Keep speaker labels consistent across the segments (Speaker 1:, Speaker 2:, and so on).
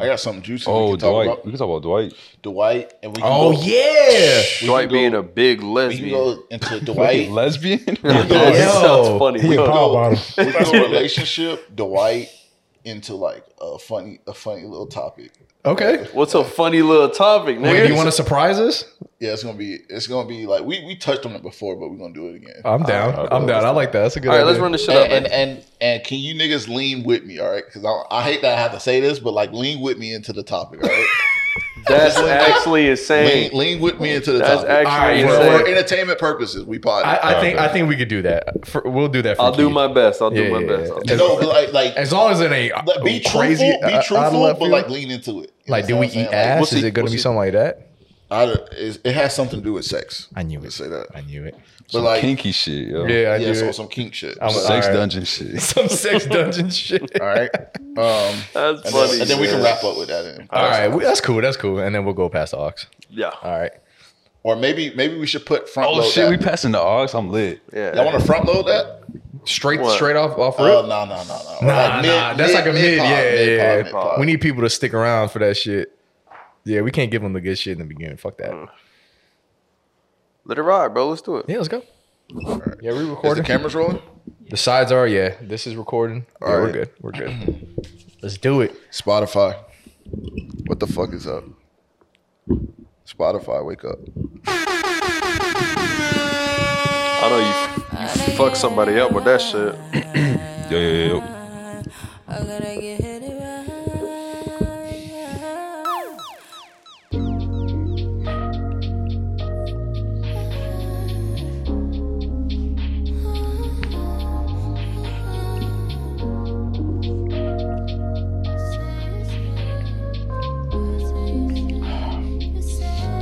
Speaker 1: I got something juicy. we
Speaker 2: Oh,
Speaker 1: can talk
Speaker 2: Dwight.
Speaker 1: about
Speaker 2: we can talk about Dwight.
Speaker 1: Dwight, and we can
Speaker 3: Oh
Speaker 1: go,
Speaker 3: yeah.
Speaker 4: Dwight
Speaker 1: go-
Speaker 4: being a big
Speaker 1: we can
Speaker 4: lesbian.
Speaker 1: go into
Speaker 2: Wait,
Speaker 1: Dwight.
Speaker 2: lesbian?
Speaker 4: That
Speaker 3: Yo.
Speaker 4: sounds funny.
Speaker 5: He
Speaker 4: We
Speaker 5: a
Speaker 4: don't
Speaker 5: power
Speaker 4: know.
Speaker 5: bottom.
Speaker 1: we can go relationship Dwight into like a funny, a funny little topic.
Speaker 3: Okay.
Speaker 4: What's a funny little topic, nigga?
Speaker 3: Wait, do you want to surprise us?
Speaker 1: Uh, Yeah, it's gonna be, it's gonna be like we we touched on it before, but we're gonna do it again.
Speaker 3: I'm down. I'm down. I like that. That's a good.
Speaker 4: All right, let's
Speaker 3: idea.
Speaker 4: run this shit up.
Speaker 1: and, and
Speaker 4: man.
Speaker 1: and and can you niggas lean with me, all right? Because I, I hate that I have to say this, but like lean with me into the topic, all right?
Speaker 4: That's actually insane.
Speaker 1: lean, lean with me into the
Speaker 4: That's
Speaker 1: topic.
Speaker 4: actually
Speaker 3: All right,
Speaker 1: for,
Speaker 3: so-
Speaker 4: insane.
Speaker 1: for entertainment purposes, we pod.
Speaker 3: I, I think I think we could do that. For, we'll do that. For
Speaker 4: I'll do
Speaker 3: Keith.
Speaker 4: my best. I'll
Speaker 3: Yeah,
Speaker 4: do my
Speaker 3: yeah,
Speaker 4: best.
Speaker 3: yeah.
Speaker 4: I'll do-
Speaker 1: no, but like like
Speaker 3: As long as it ain't
Speaker 1: like, be
Speaker 3: crazy.
Speaker 1: truthful,
Speaker 3: I- I-
Speaker 1: be
Speaker 3: I'd
Speaker 1: truthful,
Speaker 3: love
Speaker 1: but
Speaker 3: you.
Speaker 1: like lean into it. You
Speaker 3: Like, do
Speaker 1: know
Speaker 3: we
Speaker 1: what I'm
Speaker 3: eat
Speaker 1: saying?
Speaker 3: ass?
Speaker 1: what's
Speaker 3: Is
Speaker 1: he-
Speaker 3: it going to
Speaker 1: what's
Speaker 3: be
Speaker 1: he-
Speaker 3: something like that?
Speaker 1: I don't- it's- it has something to do with sex.
Speaker 3: I knew
Speaker 1: Let's
Speaker 3: it.
Speaker 1: say that.
Speaker 3: I knew it.
Speaker 1: But like,
Speaker 2: Kinky shit, yo.
Speaker 3: Yeah, I
Speaker 1: yeah,
Speaker 3: knew
Speaker 1: so
Speaker 3: it.
Speaker 1: some kink shit.
Speaker 3: I'm-
Speaker 1: So,
Speaker 2: Sex
Speaker 3: Alright.
Speaker 2: dungeon shit.
Speaker 3: Some sex dungeon shit.
Speaker 1: all right, um,
Speaker 4: That's
Speaker 1: and then,
Speaker 4: funny.
Speaker 1: and then we can
Speaker 4: man.
Speaker 1: wrap up with that. In.
Speaker 3: All right, we, that's cool. That's cool. And then we'll go past the ox.
Speaker 4: Yeah.
Speaker 3: All right.
Speaker 1: Or maybe maybe we should put front
Speaker 2: Oh
Speaker 1: load.
Speaker 2: shit, we
Speaker 1: that.
Speaker 2: passing the ox. I'm lit.
Speaker 4: Yeah.
Speaker 1: Y'all want to front load that?
Speaker 3: Straight
Speaker 4: What?
Speaker 3: straight off off
Speaker 1: Oh
Speaker 3: rip.
Speaker 1: no no no no!
Speaker 3: nah, nah. That's like a mid. yeah, yeah, yeah. We need people to stick around for that shit. Yeah, we can't give them the good shit in the beginning. Fuck that.
Speaker 4: Mm. Let it ride, bro. Let's do it.
Speaker 3: Yeah, let's go. Yeah, we
Speaker 1: Is the
Speaker 3: recording.
Speaker 1: cameras rolling?
Speaker 3: The sides are yeah. This is recording. Yeah,
Speaker 1: All
Speaker 3: we're
Speaker 1: right.
Speaker 3: good. We're good. Let's do it.
Speaker 1: Spotify. What the fuck is up? Spotify, wake up.
Speaker 4: I know you, you fuck somebody up with that shit.
Speaker 2: Yo, yo, yo, yo.
Speaker 6: I gotta get it right.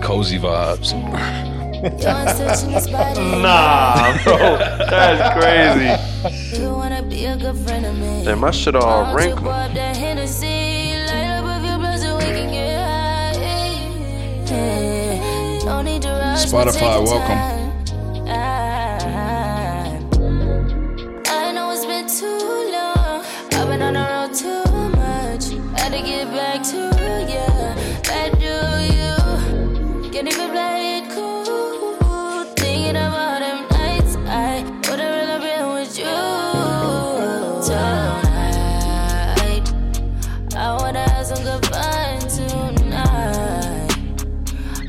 Speaker 2: Cozy vibes.
Speaker 4: Nah, bro. That's crazy.
Speaker 6: You wanna be a good friend of mine.
Speaker 4: Damn, my shit
Speaker 6: Why
Speaker 4: all
Speaker 6: don't you pour
Speaker 4: wrinkled.
Speaker 6: up that Hennessy, light up a few blunts and we can get high. Yeah. Don't need to rush, but take
Speaker 1: Spotify,
Speaker 6: your
Speaker 1: welcome.
Speaker 6: time. Ah. I, I know it's been too long. I've been on the road too much. Had to get back to you. Back to you. Can't even play it cool. Thinking about them nights I would've really been with you tonight. I wanna have some good fun tonight.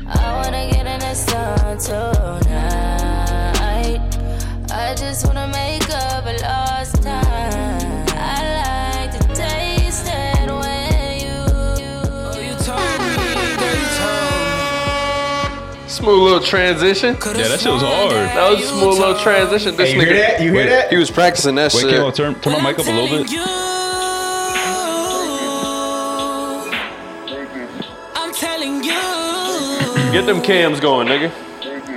Speaker 6: I wanna get in a sun tonight. I just wanna make up a lost time. I like to taste it when you. you,
Speaker 4: Smooth little transition.
Speaker 2: Yeah, that shit was hard.
Speaker 4: That was a smooth little transition. This nigga,
Speaker 3: You hear that?
Speaker 4: he was practicing that
Speaker 2: Wait,
Speaker 4: shit.
Speaker 2: can I turn turn my mic up a little bit?
Speaker 7: I'm telling you.
Speaker 4: Get them cams going, nigga.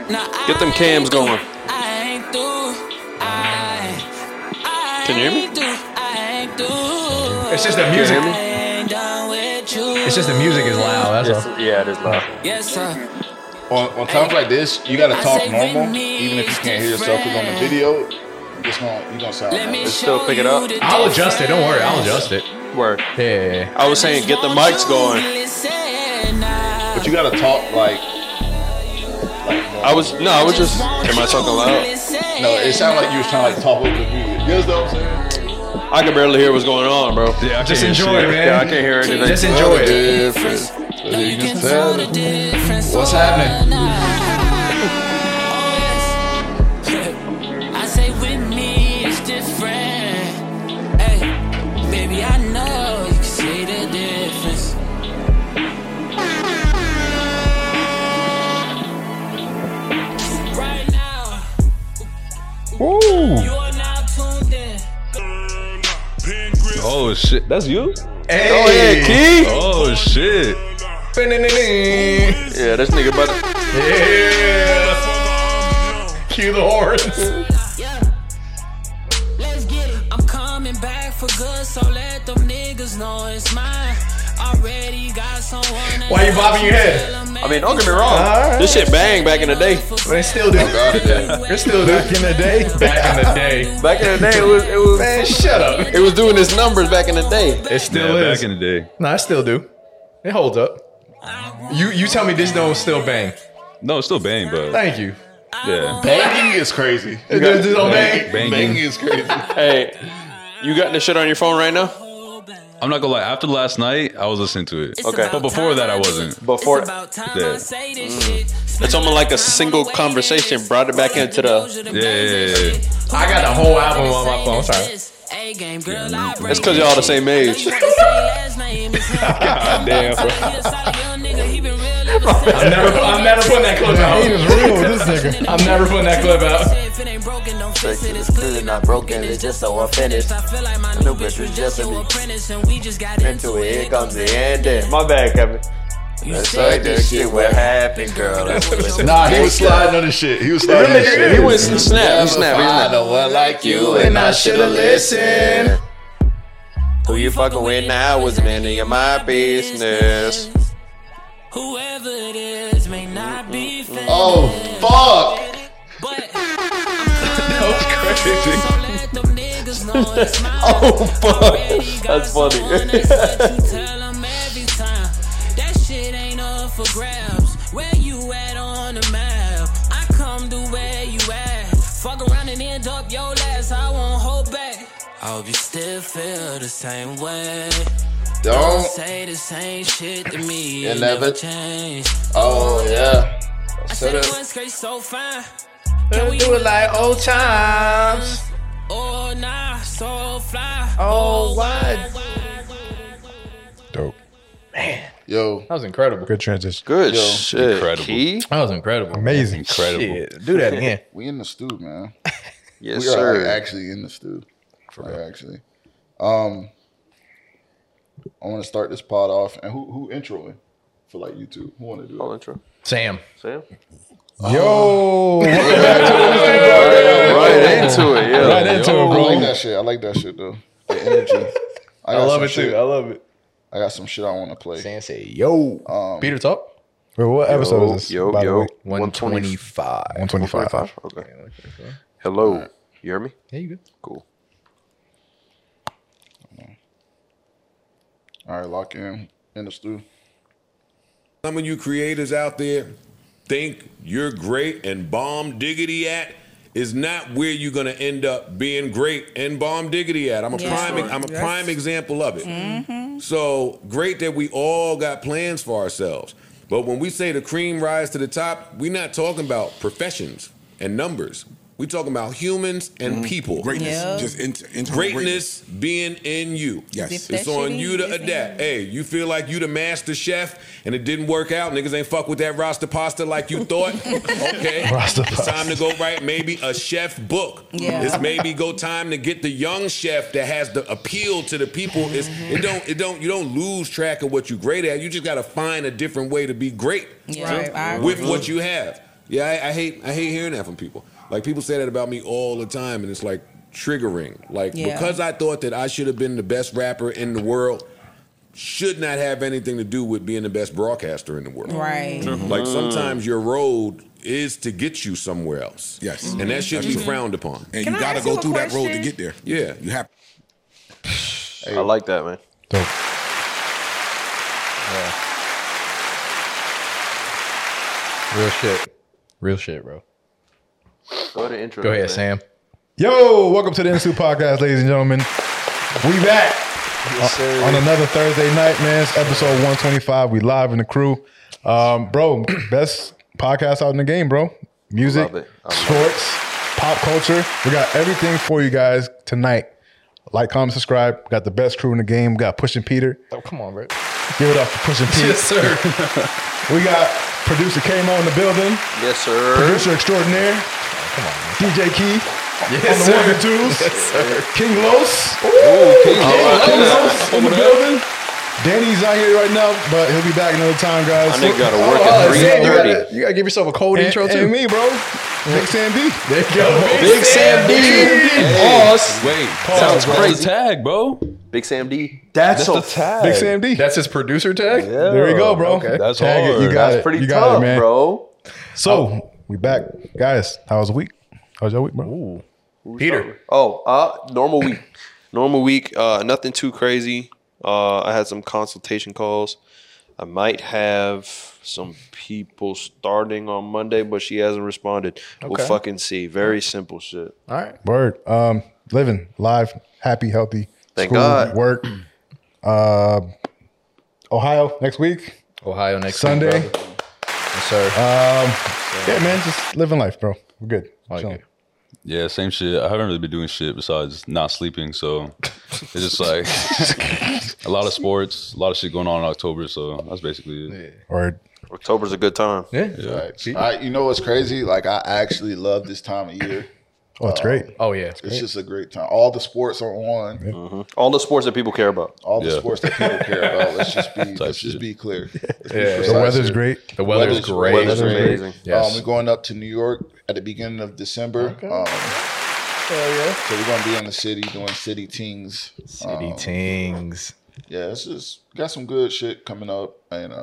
Speaker 7: Nah,
Speaker 4: Get them
Speaker 7: I
Speaker 4: cams
Speaker 7: ain't through.
Speaker 4: going.
Speaker 7: I ain't through. I, I
Speaker 4: Can you hear me?
Speaker 7: ain't through. I ain't through.
Speaker 3: It's just the music.
Speaker 7: I ain't done with you.
Speaker 3: It's just the music is loud. That's all.
Speaker 4: Yeah, it is loud.
Speaker 7: Yes, sir.
Speaker 1: On, on times like this, you gotta
Speaker 7: I
Speaker 1: talk
Speaker 7: say
Speaker 1: normal,
Speaker 7: with me,
Speaker 1: even if you
Speaker 7: it's
Speaker 1: can't hear yourself 'cause on the
Speaker 7: different.
Speaker 1: video. It's gonna you gonna sound.
Speaker 7: Let me
Speaker 1: Like this.
Speaker 4: still
Speaker 7: show
Speaker 4: pick it
Speaker 7: you
Speaker 4: up.
Speaker 7: the
Speaker 3: I'll adjust it. Don't worry. I'll
Speaker 7: difference.
Speaker 3: adjust it.
Speaker 4: Word.
Speaker 3: Yeah, yeah, yeah.
Speaker 4: I was saying,
Speaker 7: Just
Speaker 4: get the
Speaker 7: want
Speaker 4: mics
Speaker 7: you to
Speaker 4: going.
Speaker 7: listen now.
Speaker 1: But you gotta talk like. like normal.
Speaker 4: I was no, I was just.
Speaker 7: want
Speaker 4: Am I
Speaker 7: you
Speaker 4: talking
Speaker 7: to
Speaker 4: loud?
Speaker 7: listen
Speaker 1: No, it sounded like you was trying to like talk over the music. You know what I'm saying?
Speaker 4: I can barely hear what's going on, bro.
Speaker 2: Yeah, I
Speaker 3: Just
Speaker 2: can't hear
Speaker 3: enjoy it,
Speaker 2: shit.
Speaker 3: man.
Speaker 4: Yeah, I can't hear anything.
Speaker 3: Just enjoy it.
Speaker 1: Difference.
Speaker 7: No, you can
Speaker 1: tell
Speaker 7: tell the difference.
Speaker 1: What's happening?
Speaker 7: Oh, yes. I say with me it's different. Hey, baby, I know you can see the difference. Right now, you are now tuned in.
Speaker 2: Oh shit, that's you?
Speaker 4: Go ahead, Oh, Key.
Speaker 2: Oh shit.
Speaker 4: Yeah, this nigga about to-
Speaker 3: Cue the horns.
Speaker 7: Let's get it. I'm coming back for good, so let them niggas know it's mine. Already got someone.
Speaker 3: Why you bobbing your head?
Speaker 4: I mean, don't get me wrong. This shit bang back in the day. Oh,
Speaker 3: They still do. They still do. Back in the day. Back in the day.
Speaker 4: Back in the day, it was it was
Speaker 3: Man, shut up.
Speaker 4: it was doing its numbers back in the day.
Speaker 3: It
Speaker 2: Yeah,
Speaker 3: still
Speaker 2: back
Speaker 3: is.
Speaker 2: in the day.
Speaker 3: no, I still do. It holds up. You you tell me this don't still bang.
Speaker 2: No, it's still Bang, but
Speaker 3: Thank you.
Speaker 2: yeah.
Speaker 1: Banging is crazy.
Speaker 3: This don't bang.
Speaker 2: Banging.
Speaker 1: Banging is crazy.
Speaker 4: Hey, you got this shit on your phone right now?
Speaker 2: I'm not gonna lie. After last night, I was listening to it.
Speaker 4: Okay.
Speaker 2: But before that, I wasn't.
Speaker 4: Before Mm.
Speaker 2: Yeah.
Speaker 4: it's almost like a single conversation brought it back into the.
Speaker 2: Yeah, yeah, yeah, yeah.
Speaker 3: I got the whole album on my phone. I'm sorry.
Speaker 4: It's because y'all the same age.
Speaker 2: God damn, bro.
Speaker 3: I'm never, I'm never putting that clip out.
Speaker 5: He is real with this nigga.
Speaker 3: I'm never putting that clip out.
Speaker 8: It's clearly not broken, it's just so unfinished. New bitch was just a apprentice, and we just got into it. Here comes the ending.
Speaker 4: My bad, Kevin.
Speaker 8: That's like this shit what happened, girl. That's what it's
Speaker 1: Nah, he was sliding on the shit. He was sliding on the shit.
Speaker 4: He went snap, snap, snap.
Speaker 8: I know one like you, and I should've listened. Who you fucking with now is none of my business.
Speaker 7: Whoever it is may not be fair,
Speaker 1: Oh fuck!
Speaker 7: but
Speaker 2: Crazy.
Speaker 7: let them niggas know it's mine.
Speaker 4: Oh fuck, that's
Speaker 7: Wanna
Speaker 4: funny.
Speaker 7: what you tell 'em every time. That shit ain't up for grabs. Where you at on the map? I come to where you at. Fuck around and end up your last. I won't hold back. I hope you still feel the same way.
Speaker 1: Don't.
Speaker 7: Say the same shit to me.
Speaker 1: It
Speaker 7: It
Speaker 1: never-
Speaker 7: never changed.
Speaker 1: Oh yeah.
Speaker 7: I said it once, great, so fine. Can we
Speaker 3: Do it like old times.
Speaker 7: Oh, nah, so fly.
Speaker 3: Oh, what?
Speaker 5: Dope.
Speaker 1: Yo,
Speaker 3: That was incredible.
Speaker 5: Good transition.
Speaker 4: Good
Speaker 1: Yo,
Speaker 4: shit.
Speaker 2: incredible.
Speaker 4: Key?
Speaker 3: That was incredible.
Speaker 5: Amazing.
Speaker 2: Incredible.
Speaker 3: Shit, do that again.
Speaker 1: we in the stew, man.
Speaker 4: Yes,
Speaker 1: We are like,
Speaker 4: sir.
Speaker 1: actually in the stew. Like, actually. Um, I want to start this pod off, and who who introing for like YouTube? Who want to do
Speaker 4: Call
Speaker 1: it?
Speaker 4: intro.
Speaker 3: Sam.
Speaker 4: Sam?
Speaker 1: Uh-huh.
Speaker 5: Yo.
Speaker 4: Right into it, yeah.
Speaker 5: Right into it,
Speaker 1: I like
Speaker 5: bro.
Speaker 1: that shit. I like that shit though. The energy. I,
Speaker 3: I
Speaker 1: got
Speaker 3: love
Speaker 1: some
Speaker 3: it too.
Speaker 1: shit-
Speaker 3: I love it.
Speaker 1: I got some shit I want to play.
Speaker 3: Sam say, yo.
Speaker 1: Um,
Speaker 3: Peter Talk?
Speaker 5: Wait, what episode
Speaker 4: Yo,
Speaker 5: is this?
Speaker 4: yo,
Speaker 5: by the
Speaker 4: yo.
Speaker 5: way?
Speaker 3: 125.
Speaker 5: 125.
Speaker 4: Okay. Hello. You hear me?
Speaker 3: Yeah, you good.
Speaker 4: Cool.
Speaker 1: All right, lock in in the stew.
Speaker 9: Some of you creators out there think you're great and bomb diggity at is not where you're gonna end up being great and bomb diggity at. I'm a prime I'm a prime example of it.
Speaker 10: Mm-hmm.
Speaker 9: So great that we all got plans for ourselves. But when we say the cream rise to the top, we're not talking about professions and numbers. We're talking about humans and people.
Speaker 11: Mm-hmm. Greatness,
Speaker 10: Yeah.
Speaker 11: just in, internal
Speaker 9: Greatness being in you.
Speaker 11: Yes.
Speaker 10: That
Speaker 9: It's on
Speaker 10: shit
Speaker 9: you to
Speaker 10: is in
Speaker 9: adapt. Hey, you feel like you the master chef and it didn't work out. Niggas ain't fuck with that roster pasta like you thought. Okay.
Speaker 5: Rasta
Speaker 9: it's
Speaker 5: pasta.
Speaker 9: time to go write maybe a chef book.
Speaker 10: Yeah.
Speaker 9: It's maybe go time to get the young chef that has the appeal to the people. It's
Speaker 10: Mm-hmm.
Speaker 9: it don't it don't you don't lose track of what you're great at. You just gotta find a different way to be great
Speaker 10: Yeah,
Speaker 11: Right.
Speaker 10: I agree.
Speaker 9: with what you have. Yeah, I, I hate I hate hearing that from people. Like people say that about me all the time, and it's like triggering. Like
Speaker 10: Yeah.
Speaker 9: because I thought that I should have been the best rapper in the world, should not have anything to do with being the best broadcaster in the world.
Speaker 10: Right.
Speaker 1: Mm-hmm.
Speaker 9: Like sometimes your road is to get you somewhere else.
Speaker 11: Yes.
Speaker 9: and that should be frowned upon.
Speaker 11: And
Speaker 10: Can I
Speaker 11: you gotta
Speaker 10: ask you
Speaker 11: go
Speaker 10: a
Speaker 11: through that road to
Speaker 10: question?
Speaker 11: get there.
Speaker 9: Yeah,
Speaker 11: You have
Speaker 4: I like that, man.
Speaker 5: Dope.
Speaker 3: Real shit. Real shit, bro.
Speaker 4: Go ahead and intro.
Speaker 3: Go ahead,
Speaker 4: man.
Speaker 3: Sam.
Speaker 5: Yo, welcome to the N2 Podcast, ladies and gentlemen. We back on another Thursday night, man. It's episode 125. We live in the crew. Um, bro, best podcast out in the game, bro. Music,
Speaker 4: Love it. I love
Speaker 5: sports, pop culture. We got everything for you guys tonight. Like, comment, subscribe. We got the best crew in the game. We got Pushing Peter.
Speaker 3: Oh, come on, bro.
Speaker 5: Give it up for Pushing Peter.
Speaker 3: sir.
Speaker 5: We got producer Kamo in the building.
Speaker 4: Yes, sir.
Speaker 5: Producer extraordinaire. DJ Key.
Speaker 3: Yes,
Speaker 5: on the ones
Speaker 3: sir.
Speaker 5: and twos.
Speaker 3: sir.
Speaker 5: King Los. Oh,
Speaker 4: Over there.
Speaker 5: Danny's out here right now, but he'll be back another time, guys.
Speaker 4: My nigga gotta
Speaker 5: Oh,
Speaker 4: work
Speaker 5: oh,
Speaker 4: at
Speaker 5: Sam,
Speaker 4: three
Speaker 5: you
Speaker 4: thirty.
Speaker 5: gotta-
Speaker 3: You gotta give yourself a cold intro
Speaker 5: and,
Speaker 3: too.
Speaker 5: and me, bro. Big Sam D.
Speaker 3: There you go.
Speaker 4: Big Sam D. Boss.
Speaker 2: Wait,
Speaker 4: Sounds
Speaker 2: that's the
Speaker 4: crazy.
Speaker 2: tag, bro.
Speaker 4: Big Sam D.
Speaker 2: That's the tag.
Speaker 5: Big Sam D.
Speaker 3: That's his producer tag.
Speaker 5: there you go, bro.
Speaker 3: Okay.
Speaker 2: That's
Speaker 5: Tag it.
Speaker 2: hard.
Speaker 5: You got
Speaker 4: That's
Speaker 5: it.
Speaker 4: pretty
Speaker 5: you got
Speaker 4: tough,
Speaker 5: it, man.
Speaker 4: bro. Oh.
Speaker 5: So we back, guys. How was the week? How was your week, bro?
Speaker 3: Peter.
Speaker 4: Oh, uh, normal week. normal week. Uh, nothing too crazy. Uh, I had some consultation calls. I might have some people starting on Monday, but she hasn't responded.
Speaker 3: Okay.
Speaker 4: We'll fucking see. Very simple shit.
Speaker 3: All right.
Speaker 5: Word. Um, living live, happy, healthy.
Speaker 4: Thank God.
Speaker 5: Work. Uh, Ohio next week,
Speaker 3: Ohio next
Speaker 5: Sunday. Um,
Speaker 3: week, brother. Yes, sir.
Speaker 5: yeah, man, just living life, bro. We're good.
Speaker 3: Like
Speaker 5: Chilling.
Speaker 3: it.
Speaker 2: Yeah, same shit. I haven't really been doing shit besides not sleeping. So it's just like a lot of sports, a lot of shit going on in October. So that's basically it.
Speaker 5: Word.
Speaker 4: October's a good time.
Speaker 3: yeah.
Speaker 1: Facts. I, you know what's crazy? Like I actually love this time of year. Uh,
Speaker 5: Oh, it's great.
Speaker 3: Oh yeah.
Speaker 1: It's just a great time. All the sports are on.
Speaker 4: Mm-hmm. All the sports that people care about.
Speaker 1: All the
Speaker 2: Yeah.
Speaker 1: sports that people care about. Let's just be let's just
Speaker 2: shit.
Speaker 1: be clear.
Speaker 5: The weather's
Speaker 1: Precisely.
Speaker 5: great.
Speaker 3: The weather's, great.
Speaker 4: Weather's
Speaker 1: weather's great.
Speaker 4: amazing.
Speaker 3: Yes.
Speaker 1: Um, we're going up to New York at the beginning of December. Um, So we're gonna be in the city doing city things. Um,
Speaker 3: City tings.
Speaker 1: Yeah, it's just got some good shit coming up, and uh,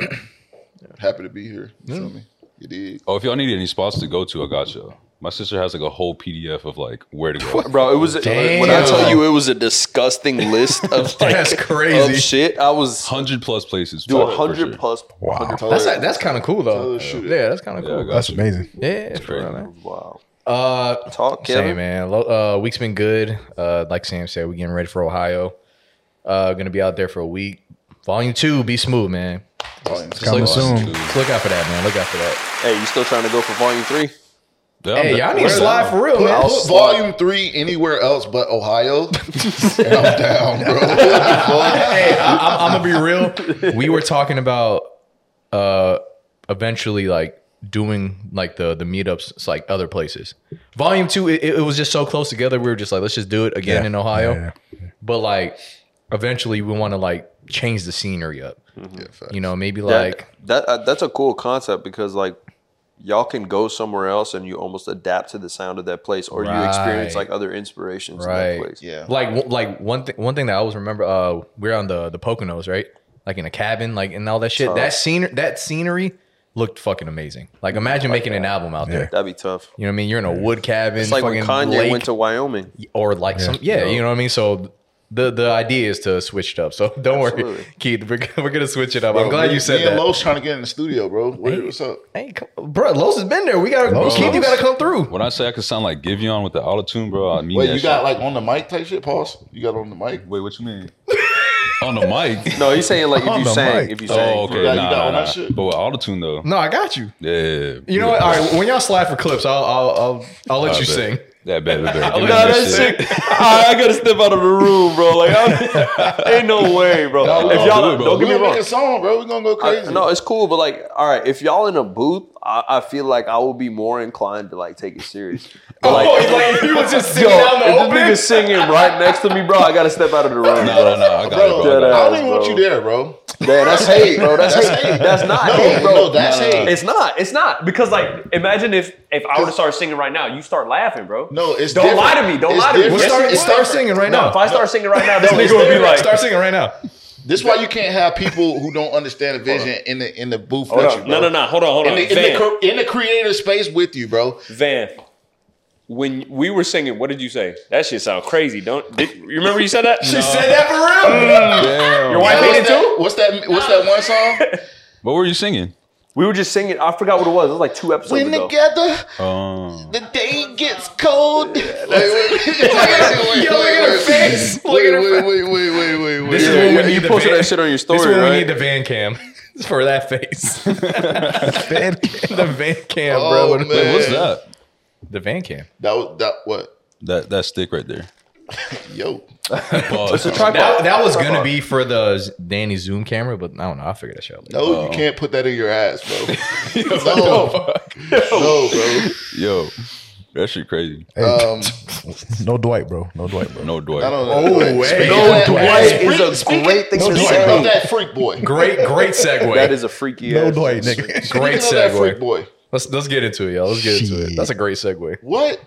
Speaker 1: happy to be here. You feel me? You dig?
Speaker 2: Oh, if y'all need any spots to go to, I got you. My sister has like a whole PDF of like where to go.
Speaker 4: Bro, it was when I tell you it was a disgusting list of like,
Speaker 3: That's crazy.
Speaker 4: of shit. I was
Speaker 2: Hundred plus places.
Speaker 4: do
Speaker 2: for-
Speaker 4: a
Speaker 2: for
Speaker 4: hundred
Speaker 2: sure.
Speaker 4: plus.
Speaker 5: Wow,
Speaker 1: Tell
Speaker 3: That's
Speaker 1: her-
Speaker 3: that's kind of cool
Speaker 1: tell
Speaker 3: though.
Speaker 1: her to shoot it.
Speaker 3: Yeah, that's kind of
Speaker 2: Yeah, I
Speaker 3: cool.
Speaker 2: got
Speaker 5: that's
Speaker 2: you.
Speaker 5: amazing.
Speaker 3: Yeah, for
Speaker 2: crazy.
Speaker 3: real, man.
Speaker 4: Wow.
Speaker 3: Uh,
Speaker 4: Talk,
Speaker 3: Same
Speaker 4: Kevin.
Speaker 3: man. Lo- Uh, week's been good. Uh, like Sam said, we getting ready for Ohio. Uh, gonna be out there for a week. Volume two, be smooth, man.
Speaker 1: Volumes.
Speaker 2: It's like
Speaker 5: Coming soon.
Speaker 2: two.
Speaker 3: Just look out for that, man. Look out for that.
Speaker 4: Hey, you still trying to go for volume three?
Speaker 2: Yeah, I'm
Speaker 3: Hey,
Speaker 2: down.
Speaker 3: y'all need to slide for real, man.
Speaker 1: Put volume three anywhere else but Ohio. and I'm down, bro. What the fuck?
Speaker 3: hey, I, am gonna be real. We were talking about uh, eventually like doing like the the meetups it's like other places. Volume two, it, it was just so close together. We were just like, let's just do it again
Speaker 5: Yeah.
Speaker 3: in Ohio.
Speaker 5: Yeah.
Speaker 3: But like, eventually, we want to like change the scenery up. You know, maybe
Speaker 4: That-
Speaker 3: like.
Speaker 4: that uh, that's a cool concept because like y'all can go somewhere else and you almost adapt to the sound of that place or you experience
Speaker 3: Right.
Speaker 4: like other inspirations in
Speaker 3: Right.
Speaker 4: that place.
Speaker 1: Yeah.
Speaker 3: Like w- like one thing one thing that I always remember uh we were on the the Poconos, right? Like in a cabin, like and all that shit. That scenery that scenery looked fucking amazing. Like imagine making an album out there.
Speaker 4: That'd be tough.
Speaker 3: You know what I mean? You're in a wood cabin,
Speaker 4: It's like when
Speaker 3: fucking
Speaker 4: Kanye
Speaker 3: lake,
Speaker 4: went to Wyoming.
Speaker 3: or like some yeah, you know what I mean? So the the idea is to switch it up. So don't worry,
Speaker 4: Absolutely.
Speaker 3: Keith, we're, we're gonna switch it up. I'm
Speaker 1: Bro,
Speaker 3: glad
Speaker 1: me-
Speaker 3: you said
Speaker 1: me and
Speaker 3: that.
Speaker 1: Lowe's trying to get in the studio, bro. What, what's up?
Speaker 3: Hey, come, bro, Los has been there. We gotta
Speaker 5: Los-
Speaker 3: Keith, you
Speaker 5: Los?
Speaker 3: gotta come through.
Speaker 2: When I say I could sound like Giveon with the auto tune, bro, I mean
Speaker 1: Wait,
Speaker 2: that
Speaker 1: you got
Speaker 2: shit.
Speaker 1: like on the mic type shit, Pause. You got on the mic.
Speaker 2: Wait, what you mean? On the mic?
Speaker 4: No, he's saying like if
Speaker 5: On
Speaker 4: you
Speaker 5: the
Speaker 4: sang,
Speaker 5: mic.
Speaker 4: if you sang.
Speaker 2: Oh, okay.
Speaker 1: You got- you
Speaker 2: nah,
Speaker 1: got all
Speaker 2: nah,
Speaker 1: that
Speaker 2: nah.
Speaker 1: shit?
Speaker 2: But with auto tune though.
Speaker 3: No, I got you.
Speaker 2: Yeah, yeah, yeah.
Speaker 3: You know what? All right, when y'all slide for clips, I'll I'll I'll, I'll let
Speaker 2: I
Speaker 3: you
Speaker 2: bet.
Speaker 3: sing.
Speaker 2: Yeah, bad, bad, bad. Give me
Speaker 4: Nah,
Speaker 2: that
Speaker 4: that
Speaker 2: shit.
Speaker 4: shit. I, I gotta step out of the room, bro. Like, I, ain't no way, bro.
Speaker 2: we
Speaker 4: if y'all
Speaker 2: gonna do it,
Speaker 4: don't,
Speaker 2: bro.
Speaker 4: don't
Speaker 1: We're
Speaker 4: get me
Speaker 1: gonna make
Speaker 4: wrong,
Speaker 1: a song, bro. We're gonna go
Speaker 4: I-
Speaker 1: crazy.
Speaker 4: no, it's cool, but like, all right, if y'all in a booth, I, I feel like I will be more inclined to like take it serious. But, like,
Speaker 3: oh, like if he was just
Speaker 4: yo,
Speaker 3: sitting down the
Speaker 4: if
Speaker 3: open.
Speaker 4: this nigga singing right next to me, bro, I gotta step out of the room.
Speaker 2: No, no, no. I got
Speaker 1: bro,
Speaker 2: it, bro. I got
Speaker 1: I
Speaker 4: Dead
Speaker 1: don't
Speaker 4: ass,
Speaker 1: even want
Speaker 4: bro.
Speaker 1: you there, bro.
Speaker 4: Damn, that's hate, bro. That's, hate. That's not
Speaker 1: No,
Speaker 4: hate, bro.
Speaker 1: no, that's hate.
Speaker 11: It's not. It's not because like imagine if if I were to start singing right now, you start laughing, bro.
Speaker 1: No, it's
Speaker 11: don't
Speaker 1: different.
Speaker 11: lie to me. Don't
Speaker 1: It's
Speaker 11: lie to me.
Speaker 1: different.
Speaker 11: Yes,
Speaker 3: start,
Speaker 1: It's- it's
Speaker 3: start
Speaker 1: different.
Speaker 3: singing right
Speaker 11: no,
Speaker 3: now.
Speaker 11: if I start singing right now, this
Speaker 1: No, it's
Speaker 11: nigga would be
Speaker 1: different.
Speaker 11: like,
Speaker 3: start singing right now.
Speaker 1: This is why you can't have people who don't understand the vision in the in the booth
Speaker 11: hold
Speaker 1: with you,
Speaker 11: on,
Speaker 1: bro.
Speaker 11: no, no, no, hold on, hold
Speaker 1: In
Speaker 11: on,
Speaker 1: the, in,
Speaker 11: Van,
Speaker 1: the, cr- in the creator space with you, bro.
Speaker 11: Van. When we were singing, what did you say? That shit sound crazy. Don't did, you remember you said that?
Speaker 3: She said that for real. Mm.
Speaker 11: Your wife
Speaker 1: Mm. What's
Speaker 11: hated too.
Speaker 1: that, what's that? What's that one song?
Speaker 2: What were you singing?
Speaker 11: We were just singing. I forgot what it was. It was like two episodes
Speaker 1: When
Speaker 11: ago.
Speaker 1: together
Speaker 2: Um,
Speaker 1: the day gets cold. Wait, wait, wait, wait, wait,
Speaker 3: face. Look
Speaker 1: wait,
Speaker 3: at her
Speaker 1: wait, wait, wait, wait, wait, wait.
Speaker 3: This is
Speaker 1: wait.
Speaker 3: when we
Speaker 4: Yeah,
Speaker 3: need
Speaker 4: you
Speaker 3: the
Speaker 4: posted
Speaker 3: van.
Speaker 4: that shit on your
Speaker 3: This is
Speaker 4: story,
Speaker 3: when we
Speaker 4: right?
Speaker 3: need the van cam for that face. the van cam,
Speaker 1: Oh,
Speaker 3: bro.
Speaker 1: man.
Speaker 2: what's that?
Speaker 3: The van cam.
Speaker 1: That was that what?
Speaker 2: That that stick right there.
Speaker 1: Yo,
Speaker 2: Pause.
Speaker 3: That, that was gonna be for the Danny Zoom camera, but I don't know. I'll figure that shit out. Later.
Speaker 1: no,
Speaker 2: Oh.
Speaker 1: you can't put that in your ass, bro. no, no,
Speaker 2: Yo, that shit crazy.
Speaker 1: bro. Um,
Speaker 5: No Dwight, bro. No Dwight, bro.
Speaker 2: No Dwight.
Speaker 1: I don't know.
Speaker 3: way.
Speaker 1: Speaking of-
Speaker 4: Dwight
Speaker 1: speaking-
Speaker 4: is a
Speaker 1: speaking-
Speaker 4: great thing to
Speaker 1: Speaking
Speaker 4: say.
Speaker 1: of that freak boy.
Speaker 3: Great, great segue.
Speaker 4: That is a freaky
Speaker 5: No
Speaker 4: ass.
Speaker 5: Dwight, nigga.
Speaker 3: great
Speaker 1: Speaking of that freak
Speaker 3: segue.
Speaker 1: boy.
Speaker 3: Let's let's get into it, y'all. Let's get into it.
Speaker 5: Shit.
Speaker 3: That's a great segue.
Speaker 1: What?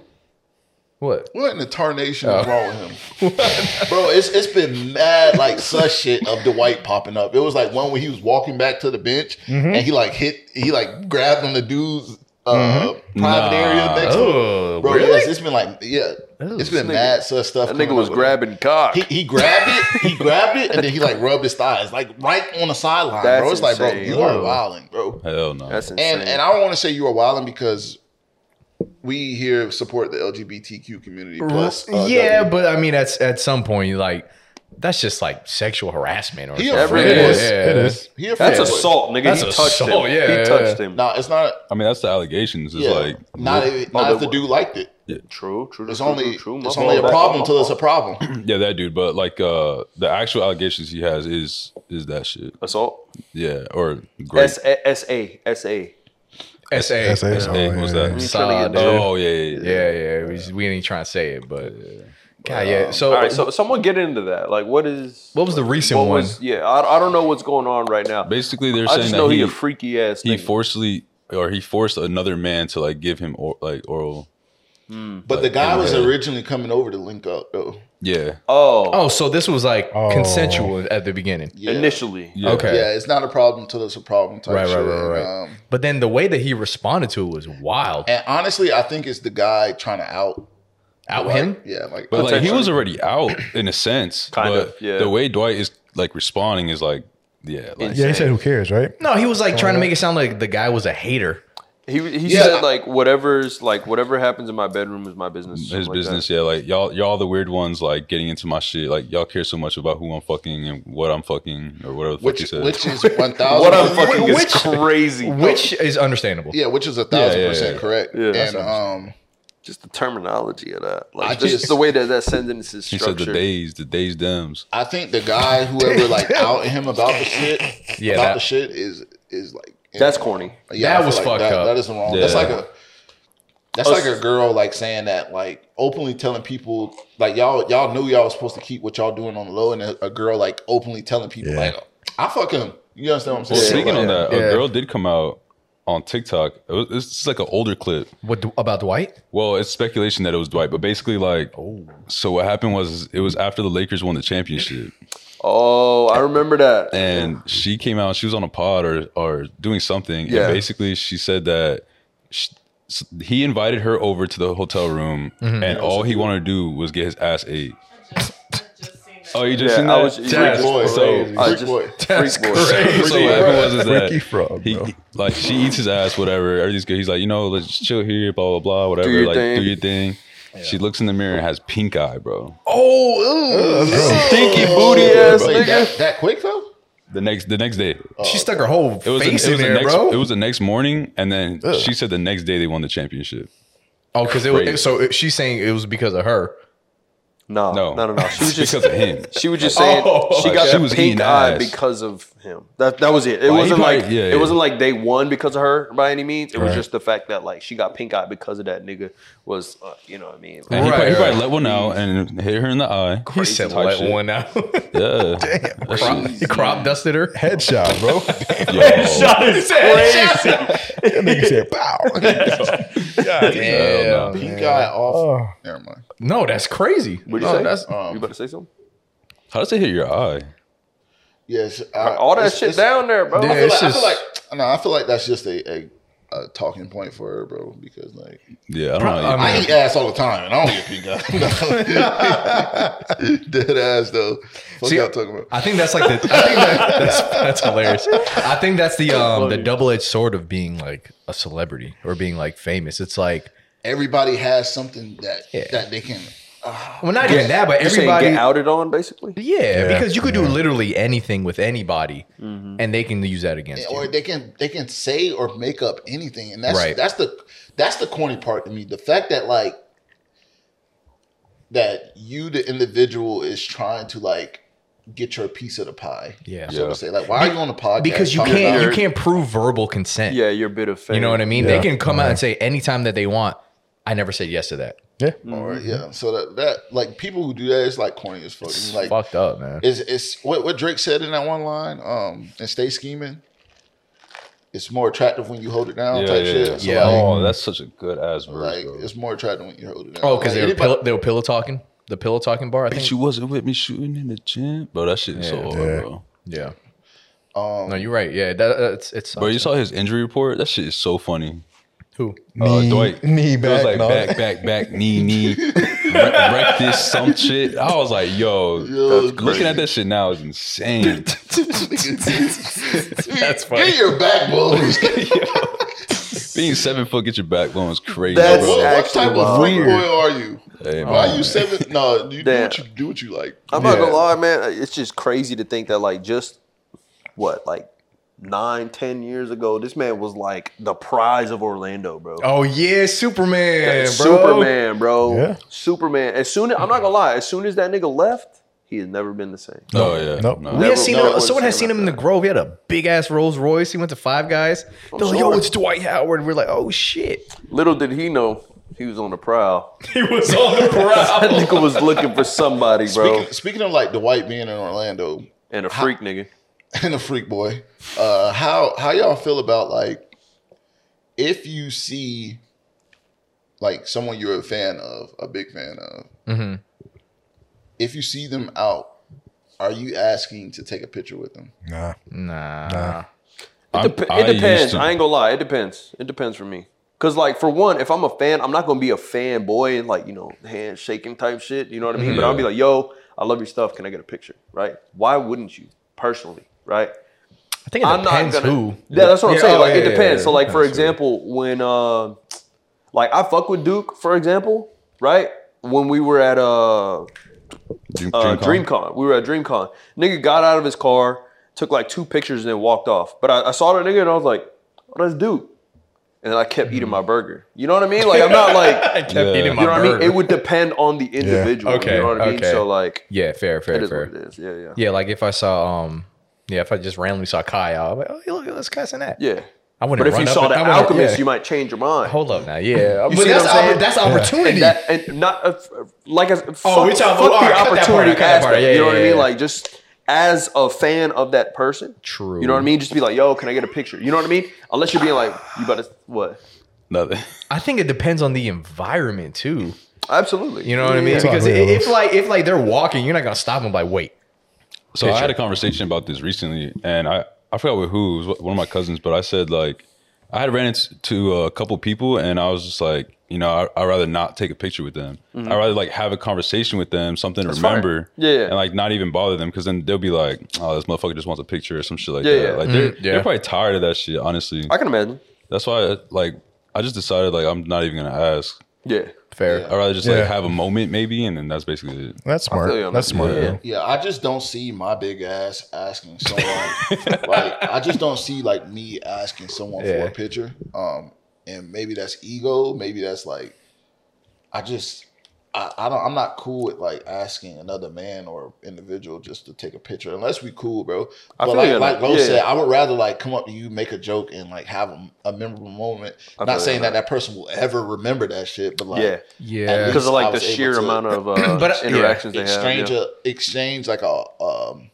Speaker 3: What? Oh.
Speaker 1: What in the tarnation is wrong with him? Bro, it's it's been mad like such shit of Dwight popping up. It was like one when he was walking back to the bench
Speaker 3: Mm-hmm.
Speaker 1: and he like hit he like grabbed on the dude's uh private
Speaker 2: Nah.
Speaker 1: area next to him.
Speaker 3: Mm-hmm. Oh,
Speaker 1: Bro,
Speaker 3: really? Oh,
Speaker 1: yes, it's been like yeah. It's been mad sus stuff.
Speaker 4: That
Speaker 1: coming
Speaker 4: nigga was
Speaker 1: up with it.
Speaker 4: grabbing cock.
Speaker 1: He, he grabbed it. He grabbed it, and then he like rubbed his thighs, like right on the sideline,
Speaker 4: That's
Speaker 1: bro. It's like, bro,
Speaker 4: insane.
Speaker 1: you are wilding, bro.
Speaker 2: Hell no.
Speaker 4: That's insane.
Speaker 1: And and I don't want to say you are wilding because we here support the LGBTQ community. Plus, uh,
Speaker 3: yeah,
Speaker 1: W.
Speaker 3: but I mean, at at some point, you're like that's just like sexual harassment or
Speaker 1: He a
Speaker 3: something.
Speaker 1: freak.
Speaker 3: Yeah,
Speaker 4: It is.
Speaker 3: yeah.
Speaker 5: It is.
Speaker 1: He a
Speaker 4: That's
Speaker 1: freak.
Speaker 4: assault, nigga.
Speaker 3: That's
Speaker 4: he touched
Speaker 3: assault,
Speaker 4: him.
Speaker 3: yeah,
Speaker 4: he
Speaker 3: yeah,
Speaker 4: touched
Speaker 3: yeah.
Speaker 4: him.
Speaker 1: No, it's not.
Speaker 2: I mean, that's the allegations. It's
Speaker 1: Yeah,
Speaker 2: like
Speaker 1: not if, not
Speaker 4: Oh,
Speaker 1: if the
Speaker 4: they-
Speaker 1: dude liked it.
Speaker 4: True, true.
Speaker 1: It's
Speaker 4: true,
Speaker 1: only
Speaker 4: true, true.
Speaker 1: it's
Speaker 4: My
Speaker 1: only a
Speaker 4: fault, my
Speaker 1: problem
Speaker 4: fault,
Speaker 1: until
Speaker 4: my
Speaker 1: it's a problem.
Speaker 2: yeah, that dude. But like uh the actual allegations he has is is that shit.
Speaker 4: fault. assault.
Speaker 2: Yeah, or great.
Speaker 4: S A S A S A.
Speaker 3: S A.
Speaker 5: That's it.
Speaker 2: That's it. What's that?
Speaker 4: He's trying to get
Speaker 2: Oh yeah, yeah, yeah.
Speaker 3: Yeah, yeah. We, just- we ain't trying to say it, but God, yeah. So,
Speaker 4: All right, so someone get into that. Like, what is?
Speaker 3: what was the recent
Speaker 4: What
Speaker 3: one?
Speaker 4: was? Yeah, I, I don't know what's going on right now.
Speaker 2: Basically, they're
Speaker 4: I
Speaker 2: saying
Speaker 4: just know
Speaker 2: that
Speaker 4: he,
Speaker 2: he
Speaker 4: a freaky ass.
Speaker 2: he
Speaker 4: nigga.
Speaker 2: forcibly or he forced another man to like give him or, like oral.
Speaker 4: Hmm.
Speaker 1: But the guy was
Speaker 2: yeah.
Speaker 1: originally coming over to link up though.
Speaker 2: Yeah,
Speaker 4: oh,
Speaker 3: oh, so this was like
Speaker 5: Oh.
Speaker 3: consensual at the beginning.
Speaker 1: Yeah.
Speaker 4: initially.
Speaker 2: yeah.
Speaker 3: Okay.
Speaker 1: Yeah, it's not a problem till it's a problem type
Speaker 3: Right,
Speaker 1: shit.
Speaker 3: right, right, right.
Speaker 1: And, um,
Speaker 3: but then the way that he responded to it was wild.
Speaker 1: and honestly, I think it's the guy trying to out
Speaker 3: Out
Speaker 1: like,
Speaker 3: him?
Speaker 1: Yeah, like
Speaker 2: But like he
Speaker 4: Potentially.
Speaker 2: was already out in a sense.
Speaker 4: Kind
Speaker 2: but
Speaker 4: of, yeah.
Speaker 2: The way Dwight is like responding is like, yeah, like,
Speaker 5: Yeah, he said, "Who cares?" Right?
Speaker 3: No, he was like trying to make it sound like the guy was a hater.
Speaker 4: He he
Speaker 1: Yeah.
Speaker 4: said like whatever's like whatever happens in my bedroom is my business.
Speaker 2: his
Speaker 4: something like
Speaker 2: business.
Speaker 4: that.
Speaker 2: Yeah, like y'all, y'all the weird ones, like getting into my shit. Like y'all care so much about who I'm fucking and what I'm fucking or whatever the fuck you
Speaker 1: which
Speaker 2: said.
Speaker 1: which is one thousand.
Speaker 4: What I'm fucking is
Speaker 3: Which-
Speaker 4: crazy.
Speaker 3: Which is understandable.
Speaker 1: Yeah, which is a thousand
Speaker 2: yeah,
Speaker 1: percent
Speaker 2: yeah.
Speaker 1: correct.
Speaker 4: Yeah. That
Speaker 1: and um,
Speaker 4: just the terminology of that. Like
Speaker 1: I
Speaker 4: just,
Speaker 1: just-
Speaker 4: the way that that sentence is
Speaker 2: he
Speaker 4: structured.
Speaker 2: said the days, the days, dems.
Speaker 1: I think the guy whoever like out him about the shit,
Speaker 3: Yeah,
Speaker 1: about
Speaker 3: that-
Speaker 1: the shit is is like
Speaker 4: That's corny.
Speaker 1: Yeah,
Speaker 3: That
Speaker 1: I feel
Speaker 3: was fucked
Speaker 1: that,
Speaker 3: up.
Speaker 1: That is wrong.
Speaker 2: Yeah.
Speaker 1: That's like a that's
Speaker 4: Us-
Speaker 1: like a girl like saying that like openly telling people like y'all y'all knew y'all was supposed to keep what y'all doing on the low and a, a girl like openly telling people
Speaker 5: Yeah.
Speaker 1: like I fuck him. You understand what I'm
Speaker 2: Well,
Speaker 1: saying?
Speaker 2: speaking
Speaker 1: Like,
Speaker 2: on that,
Speaker 3: Yeah.
Speaker 2: a girl did come out on TikTok. It was, it's just like an older clip.
Speaker 3: What about Dwight? Oh.
Speaker 2: Well, it's speculation that it was Dwight, but basically, like, so what happened was it was after the Lakers won the championship.
Speaker 4: Oh, I remember that.
Speaker 2: and she came out. She was on a pod or or doing something.
Speaker 4: Yeah.
Speaker 2: And basically, she said that sh s he invited her over to the hotel room,
Speaker 3: Mm-hmm.
Speaker 2: and all he wanted to do was get his ass ate. oh, you just
Speaker 4: yeah,
Speaker 2: seen that?
Speaker 4: I was
Speaker 1: Freak boy.
Speaker 2: so-
Speaker 1: Freak
Speaker 4: I just-
Speaker 1: boy.
Speaker 4: Freak boy.
Speaker 2: so what happened was is
Speaker 5: Freaky
Speaker 2: that
Speaker 5: frog,
Speaker 2: he
Speaker 5: bro.
Speaker 2: like she eats his ass, whatever. Everything's good. He's like, you know, let's just chill here, blah blah blah, whatever.
Speaker 4: your
Speaker 2: like,
Speaker 4: thing.
Speaker 2: do your thing. She looks in the mirror and has pink eye, bro.
Speaker 3: Oh,
Speaker 4: Stinky booty ass
Speaker 1: Wait,
Speaker 4: nigga.
Speaker 1: that, that quick though?
Speaker 2: The next the next day,
Speaker 4: Oh.
Speaker 3: she stuck her whole
Speaker 2: it was, the-
Speaker 3: face
Speaker 2: it was
Speaker 3: in
Speaker 2: the
Speaker 3: there,
Speaker 2: next
Speaker 3: bro.
Speaker 2: it was the next morning, and then she said the next day they won the championship.
Speaker 3: oh, because it was.
Speaker 2: crazy.
Speaker 3: So it- she's saying it was because of her.
Speaker 4: No,
Speaker 2: No,
Speaker 4: no, no, no. She was just
Speaker 2: because of him.
Speaker 4: She was just saying
Speaker 3: Oh.
Speaker 4: she got
Speaker 2: Oh, She
Speaker 4: the
Speaker 2: was
Speaker 4: pink
Speaker 2: eating
Speaker 4: eye
Speaker 2: ass.
Speaker 4: because of him. That that was it. It
Speaker 2: Like, he
Speaker 4: wasn't
Speaker 2: probably-
Speaker 4: like
Speaker 2: yeah,
Speaker 4: it
Speaker 2: yeah.
Speaker 4: wasn't like they won because of her by any means. It was just the fact that like she got pink eye because of that nigga was uh, you know what I mean.
Speaker 2: And he,
Speaker 3: Right,
Speaker 2: probably, he probably
Speaker 3: right.
Speaker 2: let one out and hit her in the eye.
Speaker 3: He said,
Speaker 2: type
Speaker 3: "Let
Speaker 2: shit.
Speaker 3: one out."
Speaker 2: Yeah. That
Speaker 3: crop,
Speaker 2: shit-
Speaker 3: he crop dusted her.
Speaker 5: Headshot, bro.
Speaker 2: yo.
Speaker 3: He said,
Speaker 5: that nigga said, "Pow."
Speaker 2: Hell no.
Speaker 1: Pink guy off.
Speaker 5: Oh.
Speaker 1: Never mind.
Speaker 3: No, that's crazy.
Speaker 4: What'd you
Speaker 3: No,
Speaker 4: say?
Speaker 3: that's-
Speaker 1: um,
Speaker 4: you about to say something?
Speaker 2: How does it hit your eye?
Speaker 1: Yes.
Speaker 4: All that shit
Speaker 1: down.
Speaker 4: down there, bro.
Speaker 3: Yeah,
Speaker 1: I feel,
Speaker 3: it's
Speaker 1: like, I feel
Speaker 3: just-
Speaker 1: like no, I feel like that's just a, a, a talking point for her, bro. Because like
Speaker 2: Yeah, I don't know.
Speaker 3: I mean-
Speaker 1: I eat ass all the time, and I don't get pink eye. Dead ass though. What
Speaker 3: See,
Speaker 1: y'all talking about?
Speaker 3: I think that's like the. I think that, that's that's hilarious. I think that's the um the double edged sword of being like a celebrity or being like famous. It's like
Speaker 1: Everybody has something that
Speaker 3: Yeah.
Speaker 1: that they can. uh,
Speaker 3: well, not even that, but
Speaker 4: You're saying
Speaker 3: everybody.
Speaker 4: get outed on basically.
Speaker 3: Yeah, because you could do literally anything with anybody,
Speaker 4: Mm-hmm.
Speaker 3: and they can use that against
Speaker 1: or
Speaker 3: you.
Speaker 1: they can they can say or make up anything and that's
Speaker 3: Right.
Speaker 1: that's the that's the corny part to me the fact that like that you the individual is trying to like get your piece of the pie
Speaker 3: Yeah.
Speaker 1: so to say like why are you on the podcast
Speaker 3: Because you
Speaker 1: talking
Speaker 3: can't
Speaker 1: about-
Speaker 3: you can't prove verbal consent.
Speaker 4: Yeah, you're a bit of fame.
Speaker 3: You know what I mean?
Speaker 5: Yeah.
Speaker 3: They can come out and say anytime that they want. I never said yes to that.
Speaker 5: Yeah.
Speaker 1: or
Speaker 2: Mm-hmm.
Speaker 1: yeah so that that like people who do that it's like corny as fuck
Speaker 3: It's
Speaker 1: like
Speaker 3: fucked up, man.
Speaker 1: It's it's what what Drake said in that one line. Um, and stay scheming. It's more attractive when you hold it down.
Speaker 2: Yeah,
Speaker 1: type
Speaker 2: yeah,
Speaker 1: shit.
Speaker 2: yeah.
Speaker 1: So,
Speaker 3: Yeah.
Speaker 1: like-
Speaker 2: Oh, that's such a good ass verse.
Speaker 1: Like,
Speaker 2: bro.
Speaker 1: it's more attractive when you hold it down.
Speaker 3: Oh, because
Speaker 1: like,
Speaker 3: they were
Speaker 1: anybody-
Speaker 3: pillow, they were pillow talking. The pillow talking bar. I think.
Speaker 2: Bitch, you wasn't with me shooting in the gym, bro. That shit is so hard,
Speaker 5: Yeah.
Speaker 2: bro.
Speaker 3: Yeah.
Speaker 1: Um,
Speaker 3: No, you're right. Yeah, that, that's it's.
Speaker 2: Bro, you saw his injury report. That shit is so funny.
Speaker 3: who?
Speaker 2: Uh,
Speaker 5: Knee-
Speaker 2: Dwight.
Speaker 5: knee
Speaker 2: It was
Speaker 5: back,
Speaker 2: like
Speaker 5: no.
Speaker 2: back, back, back, knee, knee. wreck this some shit. I was like, yo, looking at that shit now is insane.
Speaker 1: That's funny. Get your backbones.
Speaker 2: Being seven foot, get your backbone is crazy.
Speaker 1: That's
Speaker 2: bro.
Speaker 1: what type of freak
Speaker 2: Weird.
Speaker 1: boy are you?
Speaker 2: Hey,
Speaker 1: Why
Speaker 2: man.
Speaker 1: you seven? No, you do
Speaker 4: Damn.
Speaker 1: what you do what you like.
Speaker 4: I'm not gonna lie, man. It's just crazy to think that like just what like nine, ten years ago, this man was like the prize of Orlando, bro.
Speaker 3: Oh yeah, Superman, bro.
Speaker 4: Superman, bro.
Speaker 5: Yeah.
Speaker 4: Superman. As soon as I'm not gonna lie, as soon as that nigga left, he has never been the same.
Speaker 2: Oh yeah,
Speaker 5: Nope.
Speaker 2: no.
Speaker 3: We
Speaker 4: Never-
Speaker 3: had seen
Speaker 4: never
Speaker 3: him.
Speaker 4: was
Speaker 3: Someone
Speaker 4: the
Speaker 3: had
Speaker 4: same
Speaker 3: seen him in the Grove. He had a big ass Rolls Royce. He went to Five Guys. They're like, yo,
Speaker 4: Oh, sure.
Speaker 3: it's Dwight Howard. We're like, oh shit.
Speaker 4: Little did he know he was on the prowl.
Speaker 3: He was on the
Speaker 4: that
Speaker 3: prowl.
Speaker 4: nigga was looking for somebody, bro.
Speaker 1: Speaking, speaking of like the white being in Orlando
Speaker 4: and a freak nigga.
Speaker 1: and a freak boy, uh, how how y'all feel about like if you see like someone you're a fan of, a big fan of,
Speaker 3: Mm-hmm.
Speaker 1: if you see them out, are you asking to take a picture with them?
Speaker 5: Nah.
Speaker 3: nah.
Speaker 2: I'm-
Speaker 4: Dep-
Speaker 2: I
Speaker 4: it
Speaker 2: used
Speaker 4: depends.
Speaker 2: to-
Speaker 4: I ain't gonna lie. It depends. It depends for me. Cause like for one, if I'm a fan, I'm not gonna be a fanboy and like you know handshaking type shit. You know what I mean?
Speaker 3: Mm-hmm.
Speaker 4: But I'll be like, yo, I love your stuff. Can I get a picture? Right? Why wouldn't you personally? Right?
Speaker 3: I think it
Speaker 4: I'm
Speaker 3: depends
Speaker 4: not gonna.
Speaker 3: who.
Speaker 4: Yeah, that's what I'm
Speaker 3: Yeah,
Speaker 4: saying.
Speaker 3: oh,
Speaker 4: like
Speaker 3: yeah,
Speaker 4: it
Speaker 3: yeah,
Speaker 4: depends.
Speaker 3: yeah,
Speaker 4: so like for
Speaker 3: depends, yeah.
Speaker 4: example, when uh, like I fuck with Duke, for example, right? When we were at uh
Speaker 2: Dream,
Speaker 4: uh,
Speaker 2: Dreamcon.
Speaker 4: DreamCon. We were at DreamCon. Nigga got out of his car, took like two pictures, and then walked off. But I, I saw the nigga and I was like, oh, that's Duke. And then I kept eating my burger. You know what I mean? Like I'm not
Speaker 3: Mm-hmm.
Speaker 4: like,
Speaker 3: I kept
Speaker 2: Yeah.
Speaker 3: eating
Speaker 2: You
Speaker 4: you
Speaker 3: my
Speaker 4: know what I mean?
Speaker 3: burger.
Speaker 4: It would depend on the individual.
Speaker 3: Okay,
Speaker 4: You know what I mean?
Speaker 3: okay.
Speaker 4: So like,
Speaker 3: yeah, fair,
Speaker 4: it
Speaker 3: fair,
Speaker 4: is what
Speaker 3: fair.
Speaker 4: it is. Yeah, yeah,
Speaker 3: Yeah, like if I saw, um, yeah, if I just randomly saw Kai, I'll be like, oh, look, let's cuss and that.
Speaker 4: yeah.
Speaker 3: I wouldn't
Speaker 4: But if
Speaker 3: run
Speaker 4: you
Speaker 3: up
Speaker 4: saw
Speaker 3: and-
Speaker 4: the
Speaker 3: I wouldn't-
Speaker 4: Alchemist,
Speaker 3: yeah.
Speaker 4: you might change your mind.
Speaker 3: Hold up now, yeah.
Speaker 4: see what I'm
Speaker 3: opp-
Speaker 4: saying?
Speaker 3: that's
Speaker 4: and
Speaker 3: opportunity.
Speaker 4: that and not uh, like as
Speaker 3: Oh, we
Speaker 4: fuck,
Speaker 3: talking-
Speaker 4: fuck
Speaker 3: all
Speaker 4: the
Speaker 3: right, cut that part
Speaker 4: opportunity
Speaker 3: out, cut that part out.
Speaker 4: aspect,
Speaker 3: Yeah,
Speaker 4: you know
Speaker 3: yeah,
Speaker 4: what I
Speaker 3: yeah,
Speaker 4: mean?
Speaker 3: yeah.
Speaker 4: Like just as a fan of that person.
Speaker 3: True.
Speaker 4: You know what I mean? Just be like, yo, can I get a picture? You know what I mean? Unless you're being like, you better what?
Speaker 2: Nothing.
Speaker 3: I think it depends on the environment too.
Speaker 4: Absolutely.
Speaker 3: You know what I mean?
Speaker 5: It's all
Speaker 3: Because
Speaker 5: real.
Speaker 3: if like if like they're walking, you're not gonna stop them. Like wait,
Speaker 2: So I
Speaker 3: Picture.
Speaker 2: had a conversation about this recently, and I I forgot with who it was one of my cousins, but I said like I had ran into a couple people, and I was just like, you know, I, I'd rather not take a picture with them. I'd rather like have a conversation with them, something to
Speaker 4: Mm-hmm. fine.
Speaker 2: remember,
Speaker 4: Yeah, yeah.
Speaker 2: and like not even bother them because then they'll be like, oh, this motherfucker just wants a picture or some shit like
Speaker 4: Yeah,
Speaker 2: that.
Speaker 4: yeah.
Speaker 2: Like they're,
Speaker 3: yeah.
Speaker 2: they're probably tired of that shit, honestly.
Speaker 4: I can imagine.
Speaker 2: That's why like I just decided like I'm not even gonna ask.
Speaker 4: Yeah.
Speaker 3: fair.
Speaker 2: I'd rather just like
Speaker 5: Yeah.
Speaker 2: have a moment maybe, and then that's basically it.
Speaker 5: That's smart.
Speaker 4: feel you on
Speaker 5: That's
Speaker 4: that.
Speaker 5: smart.
Speaker 4: Yeah.
Speaker 5: bro.
Speaker 1: Yeah, I just don't see my big ass asking someone. like, I just don't see like me asking someone for
Speaker 3: Yeah.
Speaker 1: a picture. Um, and maybe that's ego. Maybe that's like, I just, I, I don't. I'm not cool with like asking another man or individual just to take a picture unless we cool, bro.
Speaker 4: I
Speaker 1: but
Speaker 4: feel you
Speaker 1: like,
Speaker 4: on
Speaker 1: like
Speaker 4: that.
Speaker 1: Lo
Speaker 4: Yeah.
Speaker 1: said, I would rather like come up to you, make a joke, and like have a, a memorable moment.
Speaker 4: I feel you
Speaker 1: Not
Speaker 4: on
Speaker 1: saying that
Speaker 4: that.
Speaker 1: that person will ever remember that shit, but like,
Speaker 4: Yeah.
Speaker 3: Yeah.
Speaker 4: Because of
Speaker 1: I
Speaker 4: like the
Speaker 1: was able
Speaker 4: sheer
Speaker 1: to-
Speaker 4: amount of uh,
Speaker 3: But, uh,
Speaker 4: interactions they have.
Speaker 1: exchange
Speaker 4: yeah.
Speaker 1: a exchange like a um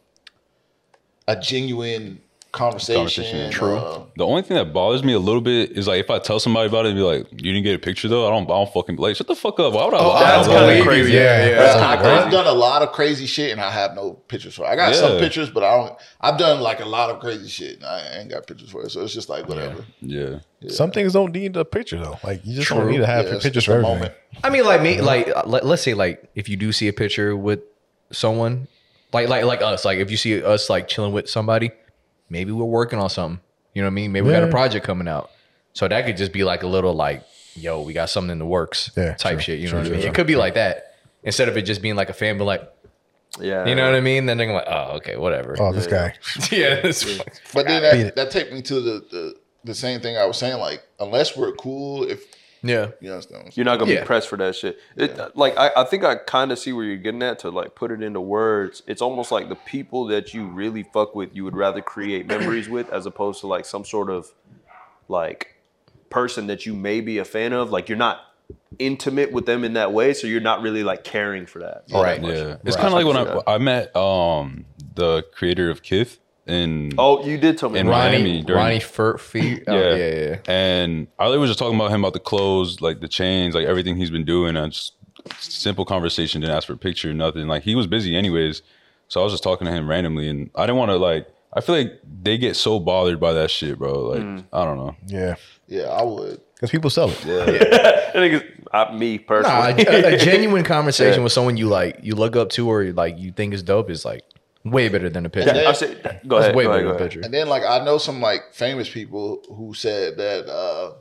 Speaker 1: a genuine conversation. uh,
Speaker 2: Conversation,
Speaker 1: True.
Speaker 2: The only thing that bothers me a little bit is like if I tell somebody about it, and be like, "You didn't get a picture though." I don't, I don't fucking like shut the fuck up. Why
Speaker 1: Oh,
Speaker 2: would I lie?
Speaker 4: that's
Speaker 2: about
Speaker 4: kinda
Speaker 2: that?
Speaker 4: crazy.
Speaker 5: Yeah, yeah.
Speaker 1: I've done a lot of crazy shit and I have no pictures for it. I got some
Speaker 2: Yeah.
Speaker 1: pictures, but I don't. I've done like a lot of crazy shit and I ain't got pictures for it. So it's just like whatever.
Speaker 2: Yeah,
Speaker 5: Some things don't need a picture though. Like you just don't
Speaker 3: True.
Speaker 5: need to have
Speaker 1: Yeah,
Speaker 5: your
Speaker 1: it's
Speaker 5: pictures
Speaker 1: the
Speaker 5: for everything.
Speaker 1: moment.
Speaker 3: I mean, like me, like uh, let, let's say, like if you do see a picture with someone, like like like us, like if you see us like chilling with somebody, maybe we're working on something. You know what I mean? Maybe we got
Speaker 5: Yeah.
Speaker 3: a project coming out, so that could just be like a little like, yo, we got something in the works,
Speaker 5: Yeah,
Speaker 3: type
Speaker 5: true,
Speaker 3: shit. You
Speaker 5: true,
Speaker 3: know what I
Speaker 5: true,
Speaker 3: mean?
Speaker 5: true.
Speaker 3: It could be like that instead of it just being like a fan, but like
Speaker 4: Yeah.
Speaker 3: you know what I mean? Then they're like, oh, okay, whatever.
Speaker 5: Oh, this guy.
Speaker 3: yeah, that's fine.
Speaker 1: But then
Speaker 5: Beat
Speaker 1: that,
Speaker 5: it.
Speaker 1: that take me to the, the the same thing I was saying. Like unless we're cool, if
Speaker 3: yeah.
Speaker 1: you understand. What I'm saying.
Speaker 4: You're not gonna
Speaker 3: Yeah.
Speaker 4: be pressed for that shit. It, uh, Like I, I think I kind of see where you're getting at to like put it into words. It's almost like the people that you really fuck with, you would rather create memories with, as opposed to like some sort of like person that you may be a fan of. Like you're not intimate with them in that way, so you're not really like caring for that.
Speaker 3: Right.
Speaker 2: yeah. It's kind of like when I, I met um the creator of Kith in
Speaker 4: Oh, you did tell me.
Speaker 2: And
Speaker 4: about
Speaker 2: Ronnie-
Speaker 4: that.
Speaker 2: Miami
Speaker 3: Ronnie,
Speaker 2: during-
Speaker 3: Ronnie Furphy. Oh, yeah,
Speaker 2: yeah.
Speaker 3: yeah, yeah.
Speaker 2: And I was just talking about him about the clothes, like the chains, like everything he's been doing. I just simple conversation, didn't ask for a picture, nothing. Like he was busy anyways. So I was just talking to him randomly and I didn't want to like I I feel like they get so bothered by that shit, bro. Like
Speaker 4: Mm.
Speaker 2: I don't know.
Speaker 5: Yeah.
Speaker 1: Yeah, I would.
Speaker 5: Because people sell it.
Speaker 4: that nigga's I, "Uh, me
Speaker 3: Nah,
Speaker 4: personally.
Speaker 3: a, a genuine conversation with someone you like, you look up to, or you like you think is dope is like way better than a picture.
Speaker 1: Yeah.
Speaker 4: I said, go
Speaker 3: That's
Speaker 4: ahead.
Speaker 3: way
Speaker 4: go ahead,
Speaker 3: better than
Speaker 4: go
Speaker 3: a
Speaker 4: ahead.
Speaker 3: picture.
Speaker 1: And then like I know some like famous people who said that uh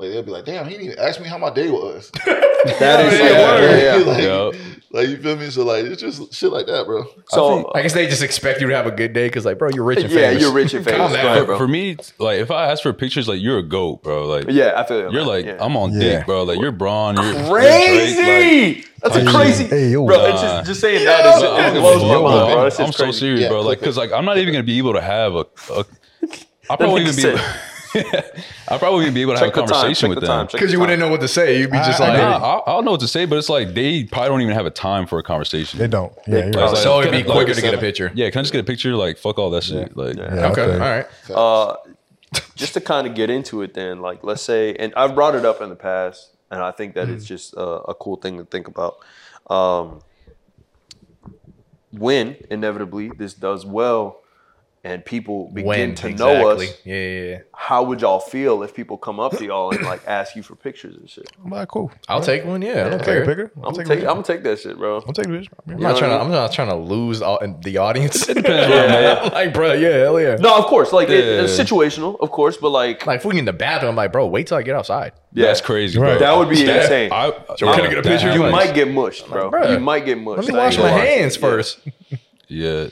Speaker 1: like they'll be like, damn, he didn't even ask me how my day was.
Speaker 4: That is
Speaker 1: Like,
Speaker 4: yeah, yeah.
Speaker 1: like,
Speaker 2: Yeah.
Speaker 1: like, you feel me? So like it's just shit like that, bro.
Speaker 4: So
Speaker 3: I guess they just expect you to have a good day because, like, bro, you're rich and
Speaker 4: yeah,
Speaker 3: famous.
Speaker 4: you're rich and famous. Go
Speaker 3: down.
Speaker 4: ahead,
Speaker 2: But
Speaker 4: bro.
Speaker 2: for me, it's- like if I ask for pictures, like you're a goat, bro. Like
Speaker 4: Yeah, I feel you.
Speaker 2: you're like
Speaker 4: yeah.
Speaker 2: I'm on
Speaker 5: Yeah.
Speaker 2: dick, bro. Like you're brawn. You're you're Drake,
Speaker 4: crazy. That's a
Speaker 5: Hey,
Speaker 4: crazy,
Speaker 5: hey, yo.
Speaker 4: bro. It's
Speaker 2: Nah.
Speaker 4: just, just saying that is
Speaker 2: like, I'm,
Speaker 4: it blows my mind,
Speaker 2: yo,
Speaker 4: bro.
Speaker 2: I'm-
Speaker 4: That's just
Speaker 2: I'm so
Speaker 4: crazy.
Speaker 2: serious,
Speaker 1: Yeah,
Speaker 2: bro. Like,
Speaker 1: click
Speaker 2: cause like I'm not even gonna be able to have a. a I probably
Speaker 4: nigga
Speaker 2: even be.
Speaker 4: said-
Speaker 2: I probably wouldn't be able to
Speaker 4: Check
Speaker 2: have a
Speaker 4: the time.
Speaker 2: conversation
Speaker 4: Check
Speaker 2: with
Speaker 4: the
Speaker 2: them.
Speaker 4: time. check
Speaker 3: because
Speaker 4: the
Speaker 3: you
Speaker 4: time.
Speaker 3: wouldn't know what to say. You'd be just
Speaker 5: I- I
Speaker 3: like,
Speaker 5: agree.
Speaker 2: Nah, I, I don't know what to say, but it's like they probably don't even have a time for a conversation.
Speaker 5: They don't. Yeah, you're right.
Speaker 2: Like,
Speaker 3: so it'd be
Speaker 2: like,
Speaker 3: quicker to get a picture.
Speaker 2: Yeah, can I just get a picture? Like, fuck all that shit. Like,
Speaker 5: Yeah,
Speaker 3: Okay. All right.
Speaker 4: Uh, just to kind of get into it, then, like, let's say, and I've brought it up in the past, and I think that it's
Speaker 3: Mm.
Speaker 4: just a, a cool thing to think about. Um, when inevitably this does well, and people begin
Speaker 3: When
Speaker 4: to
Speaker 3: exactly?
Speaker 4: know us,
Speaker 3: Yeah, yeah, yeah.
Speaker 4: how would y'all feel if people come up to y'all and like ask you for pictures and shit?
Speaker 5: I'm like, cool.
Speaker 3: I'll take one. Yeah, I don't
Speaker 5: Take
Speaker 3: care.
Speaker 5: a picture. I'll
Speaker 4: I'm
Speaker 5: take
Speaker 4: gonna
Speaker 5: a
Speaker 4: take, I'm
Speaker 5: picture.
Speaker 4: gonna take that shit, bro.
Speaker 5: I'll take a picture.
Speaker 3: I'm not trying to. I'm not trying to lose all, and the audience.
Speaker 2: yeah.
Speaker 3: like, bro, yeah, hell yeah.
Speaker 4: No, of course, like it- it's
Speaker 2: Yeah.
Speaker 4: situational, of course, but like,
Speaker 3: Like, if we get in the bathroom, I'm like, bro, wait till I get outside.
Speaker 4: yeah,
Speaker 2: that's crazy,
Speaker 5: Right.
Speaker 2: bro.
Speaker 4: That would be
Speaker 2: That-
Speaker 4: insane.
Speaker 2: I,
Speaker 3: we're gonna get a
Speaker 2: that
Speaker 3: picture?
Speaker 4: You
Speaker 2: happens.
Speaker 4: might get mushed, bro.
Speaker 3: bruh,
Speaker 4: you might get mushed.
Speaker 3: Let me
Speaker 4: I ain't
Speaker 3: wash
Speaker 4: gonna
Speaker 3: my
Speaker 4: lie.
Speaker 3: hands first. Hmm?
Speaker 2: Yeah.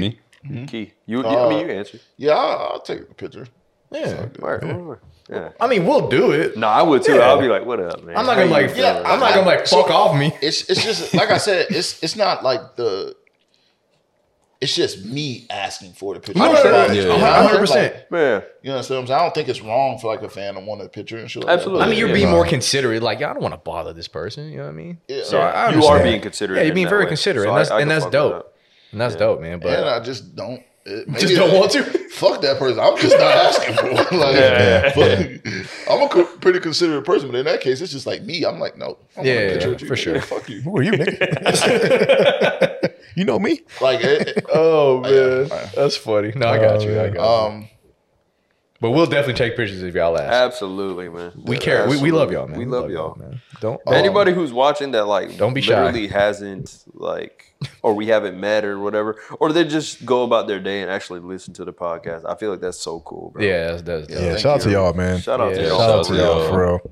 Speaker 3: Keep-
Speaker 2: me?
Speaker 4: Key, you, you
Speaker 1: Uh,
Speaker 4: I mean, you answer.
Speaker 1: Yeah, I'll, I'll take a picture.
Speaker 3: Yeah.
Speaker 4: Word, word. Yeah.
Speaker 3: I mean, we'll do it.
Speaker 4: No, I would too.
Speaker 3: Yeah.
Speaker 4: I'll be like, what up, man?
Speaker 3: I'm not gonna
Speaker 4: How you
Speaker 3: like.
Speaker 4: feeling?
Speaker 3: I'm not gonna like. Fuck off me.
Speaker 1: It's it's just like I said, it's it's not like the it's just me asking for the picture.
Speaker 3: No, no, no, no.
Speaker 1: You know
Speaker 2: Yeah.
Speaker 1: what I'm saying?
Speaker 3: 100%.
Speaker 1: Like,
Speaker 4: man.
Speaker 1: you know what I'm saying? I don't think it's wrong for like a fan to want a picture and shit like
Speaker 4: Absolutely.
Speaker 1: that.
Speaker 3: I mean, you're
Speaker 4: Yeah.
Speaker 3: being more considerate. Like, I don't want to bother this person. You know what I mean?
Speaker 1: Yeah.
Speaker 3: So I, I
Speaker 4: you are
Speaker 3: understand.
Speaker 4: being considerate.
Speaker 3: Yeah, you're
Speaker 4: in
Speaker 3: being
Speaker 4: that
Speaker 3: very
Speaker 4: way.
Speaker 3: considerate,
Speaker 4: So
Speaker 3: and
Speaker 4: I-
Speaker 3: that's
Speaker 4: I
Speaker 3: and
Speaker 4: can
Speaker 3: that's
Speaker 4: fuck with
Speaker 3: dope. And that's dope, man. But
Speaker 1: and I just don't it- maybe
Speaker 3: just
Speaker 1: it-
Speaker 3: don't want to.
Speaker 1: fuck that person. I'm just not asking for one. Like, fuck- I'm a co- pretty considerate person, but in that case, it's just like me. I'm like, no, I don't want a
Speaker 3: Yeah,
Speaker 1: picture with you,
Speaker 3: for
Speaker 1: nigga.
Speaker 3: sure.
Speaker 1: Fuck you.
Speaker 5: Who are you, nigga? you know me.
Speaker 1: Like, it, it-
Speaker 3: Oh man, that's funny. No,
Speaker 5: Oh,
Speaker 3: I got you. I got you.
Speaker 1: um,
Speaker 3: But we'll definitely take pictures if y'all
Speaker 4: that.
Speaker 3: ask.
Speaker 4: Absolutely, man.
Speaker 3: we care. We, we love y'all, man.
Speaker 4: We love y'all.
Speaker 3: man. Don't.
Speaker 4: Anybody who's watching that, like,
Speaker 3: Don't be shy.
Speaker 4: literally hasn't like, or we haven't met or whatever, or they just go about their day and actually listen to the podcast. I feel like that's so cool, bro.
Speaker 3: yeah, that's, that's dope.
Speaker 5: Yeah,
Speaker 3: Yeah.
Speaker 1: thank
Speaker 5: shout out to
Speaker 1: you.
Speaker 5: y'all, man. Shout
Speaker 4: Shout out
Speaker 3: Yeah,
Speaker 4: to y'all.
Speaker 5: out to
Speaker 2: out
Speaker 5: y'all,
Speaker 2: to
Speaker 5: for real.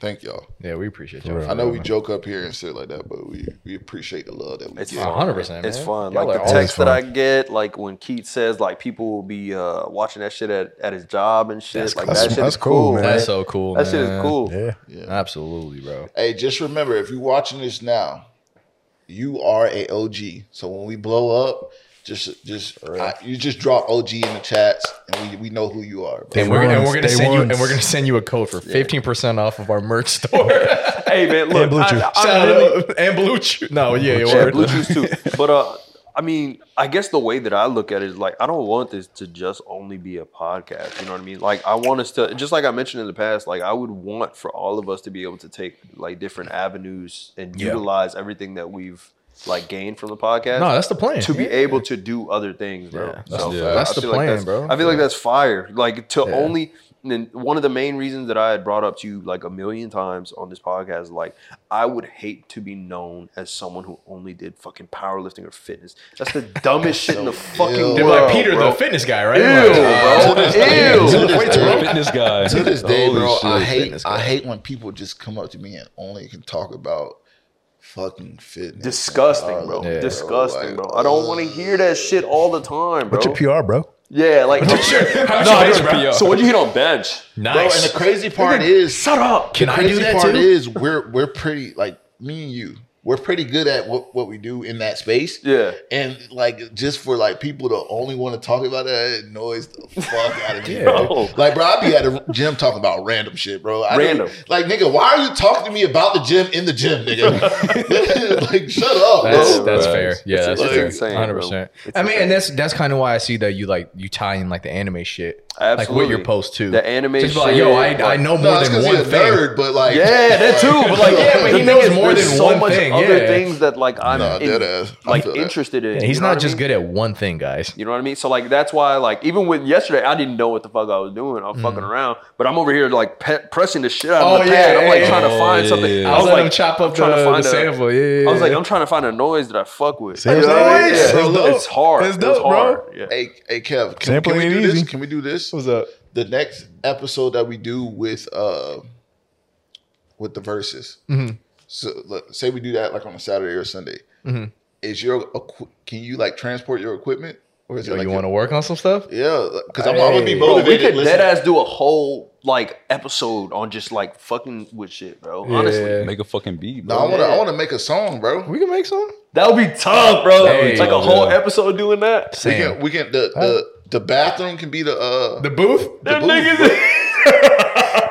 Speaker 1: thank y'all.
Speaker 3: we appreciate y'all.
Speaker 5: real.
Speaker 1: I know we joke up here and shit like that, but we, we appreciate the love that we
Speaker 4: It's
Speaker 1: get.
Speaker 4: fun.
Speaker 3: 100%.
Speaker 4: It's
Speaker 3: man.
Speaker 4: fun.
Speaker 3: Y'all
Speaker 4: like
Speaker 3: are
Speaker 4: the
Speaker 3: awesome.
Speaker 4: text that I get, like when Keith says, like people will be uh, watching that shit at, at his job and shit. like
Speaker 5: That's-
Speaker 4: that shit
Speaker 5: that's
Speaker 4: is
Speaker 5: cool,
Speaker 4: cool.
Speaker 5: man.
Speaker 3: That's so cool.
Speaker 4: That shit is
Speaker 3: man.
Speaker 4: cool.
Speaker 5: Yeah.
Speaker 3: Absolutely, bro.
Speaker 1: Hey, just remember if you're watching this now, you are a OG. So when we blow up, just just I- you just drop OG in the chats, and we, we know who you are. Bro.
Speaker 3: And we're, and
Speaker 5: ones,
Speaker 3: we're gonna
Speaker 5: day
Speaker 3: send you
Speaker 5: ones.
Speaker 3: and we're gonna send you a code for fifteen percent off of our merch store.
Speaker 4: Hey man, look,
Speaker 5: Blue
Speaker 4: I-
Speaker 5: Chew.
Speaker 4: I- I
Speaker 3: Shout
Speaker 4: really-
Speaker 3: out and blue chew. No, yeah, yeah,
Speaker 4: Yeah,
Speaker 3: word.
Speaker 4: blue chews too. But uh, I mean, I guess the way that I look at it is like I don't want this to just only be a podcast. You know what I mean? Like I want us to, just like I mentioned in the past, like I would want for all of us to be able to take like different avenues and
Speaker 3: Yeah.
Speaker 4: utilize everything that we've like gained from the podcast.
Speaker 3: No, that's the plan.
Speaker 4: to be able to do other things, bro.
Speaker 3: that's
Speaker 4: So,
Speaker 2: the-
Speaker 4: I
Speaker 3: that's the
Speaker 4: feel like
Speaker 3: plan, bro.
Speaker 4: I feel like that's fire. Like to
Speaker 3: Yeah.
Speaker 4: only and one of the main reasons that I had brought up to you like a million times on this podcast, like I would hate to be known as someone who only did fucking powerlifting or fitness. That's the dumbest shit in the fucking
Speaker 1: Ew.
Speaker 4: world.
Speaker 1: They're
Speaker 3: They're like Peter,
Speaker 4: bro.
Speaker 3: the fitness guy, right?
Speaker 4: Ew,
Speaker 3: Like, uh,
Speaker 4: bro.
Speaker 1: uh,
Speaker 4: Ew.
Speaker 1: To this day-
Speaker 2: Fitness guy.
Speaker 1: to this day,
Speaker 2: Holy
Speaker 1: bro, I
Speaker 2: shit.
Speaker 1: hate I hate when people just come up to me and only can talk about fucking fitness.
Speaker 4: Disgusting, bro.
Speaker 3: Yeah.
Speaker 4: Disgusting, bro. I don't want to hear that shit all the time, bro.
Speaker 5: What's your PR, bro?
Speaker 4: Yeah, like
Speaker 3: How's
Speaker 11: No,
Speaker 3: your
Speaker 11: I
Speaker 3: bench,
Speaker 11: just-
Speaker 3: bro?
Speaker 11: so what'd you hit on bench?
Speaker 1: Bro, and
Speaker 3: Nice.
Speaker 1: the crazy part is
Speaker 4: shut up.
Speaker 3: Can
Speaker 1: the
Speaker 3: I do
Speaker 1: crazy
Speaker 3: that
Speaker 1: part
Speaker 3: too?
Speaker 1: is we're we're pretty like me and you. We're pretty good at what, what we do in that space.
Speaker 4: Yeah.
Speaker 1: And like just for like people to only want to talk about that it annoys the fuck out of me.
Speaker 4: Bro.
Speaker 1: bro. Like, bro, I be at a gym talking about random shit, bro. I don't-
Speaker 4: Random.
Speaker 1: Like, nigga, why are you talking to me about the gym in the gym, nigga? like, shut up,
Speaker 3: That's,
Speaker 1: bro.
Speaker 3: that's
Speaker 2: Right.
Speaker 3: fair. Yeah,
Speaker 4: It's-
Speaker 3: that's
Speaker 4: it's
Speaker 3: fair.
Speaker 4: insane, bro.
Speaker 3: 100%.
Speaker 4: It's
Speaker 3: I mean,
Speaker 4: insane.
Speaker 3: and that's that's kind of why I see that you like you tie in like the anime shit Like what you're post to.
Speaker 4: The anime
Speaker 3: Just be like,
Speaker 4: shit,
Speaker 3: yo, I,
Speaker 4: like-
Speaker 3: I know more
Speaker 1: it's
Speaker 3: than
Speaker 1: 'cause he
Speaker 3: one
Speaker 1: a
Speaker 3: thing.
Speaker 1: nerd, but like
Speaker 4: Yeah, that too. But like,
Speaker 3: Yeah, but
Speaker 4: the
Speaker 3: he
Speaker 4: thing
Speaker 3: knows
Speaker 4: is,
Speaker 3: more
Speaker 4: there's
Speaker 3: than
Speaker 4: so
Speaker 3: one
Speaker 4: much
Speaker 3: thing,
Speaker 4: Other
Speaker 3: yeah.
Speaker 4: things that like I'm
Speaker 1: Nah,
Speaker 4: in-
Speaker 1: deadass. I
Speaker 4: like
Speaker 1: feel that.
Speaker 4: interested in.
Speaker 3: And he's
Speaker 4: you know
Speaker 3: not
Speaker 4: what I
Speaker 3: just
Speaker 4: mean?
Speaker 3: good at one thing, guys.
Speaker 4: You know what I mean? So like that's why like even with yesterday I didn't know what the fuck I was doing. I'm fucking around, but I'm over here like pe- pressing the shit out of
Speaker 3: Mm. Oh,
Speaker 4: the
Speaker 3: yeah,
Speaker 4: pad. I'm
Speaker 3: yeah,
Speaker 4: like
Speaker 3: yeah.
Speaker 4: trying to
Speaker 2: Oh,
Speaker 4: find
Speaker 2: yeah,
Speaker 4: something.
Speaker 2: yeah, yeah.
Speaker 4: I
Speaker 3: I was
Speaker 4: was
Speaker 3: letting
Speaker 4: like
Speaker 3: him chop up
Speaker 4: trying
Speaker 3: the,
Speaker 4: to
Speaker 3: the
Speaker 4: find a-
Speaker 3: sample. Yeah, yeah,
Speaker 4: I was like
Speaker 3: yeah.
Speaker 4: I'm trying to find a noise that I fuck with.
Speaker 5: See what I'm
Speaker 4: You know what I mean?
Speaker 5: saying? It's
Speaker 4: Yeah,
Speaker 5: dope.
Speaker 4: It's hard.
Speaker 5: It's
Speaker 4: It's dope,
Speaker 5: dope, bro.
Speaker 4: hard. Yeah.
Speaker 1: Hey, hey, Kev, can,
Speaker 5: Sample
Speaker 1: can we
Speaker 5: ain't
Speaker 1: do
Speaker 5: easy.
Speaker 1: this? Can we do this?
Speaker 5: What's up?
Speaker 1: The next episode that we do with uh with the verses.
Speaker 3: Mm-hmm.
Speaker 1: So look, say we do that like on a Saturday or Sunday.
Speaker 3: Mm-hmm.
Speaker 1: Is your equi- can you like transport your equipment or is
Speaker 3: Yo,
Speaker 1: it like
Speaker 3: you want to work on some stuff?
Speaker 1: to? Yeah, because I'm, I'm gonna be
Speaker 3: Hey.
Speaker 4: Bro, we
Speaker 1: motivated.
Speaker 4: could
Speaker 1: listening.
Speaker 4: dead ass do a whole like episode on just like fucking with shit, bro. Honestly,
Speaker 2: Make a fucking beat,
Speaker 1: No,
Speaker 2: bro.
Speaker 1: I want to. I want to make a song, bro.
Speaker 3: We can make some.
Speaker 4: that would be tough, bro.
Speaker 3: Hey,
Speaker 4: like a
Speaker 3: yeah.
Speaker 4: whole episode doing that.
Speaker 1: we can. We can. The the, the bathroom can be the uh
Speaker 3: The booth?
Speaker 1: the booth.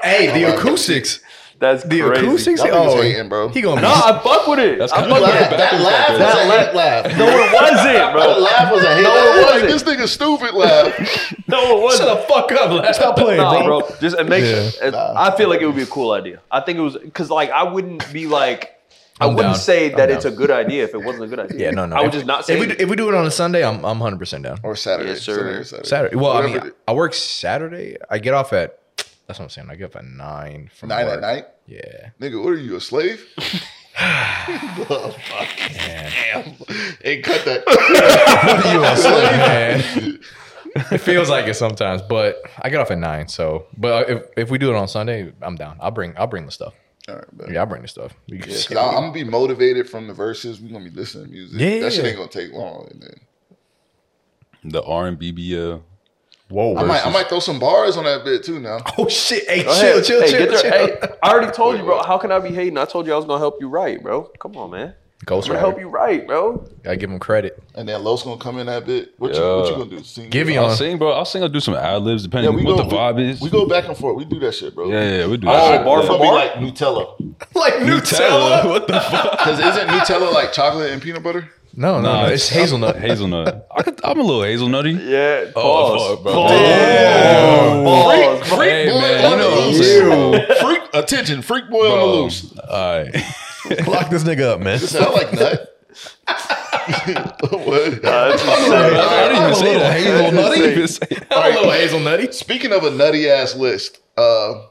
Speaker 3: Hey, the acoustics.
Speaker 4: That's
Speaker 3: The
Speaker 4: crazy.
Speaker 3: acoustics.
Speaker 1: Y'all niggas
Speaker 3: Oh,
Speaker 1: hating, bro.
Speaker 3: He gonna
Speaker 4: No, I fuck with it.
Speaker 2: That's
Speaker 4: I
Speaker 2: kinda
Speaker 4: fuck
Speaker 2: like
Speaker 4: with
Speaker 1: Laugh-
Speaker 4: it.
Speaker 2: back
Speaker 1: that
Speaker 2: and
Speaker 1: laugh was
Speaker 2: forth.
Speaker 1: a hate laugh.
Speaker 4: No, it wasn't,
Speaker 1: That
Speaker 4: bro.
Speaker 1: laugh was a hate
Speaker 4: No, it
Speaker 1: laugh. Like,
Speaker 4: wasn't.
Speaker 1: this nigga stupid laugh.
Speaker 4: No, it wasn't.
Speaker 3: shut the fuck up. lad.
Speaker 5: Stop playing,
Speaker 4: Nah,
Speaker 5: bro.
Speaker 4: bro. Just it makes.
Speaker 5: Yeah.
Speaker 4: it- I feel like it would be a cool idea. I think it was because like I wouldn't be like. I
Speaker 3: I'm
Speaker 4: wouldn't
Speaker 3: down.
Speaker 4: say
Speaker 3: I'm
Speaker 4: that it's a
Speaker 3: down.
Speaker 4: good idea if it wasn't a good idea.
Speaker 3: Yeah, no, no.
Speaker 4: I would
Speaker 3: If-
Speaker 4: just not say
Speaker 3: If we,
Speaker 4: it.
Speaker 3: if we do it on a Sunday, I'm I'm 100% down.
Speaker 1: Or Saturday.
Speaker 4: Yes, sir.
Speaker 1: Saturday, or Saturday.
Speaker 3: Saturday. Well, I
Speaker 1: Whatever
Speaker 3: mean,
Speaker 1: it-
Speaker 3: I work Saturday. I get off at. That's what I'm saying. I get up at nine from
Speaker 1: nine
Speaker 3: work.
Speaker 1: at night.
Speaker 3: Yeah.
Speaker 1: Nigga, what are you, a slave? Oh, fuck. Damn. Hey, cut that.
Speaker 3: Man. it feels like it sometimes, but I get off at nine. So, but if, if we do it on Sunday, I'm down. I'll bring I'll bring the stuff.
Speaker 1: All right, man.
Speaker 3: Yeah, I'll bring the stuff. We can-
Speaker 1: Cause I, am gonna be motivated from the verses. We're gonna be listening to music.
Speaker 3: Yeah, yeah,
Speaker 1: that shit
Speaker 3: yeah.
Speaker 1: ain't gonna take long. And then
Speaker 2: The R and uh, BBL.
Speaker 5: Whoa.
Speaker 1: I might, I might throw some bars on that bit too. Now,
Speaker 3: Oh shit! Hey,
Speaker 4: Go
Speaker 3: chill,
Speaker 4: ahead.
Speaker 3: chill,
Speaker 4: Hey,
Speaker 3: chill,
Speaker 4: get
Speaker 3: chill.
Speaker 4: there- hey, I already told you, bro. How can I be hating? I told you I was gonna help you write, bro. Come on, man. I'm gonna help
Speaker 3: Ghostwriter.
Speaker 4: you write, bro.
Speaker 3: I give him credit.
Speaker 1: and then Los gonna come in that bit. What you, what you
Speaker 2: Yeah.
Speaker 1: gonna do? Sing?
Speaker 3: Give
Speaker 2: I'll
Speaker 3: on.
Speaker 2: sing, bro. I'll sing. I'll do some ad libs
Speaker 1: Yeah,
Speaker 2: depending
Speaker 1: we
Speaker 2: on what
Speaker 1: go.
Speaker 2: the vibe
Speaker 1: we,
Speaker 2: is.
Speaker 1: we go back and forth. We do that shit, bro.
Speaker 2: Yeah, yeah, we do.
Speaker 4: Oh,
Speaker 2: that.
Speaker 4: bar
Speaker 1: It's
Speaker 4: for
Speaker 1: gonna be
Speaker 4: bar?
Speaker 1: like Nutella.
Speaker 3: Like Nutella. What the fuck?
Speaker 1: Cause isn't Nutella like chocolate and peanut butter?
Speaker 3: No, no,
Speaker 2: Nah,
Speaker 3: no. It's hazelnut.
Speaker 2: hazelnut. I could, I'm a little hazelnutty.
Speaker 4: Yeah.
Speaker 2: Oh,
Speaker 4: Pause.
Speaker 2: fuck, bro.
Speaker 4: Pause. Pause.
Speaker 2: Hey, man, you know what I'm saying?
Speaker 1: know Freak attention, freak boy on the loose.
Speaker 2: All right.
Speaker 5: Block this nigga up, man.
Speaker 1: Listen, I like nut. What?
Speaker 2: I didn't even say that. I didn't even say that.
Speaker 1: All right.
Speaker 3: Hello, hazelnutty.
Speaker 1: Speaking of a nutty ass list, uh,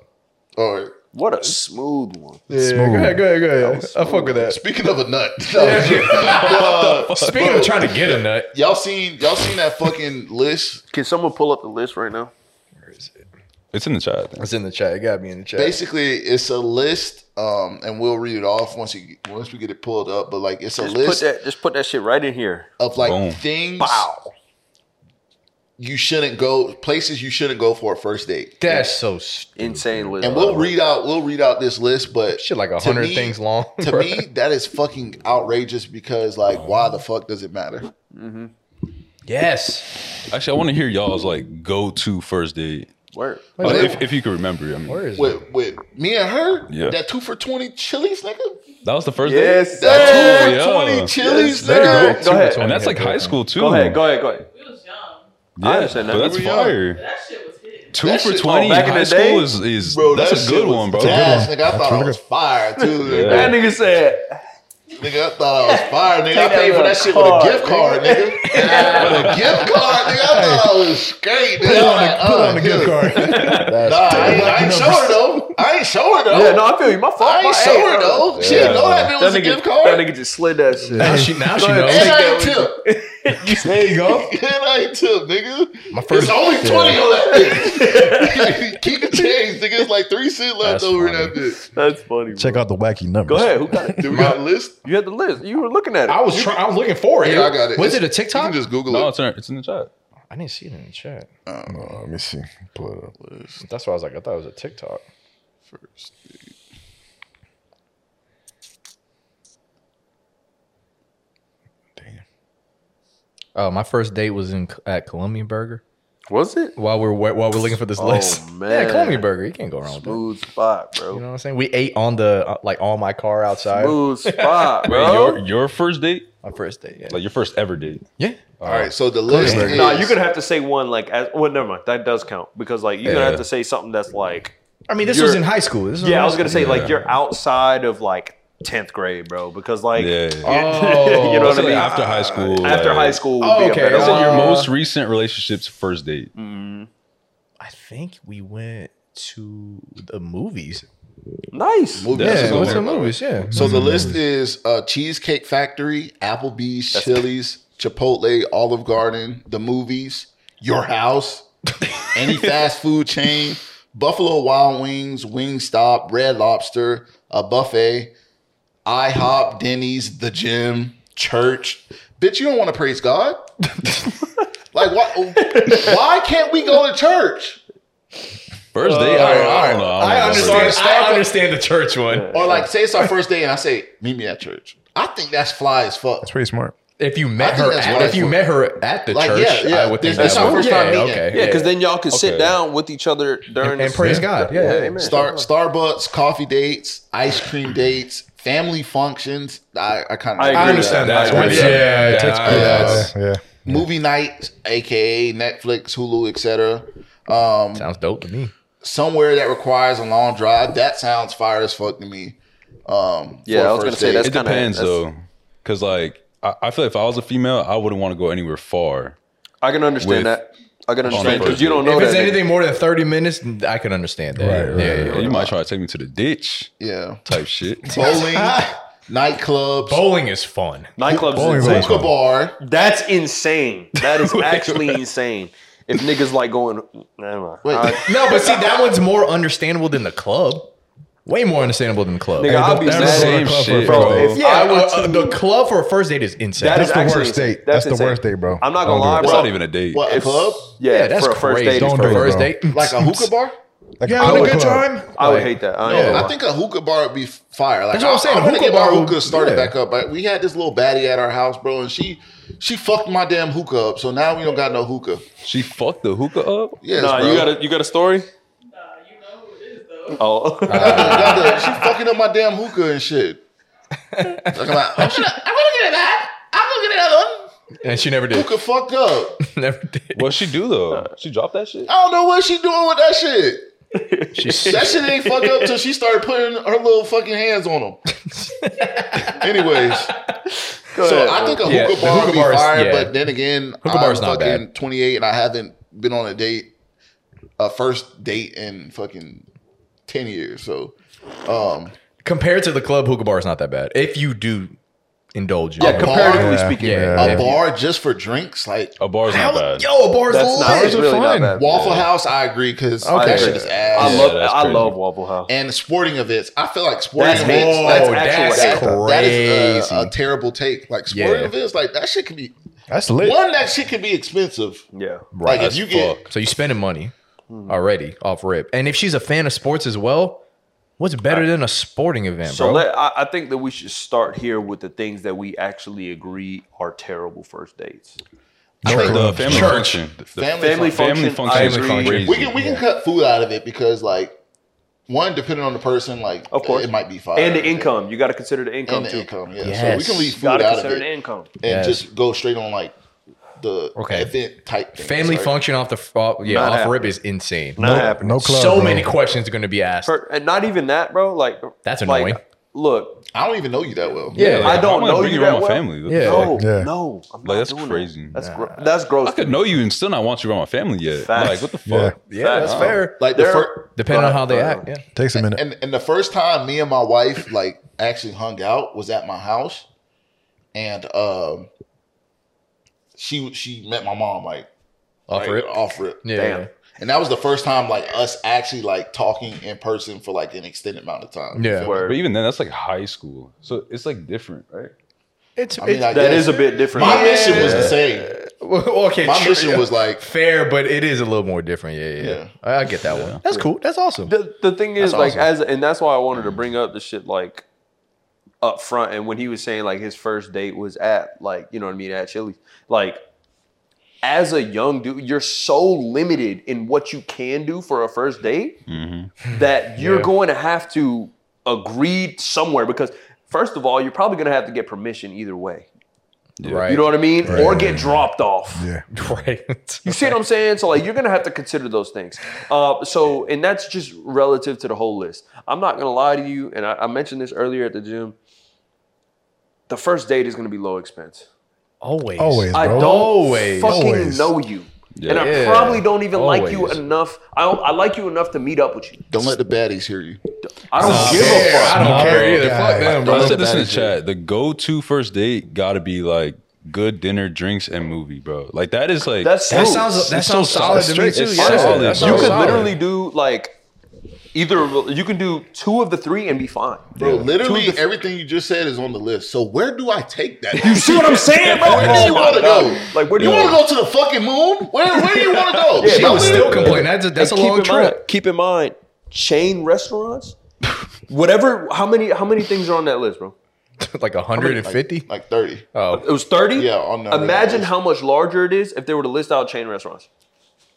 Speaker 1: or
Speaker 4: What a smooth one.
Speaker 3: Yeah, go ahead, go ahead, go ahead. I fuck with that.
Speaker 1: speaking of a nut, no, uh,
Speaker 3: Speaking of trying to get a nut,
Speaker 1: y'all seen y'all seen that fucking list?
Speaker 4: Can someone pull up the list right now?
Speaker 2: It's in the chat. I think.
Speaker 3: it's in the chat. It gotta be in the chat.
Speaker 1: Basically, it's a list, um, and we'll read it off once you once we get it pulled up. But like, it's a
Speaker 4: Just put
Speaker 1: list
Speaker 4: that. Just put that shit right in here.
Speaker 1: of like
Speaker 2: Boom.
Speaker 1: things
Speaker 4: Wow.
Speaker 1: you shouldn't go, places you shouldn't go for a first date.
Speaker 3: That's so stupid.
Speaker 4: Insane list.
Speaker 1: And we'll read out we'll read out this list, but
Speaker 3: Shit, like a
Speaker 1: to
Speaker 3: hundred
Speaker 1: me-
Speaker 3: things long.
Speaker 1: to
Speaker 3: bro.
Speaker 1: me that is fucking outrageous because like why the fuck does it matter
Speaker 4: Mm-hmm.
Speaker 3: yes.
Speaker 2: Actually, I want to hear y'all's like go to first date.
Speaker 4: Word.
Speaker 2: Like, if, if you can remember, I mean,
Speaker 3: Where is it?
Speaker 1: with with me and her
Speaker 2: Yeah.
Speaker 1: that two for 20 chilies nigga
Speaker 2: that was the first
Speaker 4: Yes,
Speaker 2: date.
Speaker 1: that
Speaker 2: yeah.
Speaker 1: two for 20 chilies
Speaker 4: There you
Speaker 1: nigga
Speaker 4: go. Go ahead.
Speaker 2: And that's like high school too.
Speaker 4: Go ahead. Go ahead. Go ahead.
Speaker 2: Yeah,
Speaker 4: I understand that.
Speaker 2: But that's
Speaker 1: We are.
Speaker 2: fire. Two
Speaker 1: That
Speaker 2: for
Speaker 1: shit-
Speaker 2: twenty
Speaker 1: oh,
Speaker 4: back
Speaker 2: in
Speaker 4: in
Speaker 2: high
Speaker 4: the
Speaker 2: school
Speaker 4: day?
Speaker 2: is, is
Speaker 1: Bro, that
Speaker 2: that's a
Speaker 1: shit
Speaker 2: good
Speaker 1: was
Speaker 2: one, bro.
Speaker 1: gas, nigga, I thought I was fire too.
Speaker 2: Yeah.
Speaker 1: Nigga.
Speaker 4: That nigga said.
Speaker 1: Nigga, I thought I was fire, nigga. I
Speaker 4: Take that
Speaker 1: paid for
Speaker 4: little
Speaker 1: that shit
Speaker 4: card,
Speaker 1: with a gift card, nigga. with a gift card, nigga. I thought I was straight. Put
Speaker 5: on the- put on the gift card.
Speaker 1: Nah, I ain't, I ain't show her though. I ain't show her though.
Speaker 4: Yeah. No, I feel you. My fault.
Speaker 1: I
Speaker 4: my-
Speaker 1: ain't show
Speaker 4: hey,
Speaker 1: her
Speaker 4: bro.
Speaker 1: though. She didn't know that it
Speaker 4: That
Speaker 1: was a
Speaker 4: nigga,
Speaker 1: gift card.
Speaker 4: that nigga just slid that shit.
Speaker 3: Now she now she
Speaker 4: Go ahead.
Speaker 3: knows.
Speaker 1: And I
Speaker 4: that
Speaker 1: ain't tip.
Speaker 5: There you go.
Speaker 1: And I ain't tip, nigga.
Speaker 3: My first
Speaker 1: it's only 20 on that bitch. Keep the change, nigga. It's like three cent left
Speaker 3: That's
Speaker 1: over in
Speaker 3: funny.
Speaker 1: that bitch.
Speaker 4: That's funny.
Speaker 5: Check out the wacky
Speaker 4: Go
Speaker 5: numbers.
Speaker 4: ahead. Who got it?
Speaker 1: Do we got a list?
Speaker 4: You had the list. You were looking at it.
Speaker 3: I was trying. I was looking for it.
Speaker 1: Yeah, I got it.
Speaker 3: Was it a
Speaker 1: It's- You
Speaker 3: TikTok?
Speaker 1: can just Google
Speaker 2: No,
Speaker 1: it.
Speaker 2: it's in, it's in the chat.
Speaker 3: I didn't see it in the chat.
Speaker 5: Uh, let me see. Pull it up.
Speaker 3: That's why I was like, I thought it was a TikTok.
Speaker 1: First date.
Speaker 3: Uh, my first date was in at Columbia Burger.
Speaker 4: Was it?
Speaker 3: While we're wa- while we're looking for this list,
Speaker 4: Oh, man.
Speaker 3: yeah, Columbia Burger. You can't go wrong with that.
Speaker 4: Smooth spot,
Speaker 3: You know
Speaker 4: bro.
Speaker 3: what I'm saying? We ate on the uh, like on my car outside.
Speaker 4: Smooth spot,
Speaker 2: Wait, your
Speaker 4: bro.
Speaker 2: your first date,
Speaker 3: My first date. Yeah.
Speaker 2: like your first ever date.
Speaker 3: yeah.
Speaker 1: All right, so the list
Speaker 4: No,
Speaker 1: is
Speaker 4: you're gonna have to say one like as well. Never mind, that does count because like you're gonna
Speaker 2: Yeah.
Speaker 4: have to say something that's like.
Speaker 3: I mean, this
Speaker 4: You're-
Speaker 3: was in high school. This was in
Speaker 4: Yeah, I
Speaker 3: high
Speaker 4: was gonna
Speaker 3: school.
Speaker 4: say like you're outside of like tenth grade, bro, because like
Speaker 2: Yeah, yeah, yeah.
Speaker 3: Oh,
Speaker 4: you know
Speaker 2: That's
Speaker 4: what I
Speaker 2: like
Speaker 4: mean.
Speaker 2: after high school.
Speaker 4: After
Speaker 2: like-
Speaker 4: high school, would
Speaker 3: Oh,
Speaker 4: be a
Speaker 3: okay.
Speaker 4: better
Speaker 2: That's
Speaker 4: one.
Speaker 2: like your
Speaker 3: Uh, mm-hmm.
Speaker 2: most recent relationship's first date.
Speaker 3: I think we went to the movies.
Speaker 4: nice.
Speaker 1: movie.
Speaker 2: Yeah,
Speaker 1: That's
Speaker 2: we
Speaker 1: what
Speaker 2: went
Speaker 1: we're
Speaker 2: to the
Speaker 1: doing.
Speaker 3: Yeah.
Speaker 1: So the list is uh, Cheesecake Factory, Applebee's, Chili's, Chipotle, Olive Garden, the movies, your house, any fast food chain, Buffalo Wild Wings, Wingstop, Red Lobster, a buffet, IHOP, Denny's, the gym, church. Bitch, you don't want to praise God. like why? Why can't we go to church?
Speaker 2: First date?
Speaker 3: Uh,
Speaker 2: I, don't- I don't know. I, don't know.
Speaker 1: understand- I
Speaker 3: understand the church one.
Speaker 1: Or like, say it's our first day, and I say, "Meet me at church." I think that's fly as fuck.
Speaker 5: Pretty smart.
Speaker 3: If you met
Speaker 1: I think
Speaker 3: her,
Speaker 1: that's
Speaker 3: at,
Speaker 1: what
Speaker 3: if
Speaker 1: I
Speaker 3: you
Speaker 1: thought.
Speaker 3: met her at the
Speaker 1: Like,
Speaker 3: church,
Speaker 1: yeah, yeah.
Speaker 3: I would think
Speaker 1: This-
Speaker 3: that
Speaker 1: this our
Speaker 3: would-
Speaker 1: first time meeting.
Speaker 3: okay,
Speaker 4: Yeah, because then y'all can sit
Speaker 2: Okay.
Speaker 4: down with each other during
Speaker 3: and praise God. Yeah, yeah.
Speaker 4: amen.
Speaker 1: Star Starbucks, coffee dates, ice cream dates, family functions. I, I kind of
Speaker 4: I agree.
Speaker 3: I understand
Speaker 2: That's
Speaker 3: that. one.
Speaker 2: weird.
Speaker 3: Yeah,
Speaker 2: Yeah,
Speaker 3: it takes-
Speaker 2: that's-
Speaker 5: Yeah,
Speaker 1: Yes.
Speaker 5: yeah.
Speaker 1: Movie night, aka Netflix, Hulu, etc. Um,
Speaker 3: sounds dope to me.
Speaker 1: somewhere that requires a long drive. That sounds fire as fuck to me. Um, for
Speaker 4: Yeah,
Speaker 1: a
Speaker 4: I was
Speaker 1: first
Speaker 4: gonna say
Speaker 1: date.
Speaker 4: that's
Speaker 2: It
Speaker 4: kinda-
Speaker 2: depends,
Speaker 4: that's-
Speaker 2: though. Because, like, I, I feel like if I was a female, I wouldn't want to go anywhere far.
Speaker 4: I can
Speaker 2: With-
Speaker 4: understand that. I can understand
Speaker 2: first
Speaker 4: because you
Speaker 2: date.
Speaker 4: don't know
Speaker 3: if
Speaker 4: that.
Speaker 3: it's
Speaker 4: nigga.
Speaker 3: anything more than thirty minutes, I can understand that.
Speaker 5: Right, right,
Speaker 3: yeah, yeah,
Speaker 2: Yeah,
Speaker 3: yeah.
Speaker 2: you might try to take me to the ditch
Speaker 1: yeah.
Speaker 2: type shit.
Speaker 1: Bowling, nightclubs,
Speaker 3: Bowling is fun.
Speaker 4: Nightclubs
Speaker 5: Bowling
Speaker 4: is
Speaker 5: ball.
Speaker 4: insane.
Speaker 1: hookah bar.
Speaker 4: That's insane. That is actually insane. If niggas like going, never mind.
Speaker 1: Wait.
Speaker 4: I-
Speaker 3: No, but see, that one's more understandable than the club. Way more understandable than the club.
Speaker 4: Nigga, I'll be
Speaker 5: Never
Speaker 4: mad.
Speaker 5: go to
Speaker 2: Same
Speaker 5: a club for a
Speaker 2: shit,
Speaker 5: first
Speaker 2: bro.
Speaker 5: date.
Speaker 4: If
Speaker 3: yeah,
Speaker 4: I were
Speaker 3: uh,
Speaker 4: to-
Speaker 3: uh, the club for a first date is insane.
Speaker 4: That
Speaker 5: That's
Speaker 4: is
Speaker 5: the
Speaker 4: actually
Speaker 5: worst
Speaker 4: insane.
Speaker 5: date. That's the worst date, bro.
Speaker 4: I'm not
Speaker 5: Don't
Speaker 4: gonna
Speaker 5: do
Speaker 4: lie,
Speaker 5: it.
Speaker 4: bro.
Speaker 2: It's not even a date.
Speaker 1: What a
Speaker 4: It's-
Speaker 1: club?
Speaker 4: Yeah,
Speaker 3: yeah, that's
Speaker 4: for a first
Speaker 3: crazy.
Speaker 4: date.
Speaker 5: Don't
Speaker 4: is
Speaker 5: do
Speaker 4: crazy.
Speaker 5: it,
Speaker 3: first
Speaker 5: bro.
Speaker 3: date,
Speaker 1: Like a hookah bar?
Speaker 5: Like
Speaker 3: You
Speaker 5: I
Speaker 3: having a
Speaker 5: would-
Speaker 3: good time?
Speaker 4: I would
Speaker 3: Like,
Speaker 4: hate that. I, ain't
Speaker 1: No,
Speaker 4: gonna
Speaker 1: I
Speaker 4: lie.
Speaker 1: think a hookah bar would be fire. Like,
Speaker 3: That's what I'm
Speaker 1: I-
Speaker 3: saying.
Speaker 1: I'm gonna
Speaker 3: Hookah
Speaker 1: get my
Speaker 3: bar would-
Speaker 1: hookah started
Speaker 3: yeah.
Speaker 1: back up. But we had this little baddie at our house, bro, and she she fucked my damn hookah up. So now we don't got no hookah.
Speaker 2: She fucked the hookah up?
Speaker 1: Yes,
Speaker 11: Nah,
Speaker 1: bro.
Speaker 11: you got a you got a story?
Speaker 4: Oh,
Speaker 1: Goddamn, she fucking up my damn hookah and shit. Like, I'm, like, I'm gonna, I'm gonna get it back. I'm gonna get another one.
Speaker 3: and she never did.
Speaker 1: Hookah fucked up.
Speaker 3: never did.
Speaker 2: What'd she do, though? She dropped that shit?
Speaker 1: I don't know what she doing with that shit.
Speaker 3: She-
Speaker 1: That shit ain't fucked up till she started putting her little fucking hands on them. Anyways, so I think a hookah
Speaker 3: Yeah, the
Speaker 1: bar
Speaker 3: hookah
Speaker 1: would be
Speaker 3: bar is-
Speaker 1: fire,
Speaker 3: yeah.
Speaker 1: but then again,
Speaker 3: Hookah
Speaker 1: I'm
Speaker 3: bar is not
Speaker 1: fucking 28 and I haven't been on a date, a first date in fucking 10 years. So, um,
Speaker 3: compared to the club, hookah bar is not that bad. If you do indulge,
Speaker 1: a
Speaker 3: in it.
Speaker 1: bar,
Speaker 4: comparatively
Speaker 5: Yeah.
Speaker 4: speaking,
Speaker 3: Yeah.
Speaker 1: a bar just for drinks, like
Speaker 2: A bar's not
Speaker 3: How-
Speaker 2: bad.
Speaker 3: yo, a bar's
Speaker 4: that's not
Speaker 3: lit.
Speaker 4: it's really not
Speaker 5: fun.
Speaker 4: bad.
Speaker 1: Waffle House, I agree because
Speaker 5: Okay.
Speaker 1: that shit is ass.
Speaker 4: I love
Speaker 2: Yeah, that's
Speaker 4: I
Speaker 2: crazy.
Speaker 4: love Waffle House.
Speaker 1: and sporting events. I feel like sporting
Speaker 4: That's
Speaker 1: events.
Speaker 4: hate.
Speaker 1: That's
Speaker 4: That's
Speaker 1: actual
Speaker 4: that's
Speaker 1: hate. That is uh,
Speaker 3: crazy.
Speaker 1: a, a terrible take. Like sporting
Speaker 3: Yeah.
Speaker 1: events, like that shit can be
Speaker 5: That's lit.
Speaker 1: one. That shit can be expensive.
Speaker 4: Yeah,
Speaker 1: Right. Like if
Speaker 2: as
Speaker 1: you get
Speaker 2: fuck.
Speaker 3: So you're spending money already off rip, and if she's a fan of sports as well, what's better than a sporting event,
Speaker 4: so
Speaker 3: bro?
Speaker 4: let, I, I think that we should start here with the things that we actually agree are terrible first dates.
Speaker 1: I think
Speaker 2: The family
Speaker 3: Church.
Speaker 2: function. The
Speaker 1: family,
Speaker 4: Family
Speaker 1: fun-
Speaker 4: function,
Speaker 2: family function is
Speaker 4: I agree.
Speaker 2: crazy.
Speaker 1: we can we can cut food out of it because like one depending on the person, like
Speaker 4: Of course.
Speaker 1: it might be fire
Speaker 4: And the income, you got to consider the income
Speaker 1: and the
Speaker 4: too.
Speaker 1: income. Yeah, so
Speaker 3: Yes.
Speaker 1: we can leave food
Speaker 4: Got to
Speaker 1: out of
Speaker 4: consider the
Speaker 1: it
Speaker 4: income.
Speaker 1: and
Speaker 3: Yes.
Speaker 1: just go straight on like the
Speaker 3: Okay.
Speaker 1: event type things,
Speaker 3: Family
Speaker 1: right?
Speaker 3: function off the f- off, yeah
Speaker 4: Not
Speaker 3: off
Speaker 4: happening.
Speaker 3: rip is insane.
Speaker 4: Not happening.
Speaker 5: No club.
Speaker 3: so
Speaker 5: bro.
Speaker 3: many questions are going to be asked.
Speaker 4: Per- and not even that, bro. Like
Speaker 3: That's
Speaker 4: like,
Speaker 3: annoying.
Speaker 4: Look,
Speaker 1: I don't even know you that well.
Speaker 3: yeah,
Speaker 4: I don't
Speaker 2: I'm gonna
Speaker 4: know
Speaker 2: bring
Speaker 4: you that
Speaker 2: around
Speaker 4: well.
Speaker 2: my family. What the
Speaker 3: Yeah.
Speaker 2: fuck?
Speaker 4: no,
Speaker 5: Yeah.
Speaker 4: no, I'm not
Speaker 2: Like, that's
Speaker 4: doing
Speaker 2: crazy.
Speaker 4: That. That's gro- that's gross.
Speaker 2: I could know you and still not want you around my family yet.
Speaker 4: Facts.
Speaker 2: Like, what the fuck?
Speaker 3: yeah, that's fair.
Speaker 1: like the
Speaker 4: There-
Speaker 1: first.
Speaker 3: Depending on how they
Speaker 4: Uh,
Speaker 3: act. Yeah.
Speaker 5: Takes a minute.
Speaker 1: and and the first time me and my wife like actually hung out was at my house, and um, she she met my mom like
Speaker 3: Off
Speaker 1: like,
Speaker 3: rip.
Speaker 1: off rip,
Speaker 3: Yeah.
Speaker 4: Damn.
Speaker 1: and that was the first time like us actually like talking in person for like an extended amount of time.
Speaker 3: Yeah.
Speaker 4: Word.
Speaker 2: But even then, that's like high school. So it's like different, right?
Speaker 3: It's,
Speaker 1: I mean,
Speaker 3: it's-
Speaker 1: I
Speaker 4: That
Speaker 1: guess
Speaker 4: is a bit different.
Speaker 1: my mission was the same.
Speaker 3: well, okay.
Speaker 1: My
Speaker 3: sure,
Speaker 1: mission
Speaker 3: yeah.
Speaker 1: was like
Speaker 3: fair, but it is a little more different. Yeah, yeah. yeah.
Speaker 1: Yeah.
Speaker 3: I, I get that one. That's cool. That's awesome.
Speaker 4: the, the thing is
Speaker 3: That's
Speaker 4: like
Speaker 3: awesome.
Speaker 4: as and that's why I wanted to bring up the shit like up front and when he was saying like his first date was at like you know what I mean at Chili's like as a young dude you're so limited in what you can do for a first date that you're going to have to agree somewhere because first of all you're probably going to have to get permission either way
Speaker 3: Right.
Speaker 4: You know what I mean?
Speaker 5: Right.
Speaker 4: Or get dropped off.
Speaker 5: Yeah.
Speaker 3: Right.
Speaker 4: You see what I'm saying? So like you're gonna have to consider those things. Uh, so and that's just relative to the whole list. I'm not gonna lie to you, and I, I mentioned this earlier at the gym. The first date is gonna be low expense.
Speaker 3: Always.
Speaker 5: Always,
Speaker 4: I
Speaker 5: bro.
Speaker 4: don't
Speaker 3: Always.
Speaker 4: fucking
Speaker 5: Always.
Speaker 4: know you, and I
Speaker 3: Yeah.
Speaker 4: probably don't even like you
Speaker 3: Always.
Speaker 4: enough. I don't, I like you enough to meet up with you.
Speaker 1: Don't let the baddies hear you.
Speaker 4: I don't give
Speaker 5: Yeah,
Speaker 4: a fuck.
Speaker 3: I don't
Speaker 5: Nah,
Speaker 3: care
Speaker 5: bro.
Speaker 3: either.
Speaker 5: God.
Speaker 3: Fuck them,
Speaker 2: I
Speaker 3: bro.
Speaker 2: said this in the
Speaker 1: That is
Speaker 2: chat. The go-to first date got to be like good dinner, drinks, and movie, bro. Like that is like
Speaker 4: That's
Speaker 3: That
Speaker 4: true.
Speaker 3: sounds that
Speaker 2: It's
Speaker 3: sounds
Speaker 2: so
Speaker 3: solid to me
Speaker 2: solid.
Speaker 3: too.
Speaker 2: It's
Speaker 3: Yeah,
Speaker 2: solid.
Speaker 3: that
Speaker 2: You
Speaker 4: you
Speaker 3: sounds
Speaker 4: could
Speaker 3: solid.
Speaker 4: literally do like either of- you can do two of the three and be fine.
Speaker 1: Bro, literally everything you just said is on the list. So where do I take that?
Speaker 4: You see what I'm saying, bro? Oh
Speaker 1: Where do you want to go?
Speaker 4: Like, where do
Speaker 1: you
Speaker 4: you
Speaker 1: want to
Speaker 4: wanna
Speaker 1: go to the fucking moon? Where Where do you want to go?
Speaker 4: Yeah,
Speaker 3: She
Speaker 4: Bro,
Speaker 3: was
Speaker 4: we-
Speaker 3: still complaining. That's a, that's a
Speaker 4: And
Speaker 3: long
Speaker 4: keep in
Speaker 3: trip.
Speaker 4: Mind, keep in mind, chain restaurants. Whatever, how many how many things are on that list, bro?
Speaker 3: like 150.
Speaker 1: like thirty.
Speaker 3: Oh,
Speaker 4: It was thirty.
Speaker 1: Yeah, on the-
Speaker 4: Imagine how much larger it is if they were to list out chain restaurants.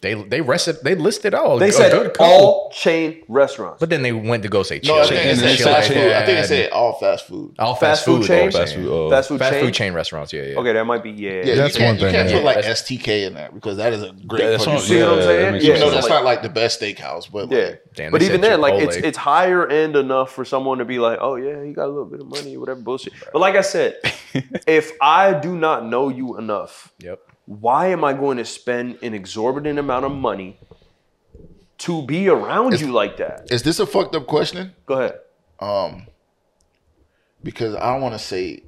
Speaker 3: they they rested. They listed all.
Speaker 4: They
Speaker 3: a
Speaker 4: said
Speaker 3: Oh, good couple.
Speaker 4: all chain restaurants.
Speaker 3: but then they went to go say chill.
Speaker 1: No, I
Speaker 3: chill,
Speaker 1: think it
Speaker 2: and
Speaker 1: said
Speaker 2: shit
Speaker 3: chill,
Speaker 1: fast
Speaker 2: like
Speaker 1: food. I think it
Speaker 3: that.
Speaker 1: said all fast food.
Speaker 3: all fast,
Speaker 4: Fast food
Speaker 3: food, though,
Speaker 4: chain?
Speaker 2: fast food.
Speaker 3: saying.
Speaker 2: Uh,
Speaker 4: fast food
Speaker 3: Fast
Speaker 4: chain.
Speaker 3: food chain restaurants. Yeah, yeah.
Speaker 4: Okay, that might be yeah.
Speaker 1: Yeah,
Speaker 5: That's
Speaker 1: you can't,
Speaker 5: one thing,
Speaker 1: You can't
Speaker 5: yeah.
Speaker 1: put like
Speaker 3: That's-
Speaker 1: STK in that because that is a great.
Speaker 2: Yeah, that's
Speaker 1: fucking
Speaker 2: what-
Speaker 1: food.
Speaker 4: see what I'm
Speaker 2: that
Speaker 4: saying?
Speaker 2: makes
Speaker 4: Yeah.
Speaker 1: Even
Speaker 2: sense.
Speaker 1: though that's
Speaker 4: Like-
Speaker 1: not like the best steakhouse, but like,
Speaker 4: Yeah.
Speaker 3: Damn,
Speaker 4: but
Speaker 3: they
Speaker 4: even
Speaker 3: said
Speaker 4: then, like it's
Speaker 3: Chipotle.
Speaker 4: it's higher end enough for someone to be like, oh yeah, he got a little bit of money, whatever bullshit. But like I said, if I do not know you enough,
Speaker 3: Yep.
Speaker 4: why am I going to spend an exorbitant amount of money to be around you like that?
Speaker 1: is this a fucked up question?
Speaker 4: Go ahead.
Speaker 1: Um, because I want to say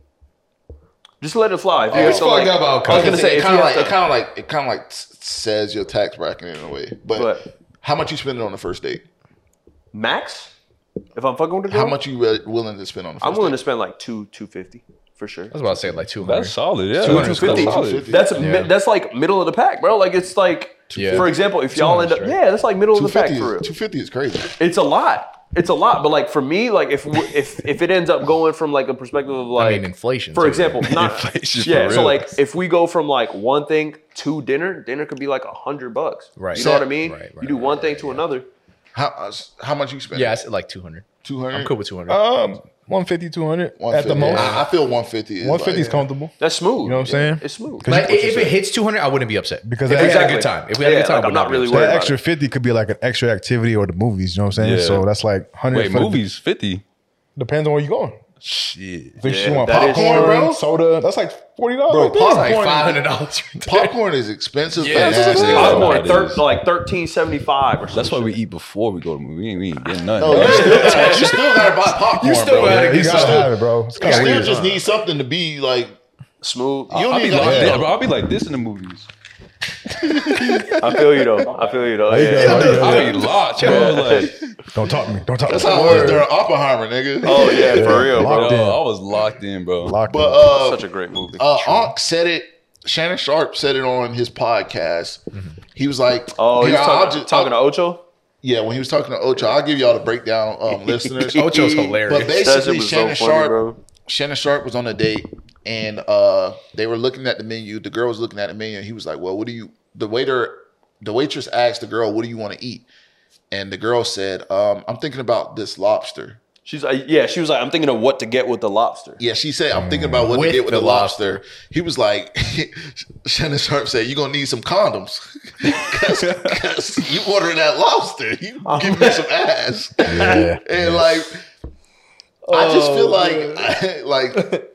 Speaker 4: Just let it fly. If
Speaker 1: Oh, it's
Speaker 4: so, like-
Speaker 3: fucked up outcome.
Speaker 4: I was gonna say
Speaker 1: it kind of like
Speaker 4: if
Speaker 1: it kind of like it kind of like s- says your tax bracket in a way. But
Speaker 4: But-
Speaker 1: how much you spending on the first date?
Speaker 4: max. If I'm fucking with a girl,
Speaker 1: How much you re- willing to spend on the first
Speaker 4: I'm willing to
Speaker 1: date?
Speaker 4: spend like two two fifty for sure.
Speaker 3: I was about to say like 200.
Speaker 2: that's solid. Yeah,
Speaker 4: 250.
Speaker 2: That's solid.
Speaker 4: That's a, mi- that's like middle of the pack, bro. Like it's like
Speaker 3: Yeah.
Speaker 4: for example, if y'all end up yeah, that's like middle of the pack
Speaker 1: 250
Speaker 4: for real.
Speaker 1: is, 250 is crazy.
Speaker 4: It's a lot. It's a lot, but like for me, like if we- if if it ends up going from like a perspective of like
Speaker 3: I mean, inflation.
Speaker 4: for
Speaker 3: too.
Speaker 4: example, not
Speaker 2: Inflation for
Speaker 4: yeah. So
Speaker 2: real.
Speaker 4: like if we go from like one thing to dinner, dinner could be like a hundred bucks.
Speaker 3: Right.
Speaker 4: You know what I mean?
Speaker 3: Right, right,
Speaker 4: you do
Speaker 3: right,
Speaker 4: one thing to another.
Speaker 1: How uh, s- how much you spend?
Speaker 3: Yeah, I said like 200.
Speaker 1: 200.
Speaker 3: I'm cool with 200.
Speaker 1: Uh,
Speaker 5: Um, 150, 200 at the
Speaker 1: 150.
Speaker 5: most.
Speaker 1: I, I feel 150 is
Speaker 5: 150 is
Speaker 1: like,
Speaker 5: comfortable.
Speaker 4: That's smooth. You
Speaker 5: know what I'm saying?
Speaker 4: It's smooth.
Speaker 3: Like,
Speaker 5: Like,
Speaker 3: if it hits 200, I wouldn't be upset.
Speaker 5: Because
Speaker 3: if
Speaker 5: that-
Speaker 3: we had a
Speaker 4: Exactly.
Speaker 3: good time. If we had a
Speaker 4: Yeah,
Speaker 3: good time,
Speaker 4: like,
Speaker 3: I
Speaker 4: I'm
Speaker 3: would
Speaker 4: not
Speaker 3: be
Speaker 4: really
Speaker 3: upset.
Speaker 4: worried
Speaker 5: That
Speaker 4: about
Speaker 5: extra
Speaker 4: it.
Speaker 5: 50 could be like an extra activity or the movies, you know what I'm saying?
Speaker 2: Yeah.
Speaker 5: So that's like 100.
Speaker 2: Wait, movies fifty.
Speaker 5: Depends on where you're going.
Speaker 2: Shit.
Speaker 5: If you want
Speaker 4: that is
Speaker 5: popcorn,
Speaker 1: true.
Speaker 5: bro, soda, that's like $40.
Speaker 1: Bro,
Speaker 5: right there.
Speaker 1: popcorn-
Speaker 3: Like
Speaker 1: Porn-
Speaker 3: $500.
Speaker 1: Popcorn is expensive.
Speaker 3: Yeah,
Speaker 1: Yeah,
Speaker 3: that's what I'm
Speaker 2: saying.
Speaker 4: I'm
Speaker 2: Yeah,
Speaker 4: going
Speaker 2: it
Speaker 4: thir-
Speaker 2: is.
Speaker 4: like thirteen seventy five or something.
Speaker 2: That's why we eat before we go to the movie. We ain't, we ain't getting nothing.
Speaker 1: No, you still, you still gotta buy popcorn. You
Speaker 3: still
Speaker 1: bro.
Speaker 3: gotta
Speaker 5: Yeah, you
Speaker 3: get
Speaker 5: gotta
Speaker 3: some-
Speaker 5: have it, bro. It's
Speaker 1: You
Speaker 5: kind of
Speaker 1: still
Speaker 5: weird.
Speaker 1: just need something to be like.
Speaker 4: smooth.
Speaker 1: You don't
Speaker 2: I'll be
Speaker 1: need
Speaker 2: like
Speaker 1: like
Speaker 2: this, bro. I'll be like this in the movies.
Speaker 4: I feel you though. I feel you though.
Speaker 5: There you go.
Speaker 4: Yeah.
Speaker 5: There you go.
Speaker 2: I'll be locked, bro. Like,
Speaker 5: Don't talk to me. Don't talk
Speaker 1: That's
Speaker 5: to me.
Speaker 1: how it was during Oppenheimer, nigga.
Speaker 4: Oh yeah, for real, bro.
Speaker 5: Locked
Speaker 2: yo,
Speaker 5: in.
Speaker 2: I was locked in, bro.
Speaker 5: Locked
Speaker 1: But uh,
Speaker 5: in.
Speaker 4: Such a great movie.
Speaker 1: uh, Ankh said it. Shannon Sharp said it on his podcast. He was like,
Speaker 4: oh,
Speaker 1: "Yeah,
Speaker 4: you
Speaker 1: I'll
Speaker 4: talking,
Speaker 1: just-
Speaker 4: talking to Ocho?
Speaker 1: yeah." When he was talking to Ocho, I'll give y'all the breakdown, um, listeners.
Speaker 3: Ocho's hilarious.
Speaker 1: But
Speaker 4: That shit
Speaker 1: basically,
Speaker 4: was
Speaker 1: Shannon
Speaker 4: so funny,
Speaker 1: Sharp,
Speaker 4: bro.
Speaker 1: Shannon Sharp was on a date, and uh, they were looking at the menu. The girl was looking at the menu, and he was like, "Well, what do you?" The waiter, the waitress asked the girl, "What do you want to eat?" And the girl said, um, "I'm thinking about this lobster."
Speaker 4: She's like, yeah, she was like, I'm thinking of what to get with the lobster.
Speaker 1: Yeah, she said, I'm thinking about what
Speaker 3: With
Speaker 1: to get with
Speaker 3: the
Speaker 1: the lobster. He was like, Shannon Sharp said, You're going to need some condoms. Because you ordering that lobster. You give me some ass.
Speaker 5: Yeah.
Speaker 1: And like, I just feel like, like,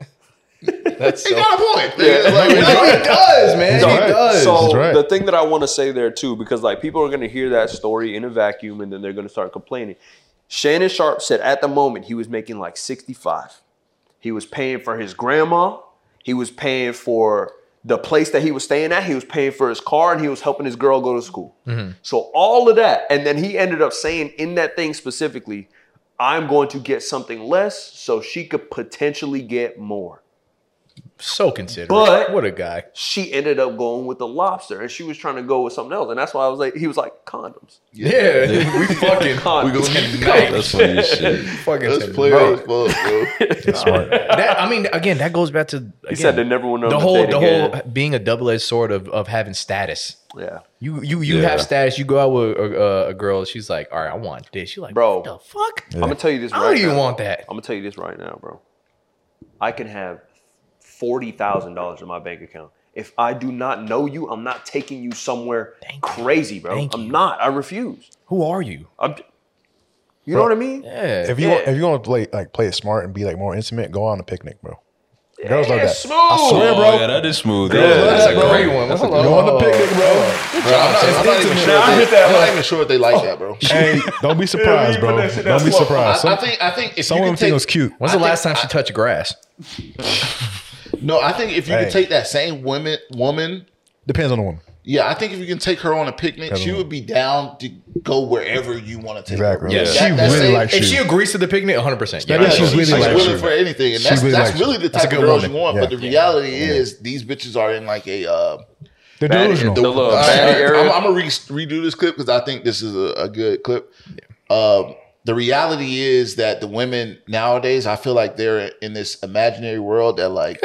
Speaker 3: That's
Speaker 1: he
Speaker 3: so
Speaker 1: got a point. It's like, like,
Speaker 3: does, man.
Speaker 5: He right. does.
Speaker 4: So
Speaker 5: That's right.
Speaker 4: the thing that I want to say there too, because like people are going to hear that story in a vacuum and then they're going to start complaining. Shannon Sharp said at the moment he was making like 65. He was paying for his grandma. He was paying for the place that he was staying at. He was paying for his car and he was helping his girl go to school. So all of that. And then he ended up saying in that thing specifically, I'm going to get something less so she could potentially get more.
Speaker 3: So considerate.
Speaker 4: But-
Speaker 3: what a guy.
Speaker 4: she ended up going with the lobster and she was trying to go with something else. And that's why I was like, he was like, condoms.
Speaker 3: Yeah, we fucking
Speaker 4: Condoms.
Speaker 2: That's funny as shit.
Speaker 3: fucking
Speaker 1: Let's
Speaker 3: said,
Speaker 1: play
Speaker 3: bro.
Speaker 1: as fuck, bro.
Speaker 3: That, I mean, again, that goes back to again,
Speaker 4: he said they never went on
Speaker 3: the
Speaker 4: the
Speaker 3: whole
Speaker 4: date
Speaker 3: the
Speaker 4: again.
Speaker 3: whole being a double edged sword of of having status.
Speaker 4: Yeah.
Speaker 3: You you you
Speaker 2: Yeah.
Speaker 3: have status. You go out with a, a, a girl. She's like, all right, I want this. She's like,
Speaker 4: Bro.
Speaker 3: bro, what the fuck?
Speaker 4: I'm gonna tell you this
Speaker 3: I
Speaker 4: right
Speaker 3: don't even
Speaker 4: now.
Speaker 3: want that.
Speaker 4: I'm gonna tell you this right now, bro. I can have forty thousand dollars in my bank account. If I do not know you, I'm not taking you somewhere crazy, bro.
Speaker 3: Thank
Speaker 4: I'm not. I refuse.
Speaker 3: Who are you?
Speaker 4: I'm, you know what I mean?
Speaker 3: Yeah.
Speaker 5: If you want,
Speaker 4: Yeah.
Speaker 5: if you want to play like play it smart and be like more intimate, go on a picnic, bro. Girls love
Speaker 4: Yeah,
Speaker 5: that.
Speaker 4: smooth.
Speaker 5: I swear,
Speaker 2: oh,
Speaker 5: bro.
Speaker 2: Yeah, that is smooth.
Speaker 5: Girls
Speaker 2: Yeah,
Speaker 5: love
Speaker 2: that's
Speaker 5: that,
Speaker 2: a
Speaker 5: bro.
Speaker 2: great one.
Speaker 3: one. That's a
Speaker 5: Go on the picnic, bro.
Speaker 1: Bro, I'm, not, I'm not even sure. if they- I'm not even sure if they like that, bro.
Speaker 5: Hey, don't be surprised, bro. Don't be surprised.
Speaker 1: I, I
Speaker 5: Some,
Speaker 1: think I think if
Speaker 5: some
Speaker 1: you
Speaker 5: women
Speaker 1: can
Speaker 5: think
Speaker 1: take
Speaker 5: it was cute.
Speaker 3: When's
Speaker 1: I
Speaker 3: the last
Speaker 1: think
Speaker 3: time she touched grass?
Speaker 1: no, I think if you
Speaker 5: Hey.
Speaker 1: can take that same women woman,
Speaker 5: Depends on the woman.
Speaker 1: yeah, I think if you can take her on a picnic, she
Speaker 5: on.
Speaker 1: would be down to go wherever you want to take her.
Speaker 5: Exactly.
Speaker 2: Yeah.
Speaker 5: She
Speaker 1: That- that's
Speaker 5: really
Speaker 1: it.
Speaker 5: likes you.
Speaker 3: If she agrees to the picnic, 100%.
Speaker 5: Yeah, she's
Speaker 1: she's
Speaker 5: really likes
Speaker 1: willing
Speaker 5: you.
Speaker 1: for anything, and
Speaker 5: She
Speaker 1: that's
Speaker 5: really
Speaker 1: that's
Speaker 5: likes you.
Speaker 1: really the
Speaker 5: That's a
Speaker 1: type of
Speaker 5: good
Speaker 1: girls
Speaker 5: woman.
Speaker 1: you want. But
Speaker 5: Yeah.
Speaker 1: the reality is, these bitches are in like a. Uh,
Speaker 5: They're
Speaker 4: Bad-
Speaker 5: delusional.
Speaker 4: the little
Speaker 1: All
Speaker 4: bad
Speaker 1: right,
Speaker 4: area.
Speaker 1: I'm, I'm gonna re- redo this clip because I think this is a, a good clip. Um, the reality is that the women nowadays, I feel like they're in this imaginary world that like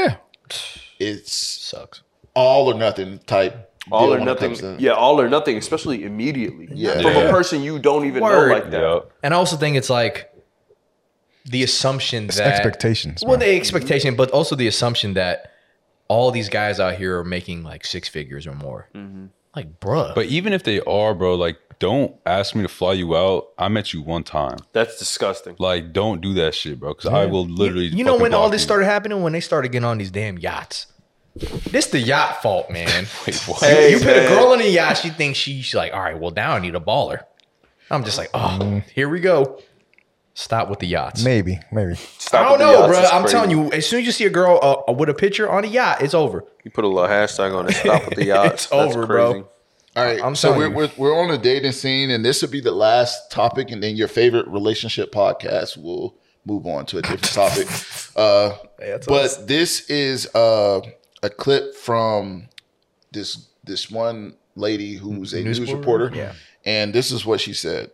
Speaker 1: it's
Speaker 3: Sucks.
Speaker 1: all or nothing type.
Speaker 4: all
Speaker 1: deal
Speaker 4: or
Speaker 1: when it
Speaker 4: nothing.
Speaker 1: comes to-
Speaker 4: Yeah, all or nothing, especially immediately.
Speaker 1: Yeah.
Speaker 4: From
Speaker 2: Yeah.
Speaker 4: a person you don't even
Speaker 3: Word.
Speaker 4: know like that.
Speaker 2: Yeah.
Speaker 3: And I also think it's like the assumption that
Speaker 5: expectations,
Speaker 3: Well,
Speaker 5: man.
Speaker 3: the expectation, but also the assumption that all these guys out here are making like six figures or more.
Speaker 4: Mm-hmm.
Speaker 3: Like, bruh.
Speaker 2: But even if they are, bro, like, don't ask me to fly you out. I met you one time.
Speaker 4: That's disgusting.
Speaker 2: Like, don't do that shit, bro. Because I will literally.
Speaker 3: you know
Speaker 2: fucking
Speaker 3: when all
Speaker 2: block
Speaker 3: this
Speaker 2: you.
Speaker 3: started happening? When they started getting on these damn yachts. This the yacht fault, man.
Speaker 2: what?
Speaker 3: You-
Speaker 4: Hey,
Speaker 3: you put a
Speaker 4: man.
Speaker 3: girl in a yacht, she thinks she- she's like, all right, well, now I need a baller. I'm just like,
Speaker 2: Mm-hmm.
Speaker 3: oh, here we go. Stop with the yachts.
Speaker 5: Maybe, maybe.
Speaker 4: Stop
Speaker 3: I
Speaker 4: with the
Speaker 3: don't know,
Speaker 4: yachts.
Speaker 3: bro.
Speaker 4: It's
Speaker 3: I'm
Speaker 4: crazy.
Speaker 3: telling you, as soon as you see a girl uh, with a picture on a yacht, it's over.
Speaker 4: You put a little hashtag on it. Stop with the yachts.
Speaker 3: It's
Speaker 4: That's
Speaker 3: over, bro.
Speaker 4: crazy.
Speaker 1: All right,
Speaker 3: I'm
Speaker 1: so
Speaker 3: telling
Speaker 1: we're,
Speaker 3: you.
Speaker 1: we're we're on the dating scene, and this would be the last topic, and then your favorite relationship podcast will move on to a different topic. Uh,
Speaker 3: that's
Speaker 1: but this is uh, a clip from this this one lady who's a news, reporter,
Speaker 3: Yeah.
Speaker 1: and this is what she said.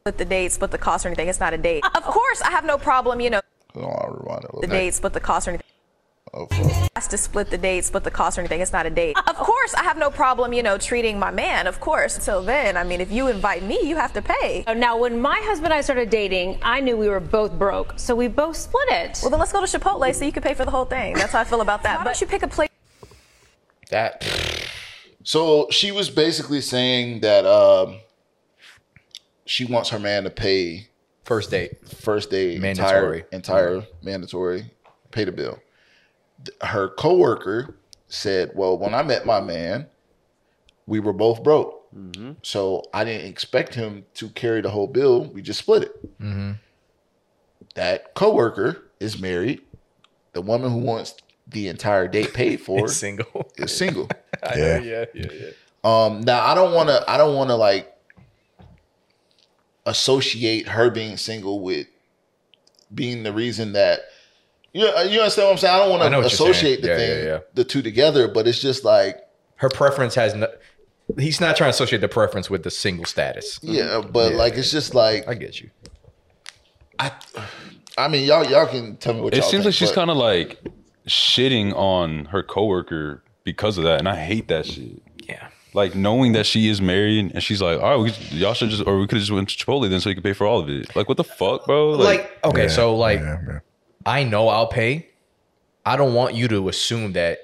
Speaker 10: split the date, split the cost or anything. It's not a date. Of course, I have no problem, you know,
Speaker 1: Hold on, I'll rewind it a
Speaker 10: the
Speaker 1: little
Speaker 10: date, split the cost or anything.
Speaker 1: Oh, fuck.
Speaker 10: Asked to split the date, split the cost or anything. It's not a date. Of course, I have no problem, you know, treating my man. Of course. Until then, I mean, if you invite me, you have to pay.
Speaker 12: Oh, Now, when my husband and I started dating, I knew we were both broke, so we both split it.
Speaker 10: Well, then let's go to Chipotle so you can pay for the whole thing. That's how I feel about that. Why don't you pick a place?
Speaker 3: That
Speaker 1: So she was basically saying that um, she wants her man to pay
Speaker 3: first date.
Speaker 1: first day
Speaker 3: Mandatory.
Speaker 1: entire entire mandatory pay the bill Th- her coworker said well when i met my man we were both broke
Speaker 3: Mm-hmm.
Speaker 1: so i didn't expect him to carry the whole bill we just split it
Speaker 13: Mm-hmm.
Speaker 1: that coworker is married the woman who wants the entire date paid for
Speaker 3: It's single.
Speaker 1: is single
Speaker 5: yeah.
Speaker 1: um now i don't want to i don't want to like associate her being single with being the reason that you, uh, you understand what i'm saying i don't
Speaker 3: I
Speaker 1: want
Speaker 3: know what
Speaker 1: to
Speaker 3: you're saying.
Speaker 1: associate the
Speaker 3: Yeah,
Speaker 1: thing
Speaker 3: yeah, yeah.
Speaker 1: the two together but it's just like
Speaker 3: Her preference has no. He's not trying to associate the preference with the single status.
Speaker 1: yeah but like it's just like
Speaker 3: I get you.
Speaker 1: i i mean y'all y'all can tell me what
Speaker 2: It
Speaker 1: y'all
Speaker 2: seems like she's
Speaker 1: kind
Speaker 2: kind of like shitting on her coworker because of that, and I hate that shit.
Speaker 3: Yeah.
Speaker 2: Like knowing that she is married, and she's like, "All right, we, y'all should just, or we could have just went to Chipotle then, so you could pay for all of it." Like, what the fuck, bro?
Speaker 3: Like okay, so like
Speaker 5: yeah, man.
Speaker 3: I know I'll pay. I don't want you to assume that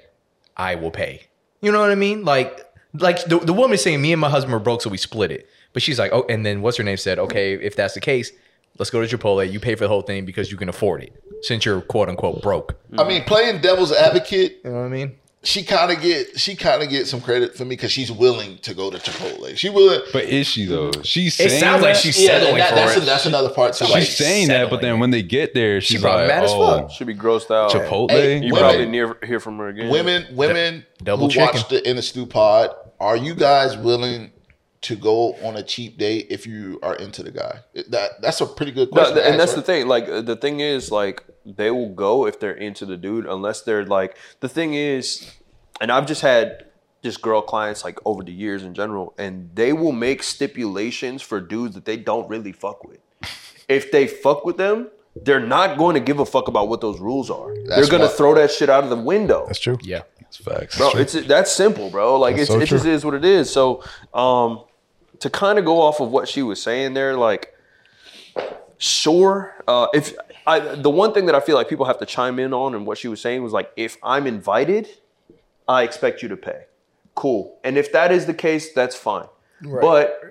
Speaker 3: I will pay. You know what I mean? Like like the the woman saying me and my husband were broke, so we split it. But she's like, oh, and then what's her name said, okay, if that's the case, let's go to Chipotle. You pay for the whole thing because you can afford it since you're quote unquote broke.
Speaker 1: of i mean playing devil's advocate
Speaker 3: You know what I mean?
Speaker 1: she kind of get she kind of get some credit for me because she's willing to go to chipotle she willing
Speaker 2: but is she though? She's
Speaker 3: It
Speaker 2: saying
Speaker 3: sounds like
Speaker 2: that?
Speaker 3: she's
Speaker 1: yeah,
Speaker 3: settling
Speaker 1: that-
Speaker 3: for
Speaker 1: that's,
Speaker 3: it.
Speaker 1: a- that's another part to
Speaker 2: she's
Speaker 1: like
Speaker 2: saying that, but
Speaker 3: settling
Speaker 2: then
Speaker 3: it.
Speaker 2: when they get there, she's
Speaker 3: probably
Speaker 2: like,
Speaker 3: mad as
Speaker 2: "Oh,
Speaker 3: fuck.
Speaker 4: Should be grossed out.
Speaker 2: Chipotle."
Speaker 1: Hey,
Speaker 4: You
Speaker 1: Women.
Speaker 4: probably never hear from her again.
Speaker 1: women women
Speaker 3: double
Speaker 1: who
Speaker 3: chicken.
Speaker 1: watch the in the stew pod are you guys willing to go on a cheap date if you are into the guy that that's a pretty good
Speaker 4: No,
Speaker 1: question to
Speaker 4: and
Speaker 1: ask,
Speaker 4: that's the
Speaker 1: right?
Speaker 4: thing. Like uh, the thing is, like they will go if they're into the dude, unless they're like the thing is, and I've just had just girl clients like over the years in general, and they will make stipulations for dudes that they don't really fuck with. If they fuck with them, they're not going to give a fuck about what those rules are.
Speaker 1: That's
Speaker 4: they're gonna
Speaker 1: what-
Speaker 4: throw that shit out of the window.
Speaker 5: That's true.
Speaker 3: Yeah.
Speaker 2: it's facts."
Speaker 4: bro. It's that's simple, bro. Like
Speaker 5: That's
Speaker 4: it's it
Speaker 5: so
Speaker 4: just
Speaker 5: true.
Speaker 4: is what it is. So, um, to kind of go off of what she was saying there, like Sure. Uh, if I, the one thing that I feel like people have to chime in on, and what she was saying was like, if I'm invited, I expect you to pay. Cool. And if that is the case, that's fine.
Speaker 14: Right.
Speaker 4: But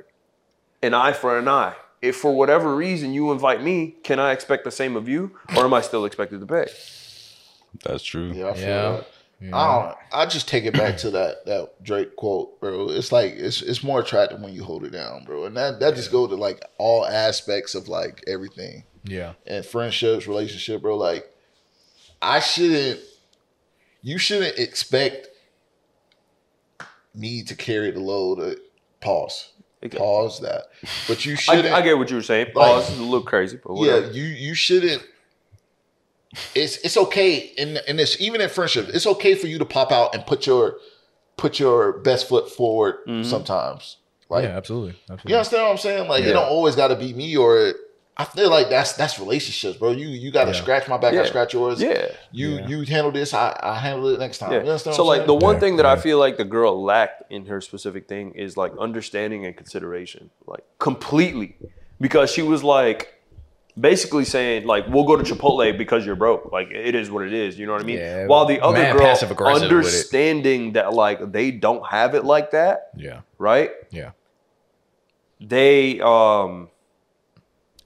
Speaker 4: an eye for an eye. If for whatever reason you invite me, can I expect the same of you, or am I still expected to pay?
Speaker 2: That's true.
Speaker 1: Yeah, I feel that. I don't. I just take it back to that that Drake quote, bro. It's like it's it's more attractive when you hold it down, bro. And that that just go to like all aspects of like everything
Speaker 3: Yeah.
Speaker 1: and friendships, relationship, bro. Like I shouldn't. You shouldn't expect me to carry the load. Of, pause. Pause that. But you shouldn't.
Speaker 4: I, I get what you were saying.
Speaker 1: Like-
Speaker 4: Pause is a little crazy, but
Speaker 1: yeah,
Speaker 4: whatever.
Speaker 1: you you shouldn't. It's it's okay in in this even in friendship. It's okay for you to pop out and put your put your best foot forward
Speaker 4: Mm-hmm.
Speaker 1: sometimes. Like
Speaker 3: yeah, absolutely. absolutely.
Speaker 1: you understand what I'm saying? Like
Speaker 3: Yeah.
Speaker 1: it don't always got to be me or. I feel like that's that's relationships, bro. You you got to
Speaker 4: Yeah.
Speaker 1: scratch my back, I
Speaker 4: Yeah.
Speaker 1: scratch yours.
Speaker 4: Yeah.
Speaker 1: You you handle this, I I handle it next time. You
Speaker 4: Yeah.
Speaker 1: understand
Speaker 4: So
Speaker 1: what I'm
Speaker 4: like the
Speaker 1: saying?
Speaker 4: one thing that I feel like the girl lacked in her specific thing is like understanding and consideration, like completely, because she was like basically saying like we'll go to Chipotle because you're broke. Like it is what it is. You know what I mean?
Speaker 3: Yeah,
Speaker 4: While the other
Speaker 3: mad
Speaker 4: girl
Speaker 3: passive-aggressive with it.
Speaker 4: understanding that like they don't have it like that,
Speaker 3: Yeah.
Speaker 4: right?
Speaker 3: Yeah.
Speaker 4: They um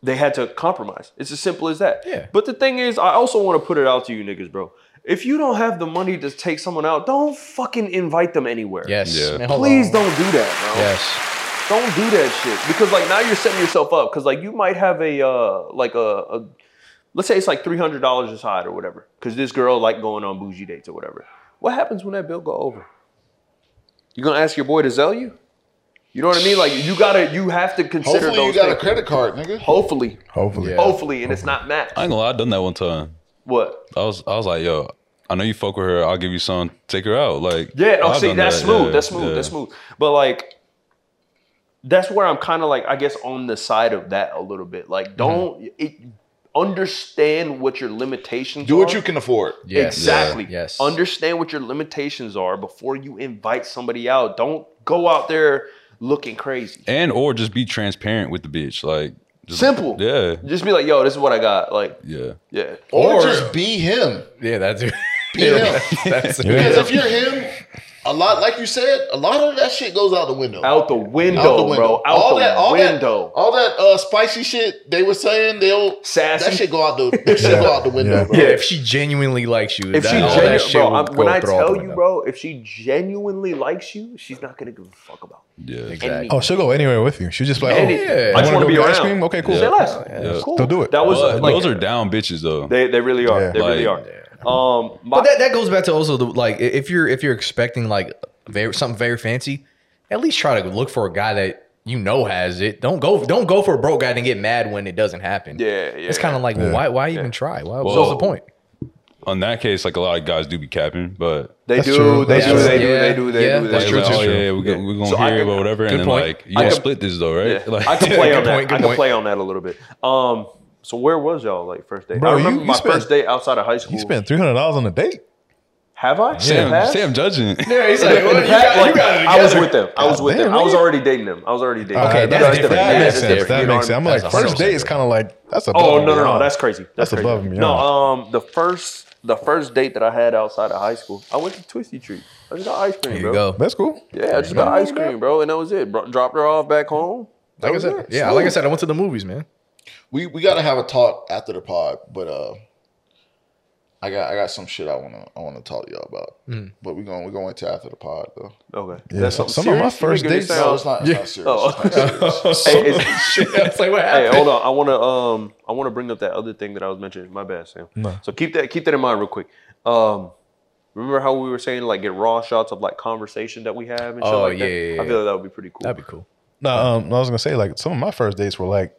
Speaker 4: they had to compromise. It's as simple as that. Yeah. But the thing is, I also want to put it out to you niggas, bro. If you don't have the money to take someone out, don't fucking invite them anywhere.
Speaker 3: Yes. Yeah. Man, hold
Speaker 4: Please
Speaker 3: on.
Speaker 4: don't do that, bro.
Speaker 3: Yes.
Speaker 4: Don't do that shit because like now you're setting yourself up because like you might have a uh like a, a let's say it's like three hundred dollars aside or whatever because this girl like going on bougie dates or whatever. What happens when that bill go over? You gonna ask your boy to sell you? You know what I mean? Like you gotta you have to consider
Speaker 1: Hopefully you
Speaker 4: those
Speaker 1: got a
Speaker 4: things.
Speaker 1: credit card, nigga.
Speaker 4: Hopefully.
Speaker 5: Hopefully.
Speaker 4: Hopefully, and it's not matched.
Speaker 2: I ain't gonna lie, I done that one time.
Speaker 4: What?
Speaker 2: I was I was like, yo, I know you fuck with her. I'll give you some. Take her out. Like,
Speaker 4: Yeah, oh,
Speaker 2: I've
Speaker 4: see,
Speaker 2: done
Speaker 4: that's
Speaker 2: that,
Speaker 4: smooth.
Speaker 2: yeah,
Speaker 4: that's smooth.
Speaker 2: yeah.
Speaker 4: That's smooth. But like, that's where I'm kind of like, I guess, on the side of that a little bit. Like, don't it, understand what your limitations.
Speaker 1: Do what
Speaker 4: are.
Speaker 1: you can afford. Yes.
Speaker 4: Exactly.
Speaker 1: Yeah. Yes.
Speaker 4: Understand what your limitations are before you invite somebody out. Don't go out there looking crazy.
Speaker 2: And or just be transparent with the bitch. Like, just-
Speaker 4: Simple.
Speaker 2: Yeah.
Speaker 4: Just be like, yo, this is what I got. Like,
Speaker 2: yeah,
Speaker 4: yeah.
Speaker 1: Or, just be him.
Speaker 3: Yeah, that's it.
Speaker 1: Be him. Because if you're him, a lot, like you said, a lot of that shit goes out the window.
Speaker 4: Out the window, bro. Out the window.
Speaker 1: That, all that uh, spicy shit they were saying, they'll sassy. That shit go out the. That shit go out the window,
Speaker 3: yeah.
Speaker 1: bro.
Speaker 3: Yeah, if she genuinely likes you,
Speaker 4: If
Speaker 3: that,
Speaker 4: she
Speaker 3: all
Speaker 4: genu-
Speaker 3: that shit
Speaker 4: bro,
Speaker 3: will
Speaker 4: I'm- when
Speaker 3: go
Speaker 4: I
Speaker 3: through all the
Speaker 4: tell you,
Speaker 3: window.
Speaker 4: bro, if she genuinely likes you, she's not gonna give a fuck about.
Speaker 2: Yeah,
Speaker 4: exactly.
Speaker 5: Oh, she'll go anywhere with you. She's just like, oh,
Speaker 4: Any-
Speaker 5: yeah.
Speaker 4: I just
Speaker 5: wanna
Speaker 4: wanna
Speaker 5: go
Speaker 4: be
Speaker 5: get Ice
Speaker 4: around.
Speaker 5: cream? Okay, cool.
Speaker 4: Say less. It's cool.
Speaker 5: They'll do it.
Speaker 4: That was
Speaker 2: But
Speaker 4: like-
Speaker 2: those are down bitches though.
Speaker 4: They they really are. They really are. Um,
Speaker 3: But that, that goes back to also the like i- if you're if you're expecting like very, something very fancy, at least try to look for a guy that you know has it. Don't go don't go for a broke guy and get mad when it doesn't happen. Yeah, It's kind of like well, why why even try? Why,
Speaker 2: Well-
Speaker 3: what's the point?
Speaker 2: On that case, like a lot of guys do be capping, but
Speaker 4: They That's do, true. they That's do, true. they do, they do, they do, they
Speaker 2: Like,
Speaker 4: do.
Speaker 2: like,
Speaker 4: That's
Speaker 2: oh,
Speaker 4: true.
Speaker 2: yeah, we're, gonna- we're gonna hear it, but whatever.
Speaker 4: Good
Speaker 2: And then
Speaker 4: point.
Speaker 2: like, you
Speaker 4: I
Speaker 2: gonna
Speaker 4: can-
Speaker 2: split this though, right?
Speaker 4: Yeah.
Speaker 2: Like,
Speaker 4: I can play on that.
Speaker 2: point,
Speaker 4: I
Speaker 2: good
Speaker 4: can
Speaker 2: point.
Speaker 4: play on that a little bit. Um, so where was y'all like first date?
Speaker 5: Bro,
Speaker 4: I
Speaker 5: you-
Speaker 4: remember
Speaker 5: you
Speaker 4: my
Speaker 5: spent-
Speaker 4: first date outside of high school.
Speaker 5: You spent $300 on a date?
Speaker 4: Have I?
Speaker 5: Sam-
Speaker 4: In the past?
Speaker 5: Sam
Speaker 2: judging.
Speaker 5: Yeah, he's
Speaker 4: In
Speaker 5: like,
Speaker 4: the- in
Speaker 5: well,
Speaker 4: the
Speaker 5: you
Speaker 4: past,
Speaker 5: got- you
Speaker 4: like,
Speaker 5: got it
Speaker 4: I was
Speaker 5: together.
Speaker 4: with them. I was with
Speaker 5: Damn,
Speaker 4: them. I was
Speaker 5: really?
Speaker 4: already dating them. I was already dating.
Speaker 5: Okay,
Speaker 4: them.
Speaker 5: that's
Speaker 4: Yeah,
Speaker 5: different.
Speaker 4: Yeah,
Speaker 5: That makes
Speaker 4: that's
Speaker 5: sense.
Speaker 4: different.
Speaker 5: That
Speaker 4: You know
Speaker 5: makes
Speaker 4: what I
Speaker 5: sense. I'm
Speaker 4: mean?
Speaker 5: like,
Speaker 4: That's
Speaker 5: first
Speaker 4: awesome.
Speaker 5: date is kind of like, that's above
Speaker 4: Oh
Speaker 5: and
Speaker 4: no no no,
Speaker 5: beyond.
Speaker 4: that's crazy. That's,
Speaker 5: That's
Speaker 4: crazy.
Speaker 5: above and
Speaker 4: No,
Speaker 5: beyond.
Speaker 4: um, the first the first date that I had outside of high school, I went to Twisty Treat. I just got ice cream,
Speaker 3: There you
Speaker 4: bro.
Speaker 3: go.
Speaker 5: That's cool.
Speaker 4: Yeah, I just got ice cream, bro, and that was it. Bro, dropped her off back home. That
Speaker 3: Like I
Speaker 4: was
Speaker 3: said,
Speaker 4: it.
Speaker 3: yeah,
Speaker 4: Smooth.
Speaker 3: like I said, I went to the movies, man.
Speaker 1: we we gotta have a talk after the pod, but uh, I got I got some shit I wanna I wanna talk to y'all about.
Speaker 3: Mm.
Speaker 1: But we going we going to after the pod though.
Speaker 4: Okay.
Speaker 5: Hmm. Yeah, That's some- something some of my serious? You first making it dates- sound- Oh.
Speaker 1: No, it's not, it's not serious. It's not serious.
Speaker 4: hey, it's- Hey,
Speaker 3: happened?
Speaker 4: hold on. I want to um I want to bring up that other thing that I was mentioning. My bad, Sam.
Speaker 5: No.
Speaker 4: So keep that keep that in mind real quick. Um remember how we were saying like get raw shots of like conversation that we have and shit
Speaker 3: Oh,
Speaker 4: like
Speaker 3: yeah,
Speaker 4: that?
Speaker 3: yeah,
Speaker 4: I feel like that would be pretty cool.
Speaker 3: That'd be cool.
Speaker 5: No, um, I was gonna say like some of my first dates were like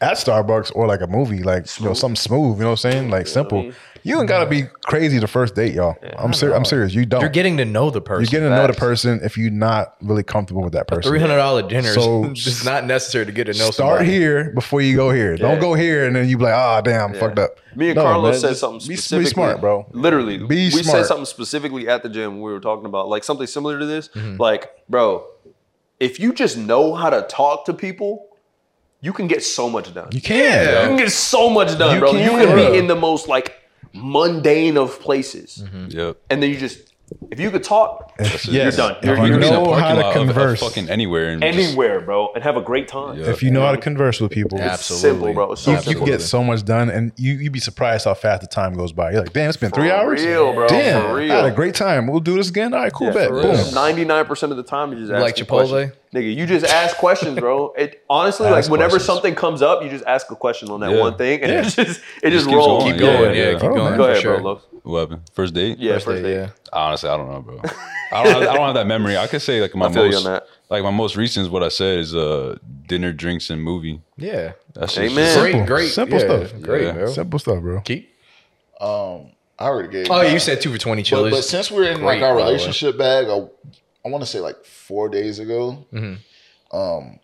Speaker 5: at Starbucks or like a movie, like you know something smooth. You know what I'm saying? Like simple. You ain't gotta be crazy the first date, y'all. I'm serious. I'm serious. You don't.
Speaker 3: You're getting to know the
Speaker 5: You're
Speaker 3: person.
Speaker 5: getting to know the person if you're not really comfortable with that person.
Speaker 3: Three hundred dollar dinners
Speaker 5: So
Speaker 3: is not necessary to get to know
Speaker 5: start
Speaker 3: somebody.
Speaker 5: here before you go here.
Speaker 3: Yeah.
Speaker 5: Don't go here and then you be like, ah, damn,
Speaker 4: Yeah.
Speaker 5: fucked up.
Speaker 4: Me and
Speaker 5: No,
Speaker 4: Carlos
Speaker 5: man,
Speaker 4: said
Speaker 5: just
Speaker 4: something
Speaker 5: be-
Speaker 4: specifically.
Speaker 5: Be smart, bro.
Speaker 4: Literally,
Speaker 5: Be
Speaker 4: we said
Speaker 5: smart.
Speaker 4: something specifically at the gym. We were talking about like something similar to
Speaker 3: Mm-hmm.
Speaker 4: this. Like, bro, if you just know how to talk to people, you can get so much done. You
Speaker 5: can.
Speaker 4: You can get so much done,
Speaker 5: You
Speaker 4: bro. You
Speaker 5: can.
Speaker 4: can be in the most like mundane of places,
Speaker 2: Yep.
Speaker 4: and then you just if you could talk, you're done.
Speaker 5: If
Speaker 4: You're,
Speaker 5: you
Speaker 4: you're
Speaker 5: know
Speaker 4: done.
Speaker 5: how to converse,
Speaker 2: fucking anywhere and
Speaker 4: anywhere, bro, and have a great time.
Speaker 5: if you know how to converse with people,
Speaker 4: It's Absolutely. simple, bro. It's so
Speaker 5: you, you
Speaker 4: simple.
Speaker 5: get so much done, and you you'd be surprised how fast the time goes by. You're like, damn, it's been three
Speaker 4: For
Speaker 5: hours.
Speaker 4: real, bro.
Speaker 5: Damn,
Speaker 4: For real.
Speaker 5: I had a great time. We'll do this again. All right, cool, bet. Boom.
Speaker 4: Ninety nine percent of the time, you just ask
Speaker 5: Like
Speaker 4: these
Speaker 5: Chipotle?
Speaker 4: questions. nigga. You just ask questions, bro. It honestly, like
Speaker 5: Ask
Speaker 4: whenever
Speaker 5: questions.
Speaker 4: something comes up, you just ask a question on that
Speaker 2: Yeah.
Speaker 4: one thing, and
Speaker 2: Yeah. Oh,
Speaker 4: it just it just,
Speaker 2: keeps
Speaker 4: rolls.
Speaker 2: going.
Speaker 4: Go ahead, bro. Lo.
Speaker 2: What happened? First date?
Speaker 4: Yeah, Oh, First first date, date. yeah.
Speaker 2: Honestly, I don't know, bro. I don't, have, I don't have that memory. I could say like my
Speaker 4: I feel you
Speaker 2: most
Speaker 4: on that.
Speaker 2: like my most recent is what I said is uh dinner, drinks, and movie.
Speaker 3: Yeah.
Speaker 2: that's
Speaker 4: Amen.
Speaker 3: Great, great,
Speaker 5: Simple
Speaker 3: yeah,
Speaker 5: stuff.
Speaker 3: Great, bro.
Speaker 5: Simple stuff, bro.
Speaker 1: Um, I already gave.
Speaker 3: Oh,
Speaker 1: mine.
Speaker 3: you said two for 20
Speaker 1: But-
Speaker 3: chilies.
Speaker 1: But, since we're in
Speaker 3: Great,
Speaker 1: like our
Speaker 3: by the way.
Speaker 1: relationship bag, I, I want to say like four days ago,
Speaker 3: Mhm.
Speaker 1: um,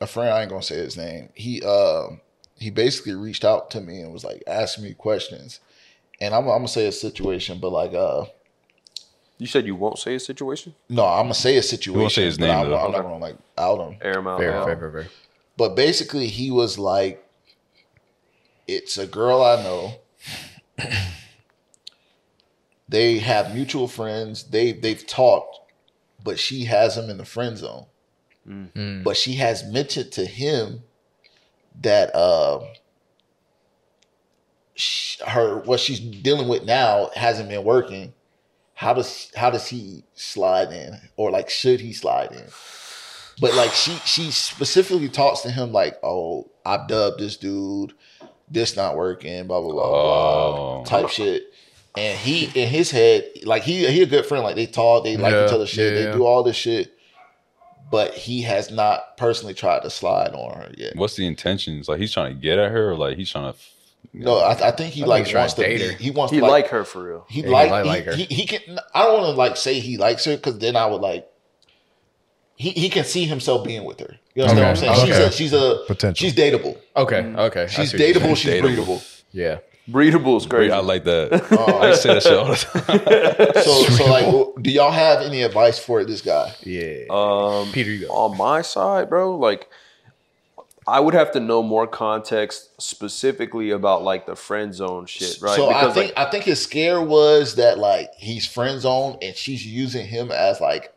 Speaker 1: a friend I ain't gonna say his name. He uh, he basically reached out to me and was like asking me questions, and I'm, I'm gonna say a situation, but like uh,
Speaker 4: You said you won't say a situation.
Speaker 1: no, I'm gonna say a situation.
Speaker 2: won't say his
Speaker 1: but
Speaker 2: name,
Speaker 1: I'm,
Speaker 2: though.
Speaker 1: I'm not gonna like out him.
Speaker 4: Air him out.
Speaker 1: Fair,
Speaker 4: loud.
Speaker 1: fair, fair, But basically, he was like, "It's a girl I know. they have mutual friends. They they've talked, but she has him in the friend zone. But she has mentioned to him that um, sh her what she's dealing with now hasn't been working. How does how does he slide in, or like should he slide in? But like she she specifically talks to him like, oh, I dubbed this dude, this not working, blah blah blah blah type shit. And he in his head, like he he a good friend, like they talk, they like
Speaker 5: Yeah,
Speaker 1: each other shit,
Speaker 5: yeah,
Speaker 1: they
Speaker 5: yeah.
Speaker 1: do all this shit. But he has not personally tried to slide on her yet.
Speaker 2: What's the intentions? Like he's trying to get at her, or like he's trying to.
Speaker 1: No, I, I think he
Speaker 2: I think
Speaker 1: like
Speaker 2: he's
Speaker 1: wants to.
Speaker 2: trying to date
Speaker 1: be-
Speaker 2: her.
Speaker 1: He wants
Speaker 4: He
Speaker 1: to
Speaker 4: like her for real.
Speaker 1: He
Speaker 4: Yeah, he
Speaker 1: like,
Speaker 4: like-
Speaker 1: he,
Speaker 4: like her.
Speaker 1: He, he can. I don't want to like say he likes her because then I would like. He he can see himself being with her. You understand
Speaker 3: Okay,
Speaker 1: what I'm saying?
Speaker 3: okay.
Speaker 1: She's a she's a
Speaker 5: Potential.
Speaker 1: She's dateable.
Speaker 4: Mm-hmm.
Speaker 3: Okay, okay. I
Speaker 1: She's
Speaker 3: see what you're saying.
Speaker 1: dateable. She's
Speaker 3: Dateable.
Speaker 1: breedable.
Speaker 3: Yeah.
Speaker 4: Breedable is great.
Speaker 2: I like that.
Speaker 1: Oh.
Speaker 2: I used to say that shit all the time.
Speaker 1: So so like, w- do y'all have any advice for this guy?
Speaker 3: Yeah.
Speaker 4: Um,
Speaker 3: Peter, you
Speaker 4: on my side, bro. Like, I would have to know more context specifically about like the friend zone shit, right?
Speaker 1: So I
Speaker 4: Because,
Speaker 1: think I think his scare was that like he's friend zone and she's using him as like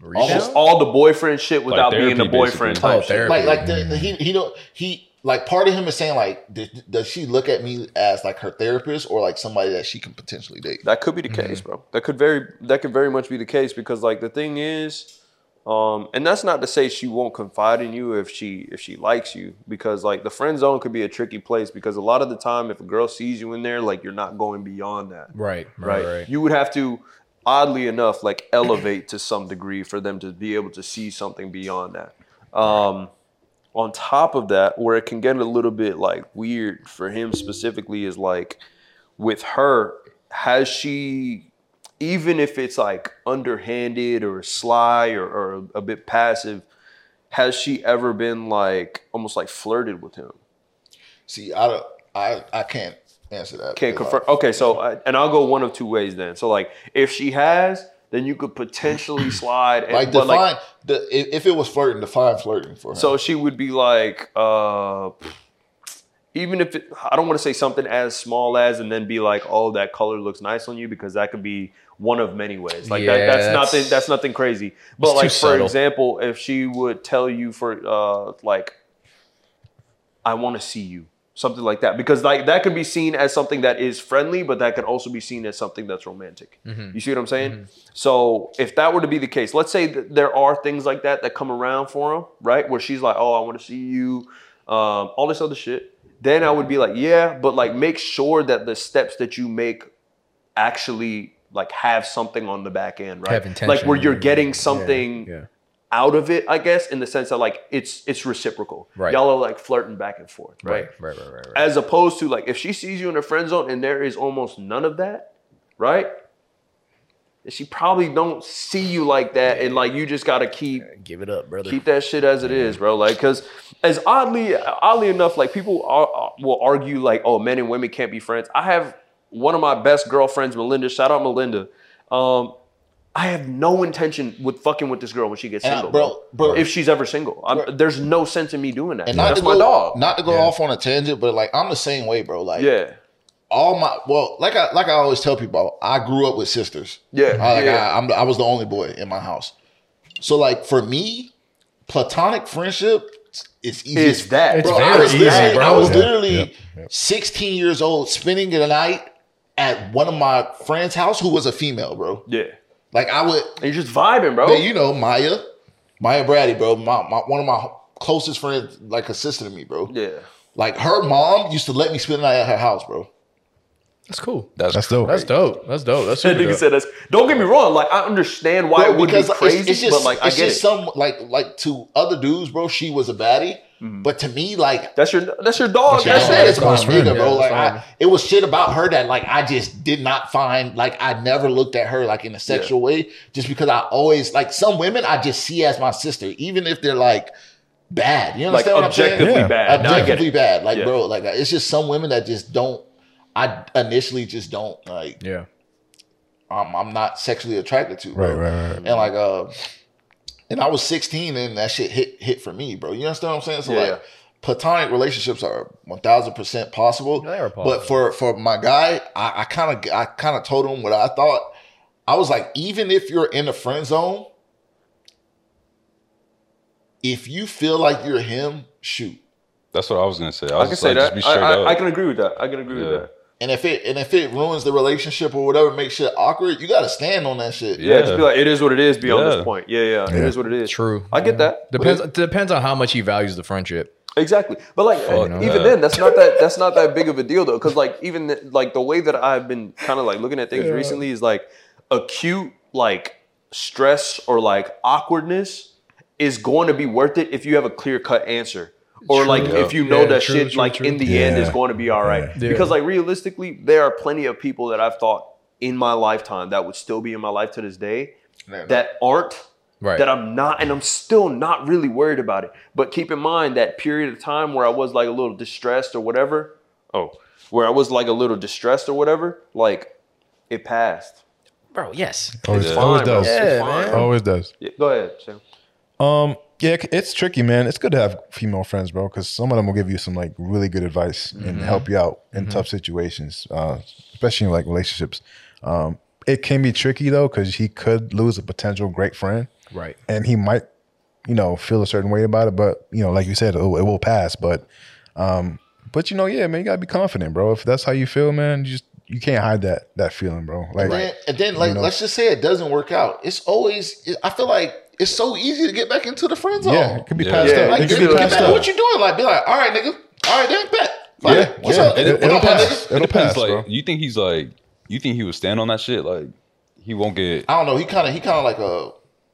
Speaker 4: like, almost all the boyfriend shit without being a boyfriend. Type shit.
Speaker 1: Like like the, the- he he don't he like part of him is saying like did, does she look at me as like her therapist or like somebody that she can potentially date?
Speaker 4: That could be the case, bro. That could very that could very much be the case because like the thing is, um, and that's not to say she won't confide in you if she if she likes you because like the friend zone could be a tricky place because a lot of the time if a girl sees you in there like you're not going beyond that.
Speaker 3: Right,
Speaker 4: right, You would have to, oddly enough, like elevate to some degree for them to be able to see something beyond that. Um, on top of that, where it can get a little bit like weird for him specifically is like with her, has she, even if it's like underhanded or sly or, or a bit passive, has she ever been like almost like flirted with him?
Speaker 1: See, I don't, I I can't answer that.
Speaker 4: Can't
Speaker 1: because,
Speaker 4: confirm.
Speaker 1: like,
Speaker 4: Okay, so I, and I'll go one of two ways then. So like, if she has, then you could potentially slide. And,
Speaker 1: Like
Speaker 4: but,
Speaker 1: define the if- if it was flirting, define flirting for her.
Speaker 4: so she would be like, uh, even if it, I don't want to say something as small as, and then be like, oh, that color looks nice on you, because that could be one of many ways. Like that,
Speaker 3: Yeah,
Speaker 4: that's,
Speaker 3: that's-
Speaker 4: nothing. That's nothing crazy. But
Speaker 3: too
Speaker 4: like for
Speaker 3: subtle.
Speaker 4: example, if she would tell you for uh, like, I want to see you. Something like that, because like that could be seen as something that is friendly, but that could also be seen as something that's romantic.
Speaker 3: Mhm.
Speaker 4: You see what I'm saying? So if that were to be the case, let's say that there are things like that that come around for him, right? Where she's like, "Oh, I want to see you," um, all this other shit. Then I would be like, "Yeah," but like make sure that the steps that you make actually like have something on the back end, right?
Speaker 3: Have
Speaker 4: Like where
Speaker 3: intention.
Speaker 4: you're getting something out of it, I guess, in the sense that like it's it's reciprocal.
Speaker 3: Right.
Speaker 4: Y'all are like flirting back and forth, right?
Speaker 3: Right, right, right, right, right.
Speaker 4: As opposed to like if she sees you in a friend zone and there is almost none of that, right? She probably don't see you like that, and like you just gotta keep
Speaker 3: give it up, brother.
Speaker 4: keep that shit as it is, bro. Like, cause as oddly oddly enough, like people are, are- will argue like, oh, men and women can't be friends. I have one of my best girlfriends, Melinda. Shout out Melinda. Um, I have no intention with fucking with this girl when she gets
Speaker 1: And I-
Speaker 4: single,
Speaker 1: bro,
Speaker 4: bro,
Speaker 1: bro.
Speaker 4: If she's ever single, I'm,
Speaker 1: Bro.
Speaker 4: there's no sense in me doing that.
Speaker 1: And not
Speaker 4: That's
Speaker 1: to
Speaker 4: my
Speaker 1: go,
Speaker 4: dog.
Speaker 1: Not to go off on a tangent, but like I'm the same way, bro. Like
Speaker 4: Yeah.
Speaker 1: all my well, like I like I always tell people, I grew up with sisters.
Speaker 4: Yeah,
Speaker 1: I, like,
Speaker 4: yeah.
Speaker 1: I, I'm, I was the only boy in my house. So like for me, platonic friendship is easy.
Speaker 4: It's
Speaker 1: as-
Speaker 4: that. It's
Speaker 1: bro, I
Speaker 4: very
Speaker 1: was
Speaker 4: easy,
Speaker 1: literally-
Speaker 4: bro.
Speaker 1: I was
Speaker 4: Yeah,
Speaker 1: literally
Speaker 4: yeah,
Speaker 1: 16 years old, spending the night at one of my friend's house who was a female, bro.
Speaker 4: Yeah.
Speaker 1: Like I would.
Speaker 4: And you're just vibing, bro.
Speaker 1: you know Maya, Maya Brady, bro. My, my one of my closest friends, like a sister to me, bro.
Speaker 4: Yeah.
Speaker 1: Like her mom used to let me spend the night at her house, bro.
Speaker 3: That's cool.
Speaker 2: That's,
Speaker 5: dope.
Speaker 3: That's dope. That's dope. That's
Speaker 4: That
Speaker 3: super
Speaker 4: nigga
Speaker 3: dope.
Speaker 4: said that's. Don't get me wrong. Like I understand why
Speaker 1: Bro,
Speaker 4: it would be
Speaker 1: because uh, it's-
Speaker 4: crazy,
Speaker 1: it's, just,
Speaker 4: but like I
Speaker 1: it's
Speaker 4: get it.
Speaker 1: just some like like to other dudes, bro. She was a baddie, but to me, like
Speaker 4: Mm-hmm. that's your that's your dog.
Speaker 1: That's,
Speaker 4: That's, it.
Speaker 1: that's my nigga, bro.
Speaker 3: Yeah,
Speaker 1: like
Speaker 3: that's
Speaker 1: I, it was shit about her that like I just did not find like I never looked at her like in a sexual way, just because I always like some women I just see as my sister, even if they're like bad. You
Speaker 4: Like,
Speaker 1: understand what I'm saying?
Speaker 4: objectively Yeah. bad. No, I get
Speaker 1: Objectively
Speaker 4: it.
Speaker 1: bad. Like
Speaker 4: Yeah.
Speaker 1: bro, like it's just some women that just don't. I initially just don't like.
Speaker 3: Yeah.
Speaker 1: I'm, I'm not sexually attracted to. Bro.
Speaker 5: Right, right, right.
Speaker 1: And like uh, and I was 16 and that shit hit hit for me, bro. You understand what I'm saying? So
Speaker 4: Yeah.
Speaker 1: like platonic relationships are 1000% possible.
Speaker 3: They are
Speaker 1: But for for my guy, I kind of I kind of told him what I thought. I was like, even if you're in the friend zone, if you feel like you're him, shoot.
Speaker 2: That's what I was gonna say. I,
Speaker 4: I
Speaker 2: was
Speaker 4: can
Speaker 2: just
Speaker 4: say
Speaker 2: like, just
Speaker 4: that.
Speaker 2: be
Speaker 4: I,
Speaker 2: straight
Speaker 4: I,
Speaker 2: up.
Speaker 4: I can agree with that. I can agree
Speaker 2: Yeah.
Speaker 4: with that.
Speaker 1: And if it and if it ruins the relationship or whatever, makes shit awkward, you got to stand on that shit.
Speaker 4: Yeah, just be like, it is what it is beyond
Speaker 2: Yeah.
Speaker 4: this point. Yeah, yeah,
Speaker 5: Yeah.
Speaker 4: it is what it is.
Speaker 3: True.
Speaker 4: I get that.
Speaker 3: Depends depends on how much he values the friendship.
Speaker 4: Exactly. But like
Speaker 3: Fuck
Speaker 4: even
Speaker 3: that.
Speaker 4: then, that's not that that's not that big of a deal though. Cause like even the, like the way that I've been kind of like looking at things recently is like acute like stress or like awkwardness is going to be worth it if you have a clear cut answer. Or like
Speaker 2: yeah.
Speaker 4: if you know
Speaker 3: Yeah,
Speaker 4: that
Speaker 3: true,
Speaker 4: shit
Speaker 3: true,
Speaker 4: like
Speaker 3: true.
Speaker 4: in the end is
Speaker 5: Yeah.
Speaker 4: going to be all right.
Speaker 3: Yeah.
Speaker 4: Because like realistically, there are plenty of people that I've thought in my lifetime that would still be in my life to this day that aren't
Speaker 3: Right.
Speaker 4: that I'm not, and I'm still not really worried about it. But keep in mind that period of time where I was like a little distressed or whatever. Oh, where I was like a little distressed or whatever, like it passed.
Speaker 3: Bro, yes.
Speaker 5: Always,
Speaker 2: Yeah.
Speaker 5: always
Speaker 4: Fine, bro.
Speaker 5: does.
Speaker 4: It's fine.
Speaker 5: Always does.
Speaker 4: Yeah, go ahead, Sam.
Speaker 5: Um, yeah, c- it's tricky, man. It's good to have female friends, bro, because some of them will give you some like really good advice and help you out in tough situations, uh, especially in like relationships. Um, it can be tricky though, because he could lose a potential great friend,
Speaker 3: Right.
Speaker 5: and he might, you know, feel a certain way about it. But you know, like you said, it, will- it will pass. But, um, but you know, yeah, man, you gotta be confident, bro. If that's how you feel, man, you just you can't hide that that feeling, bro. Like,
Speaker 1: And then, and then like
Speaker 5: You know?
Speaker 1: let's just say it doesn't work out. It's always it- I feel like it's so easy to get back into the friend zone.
Speaker 5: yeah, it could be
Speaker 2: Yeah.
Speaker 5: passed
Speaker 4: Yeah,
Speaker 5: up.
Speaker 1: Like,
Speaker 5: It could
Speaker 1: you
Speaker 5: be
Speaker 1: know,
Speaker 5: passed
Speaker 1: like,
Speaker 5: up.
Speaker 1: what you doing? Like, be like, all right, nigga, all right, then bet. Like,
Speaker 5: Yeah,
Speaker 1: what's
Speaker 5: yeah.
Speaker 1: up?
Speaker 5: It-
Speaker 1: What
Speaker 5: it'll
Speaker 1: up, my
Speaker 5: pass.
Speaker 1: nigga?
Speaker 5: It'll pass,
Speaker 2: He's like,
Speaker 5: bro.
Speaker 2: you think he's like, you think he would stand on that shit? Like, he won't get.
Speaker 1: I don't know. He kind of, he kind of like a,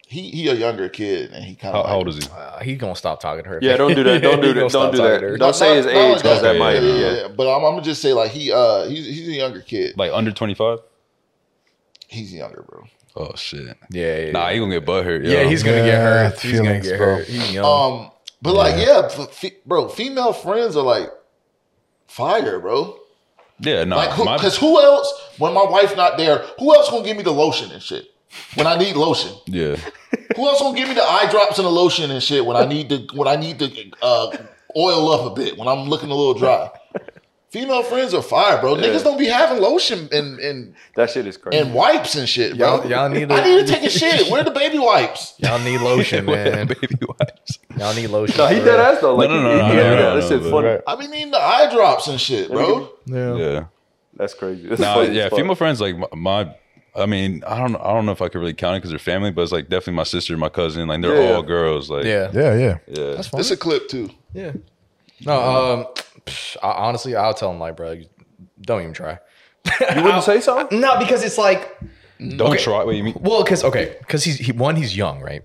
Speaker 1: he, he a younger kid, and he kind
Speaker 2: How,
Speaker 1: of.
Speaker 2: how old is he?
Speaker 3: Uh, he's gonna stop talking to her.
Speaker 4: Yeah, don't do that. Don't do
Speaker 3: He
Speaker 4: that.
Speaker 3: gonna
Speaker 4: Don't
Speaker 3: stop
Speaker 4: do
Speaker 3: talking
Speaker 4: that.
Speaker 3: to her.
Speaker 4: Don't say his age because that
Speaker 2: okay,
Speaker 4: might be.
Speaker 2: yeah.
Speaker 4: Yeah.
Speaker 1: But I'm, I'm gonna just say like he, uh, he's he's a younger kid.
Speaker 2: Like under twenty five?
Speaker 1: He's younger, bro.
Speaker 2: Oh shit!
Speaker 3: Yeah, yeah.
Speaker 2: Nah, he gonna get butt hurt. yo.
Speaker 3: yeah, he's gonna get
Speaker 5: Yeah,
Speaker 3: hurt. He's gonna
Speaker 5: feelings,
Speaker 3: get
Speaker 5: bro.
Speaker 3: hurt. He's young.
Speaker 1: Um, but like, yeah, f- fe- bro, female friends are like fire, bro.
Speaker 2: yeah. Nah,
Speaker 1: Like, who,
Speaker 2: my-
Speaker 1: cause who else? When my wife not there, who else gonna give me the lotion and shit? When I need lotion,
Speaker 2: yeah.
Speaker 1: who else gonna give me the eye drops and the lotion and shit? When I need to, when I need to uh, oil up a bit, when I'm looking a little dry. Female friends are fire, bro. Niggas don't be having lotion and and,
Speaker 4: That shit is crazy.
Speaker 1: and wipes and shit, bro.
Speaker 3: Y'all- y'all need
Speaker 1: I
Speaker 3: to-
Speaker 1: need to take a shit. Where the baby wipes?
Speaker 3: Y'all need lotion, man.
Speaker 2: baby wipes.
Speaker 3: Y'all need lotion.
Speaker 4: no, he
Speaker 3: for
Speaker 4: dead
Speaker 3: real.
Speaker 4: ass though. Like,
Speaker 2: no,
Speaker 4: he-
Speaker 2: no,
Speaker 4: he-
Speaker 2: no,
Speaker 4: yeah,
Speaker 2: no,
Speaker 4: yeah,
Speaker 2: no,
Speaker 4: that
Speaker 2: no,
Speaker 4: shit's
Speaker 2: but-
Speaker 4: funny.
Speaker 5: Right.
Speaker 1: I be needing the eye drops and shit, bro.
Speaker 2: Yeah.
Speaker 4: That's crazy. That's
Speaker 2: Nah,
Speaker 4: funny as
Speaker 2: yeah.
Speaker 4: fuck.
Speaker 2: Female friends like my, my. I mean, I don't. I don't know if I could really count it because they're family, but it's like definitely my sister, my cousin. Like they're
Speaker 4: Yeah.
Speaker 2: all girls. Like
Speaker 3: Yeah.
Speaker 5: Yeah, yeah.
Speaker 2: yeah.
Speaker 3: That's fine.
Speaker 1: It's a clip too.
Speaker 3: yeah. No, um, psh, I, honestly, I'll tell him like, bro, you- don't even try.
Speaker 4: You wouldn't say so?
Speaker 3: No, because it's like,
Speaker 2: Don't
Speaker 3: Okay.
Speaker 2: try. What you mean?
Speaker 3: well, because okay, because he's he, one, he's young, right?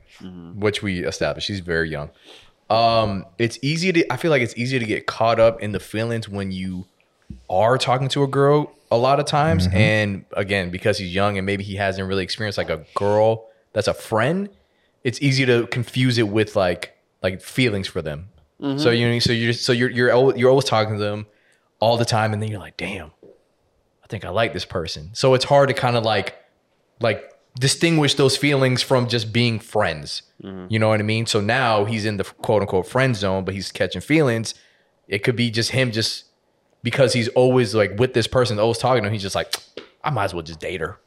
Speaker 3: Which we established, he's very young. Um, it's easy to. I feel like it's easy to get caught up in the feelings when you are talking to a girl a lot of times,
Speaker 2: Mm-hmm.
Speaker 3: and again, because he's young and maybe he hasn't really experienced like a girl that's a friend, it's easy to confuse it with like like feelings for them. So you know, so you're so you're you're al- you're always talking to them all the time, and then you're like, damn, I think I like this person. So it's hard to kind of like like distinguish those feelings from just being friends. You know what I mean? So now he's in the quote unquote friend zone, but he's catching feelings. It could be just him just because he's always like with this person, always talking to him, he's just like, I might as well just date her.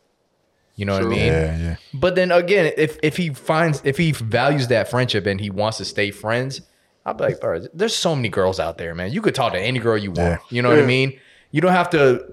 Speaker 3: You know what I mean?
Speaker 5: Yeah, yeah.
Speaker 3: But then again, if if he finds if he values that friendship and he wants to stay friends, I'll be like, bro, there's so many girls out there, man. You could talk to any girl you want. You know what I
Speaker 5: Yeah.
Speaker 3: mean? You don't have to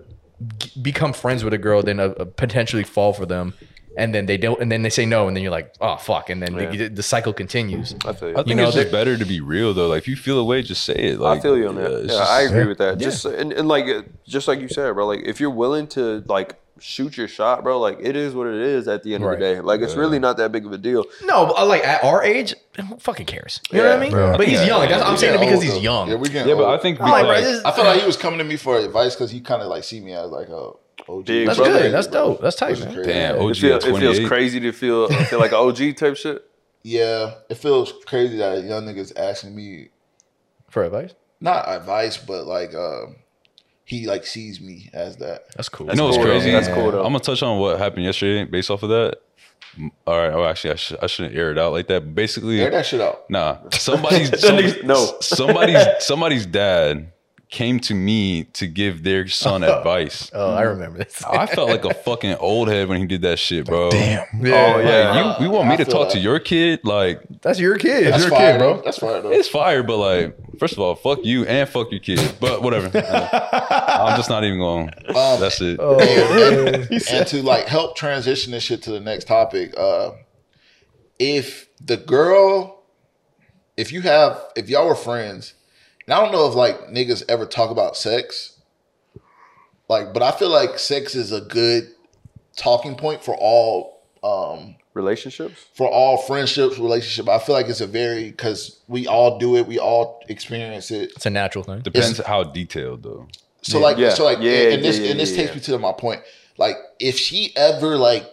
Speaker 3: g- become friends with a girl, then uh, uh, potentially fall for them, and then they don't, and then they say no, and then you're like, oh fuck, and then the, the cycle continues. I
Speaker 4: feel
Speaker 2: I think it's just better to be real though. Like if you feel a way, just say it. Like
Speaker 4: I feel you on that.
Speaker 2: uh,
Speaker 4: Yeah,
Speaker 2: it's just-
Speaker 4: I agree with that. Just and, and like uh, just like you said, bro. Like if you're willing to like shoot your shot, bro. Like it is what it is at the end of the day. Like it's really not that big of a deal.
Speaker 3: No, but, uh, like at our age, who fucking cares? You know what I mean?
Speaker 4: Yeah.
Speaker 3: But he's
Speaker 4: Yeah. oh,
Speaker 3: young. That's, I'm
Speaker 4: We
Speaker 3: saying it
Speaker 4: get
Speaker 3: because
Speaker 4: old,
Speaker 3: he's
Speaker 4: though.
Speaker 3: young.
Speaker 1: Yeah, we can.
Speaker 2: Yeah, but I think
Speaker 3: I'm like, bro, this is-
Speaker 1: I feel like he was coming to me for advice because he kind of like see me as like a OG.
Speaker 4: Big
Speaker 3: That's
Speaker 4: brother.
Speaker 3: good. That's dope. That's tight, man.
Speaker 2: Damn, OG
Speaker 4: it, feel,
Speaker 2: at
Speaker 4: it feels
Speaker 2: 28.
Speaker 4: crazy to feel feel like an OG type shit.
Speaker 1: Yeah, it feels crazy that a young niggas asking me
Speaker 3: For advice?
Speaker 1: not advice, but like um, he like sees me as that.
Speaker 3: That's cool.
Speaker 2: you know what's crazy?
Speaker 4: That's cool though.
Speaker 2: I'm gonna touch on what happened yesterday based off of that. Mm, All right. Oh, actually, I, sh- I shouldn't air it out like that. Basically,
Speaker 1: Air that shit out.
Speaker 2: Nah, somebody's
Speaker 4: That
Speaker 2: some,
Speaker 4: nigga- no.
Speaker 2: somebody's somebody's dad came to me to give their son advice.
Speaker 3: Oh, I remember this.
Speaker 2: I felt like a fucking old head when he did that shit, bro. Damn.
Speaker 3: Yeah.
Speaker 2: Oh yeah. You, you want me
Speaker 1: I
Speaker 2: to
Speaker 1: feel
Speaker 2: talk
Speaker 1: that.
Speaker 2: to your kid? Like
Speaker 3: That's your kid.
Speaker 1: That's
Speaker 5: your
Speaker 1: fire,
Speaker 5: kid,
Speaker 1: bro.
Speaker 5: bro.
Speaker 1: That's fire, though.
Speaker 2: it's fire, but like, first of all, fuck you and fuck your kid. But whatever. I'm just not even going.
Speaker 1: Um,
Speaker 2: That's it.
Speaker 3: Oh,
Speaker 1: and to like help transition this shit to the next topic, uh, if the girl, if you have, if y'all were friends, and I don't know if like niggas ever talk about sex, like, but I feel like sex is a good talking point for all, um,
Speaker 4: Relationships.
Speaker 1: for all friendships, relationship. I feel like it's a very because we all do it, we all experience it.
Speaker 3: It's a natural thing.
Speaker 2: Depends how detailed though.
Speaker 1: So like,
Speaker 4: Yeah.
Speaker 1: so like,
Speaker 4: Yeah,
Speaker 1: and
Speaker 4: yeah,
Speaker 1: this
Speaker 4: yeah,
Speaker 1: and this
Speaker 4: yeah,
Speaker 1: takes
Speaker 4: yeah.
Speaker 1: me to my point. Like, if she ever like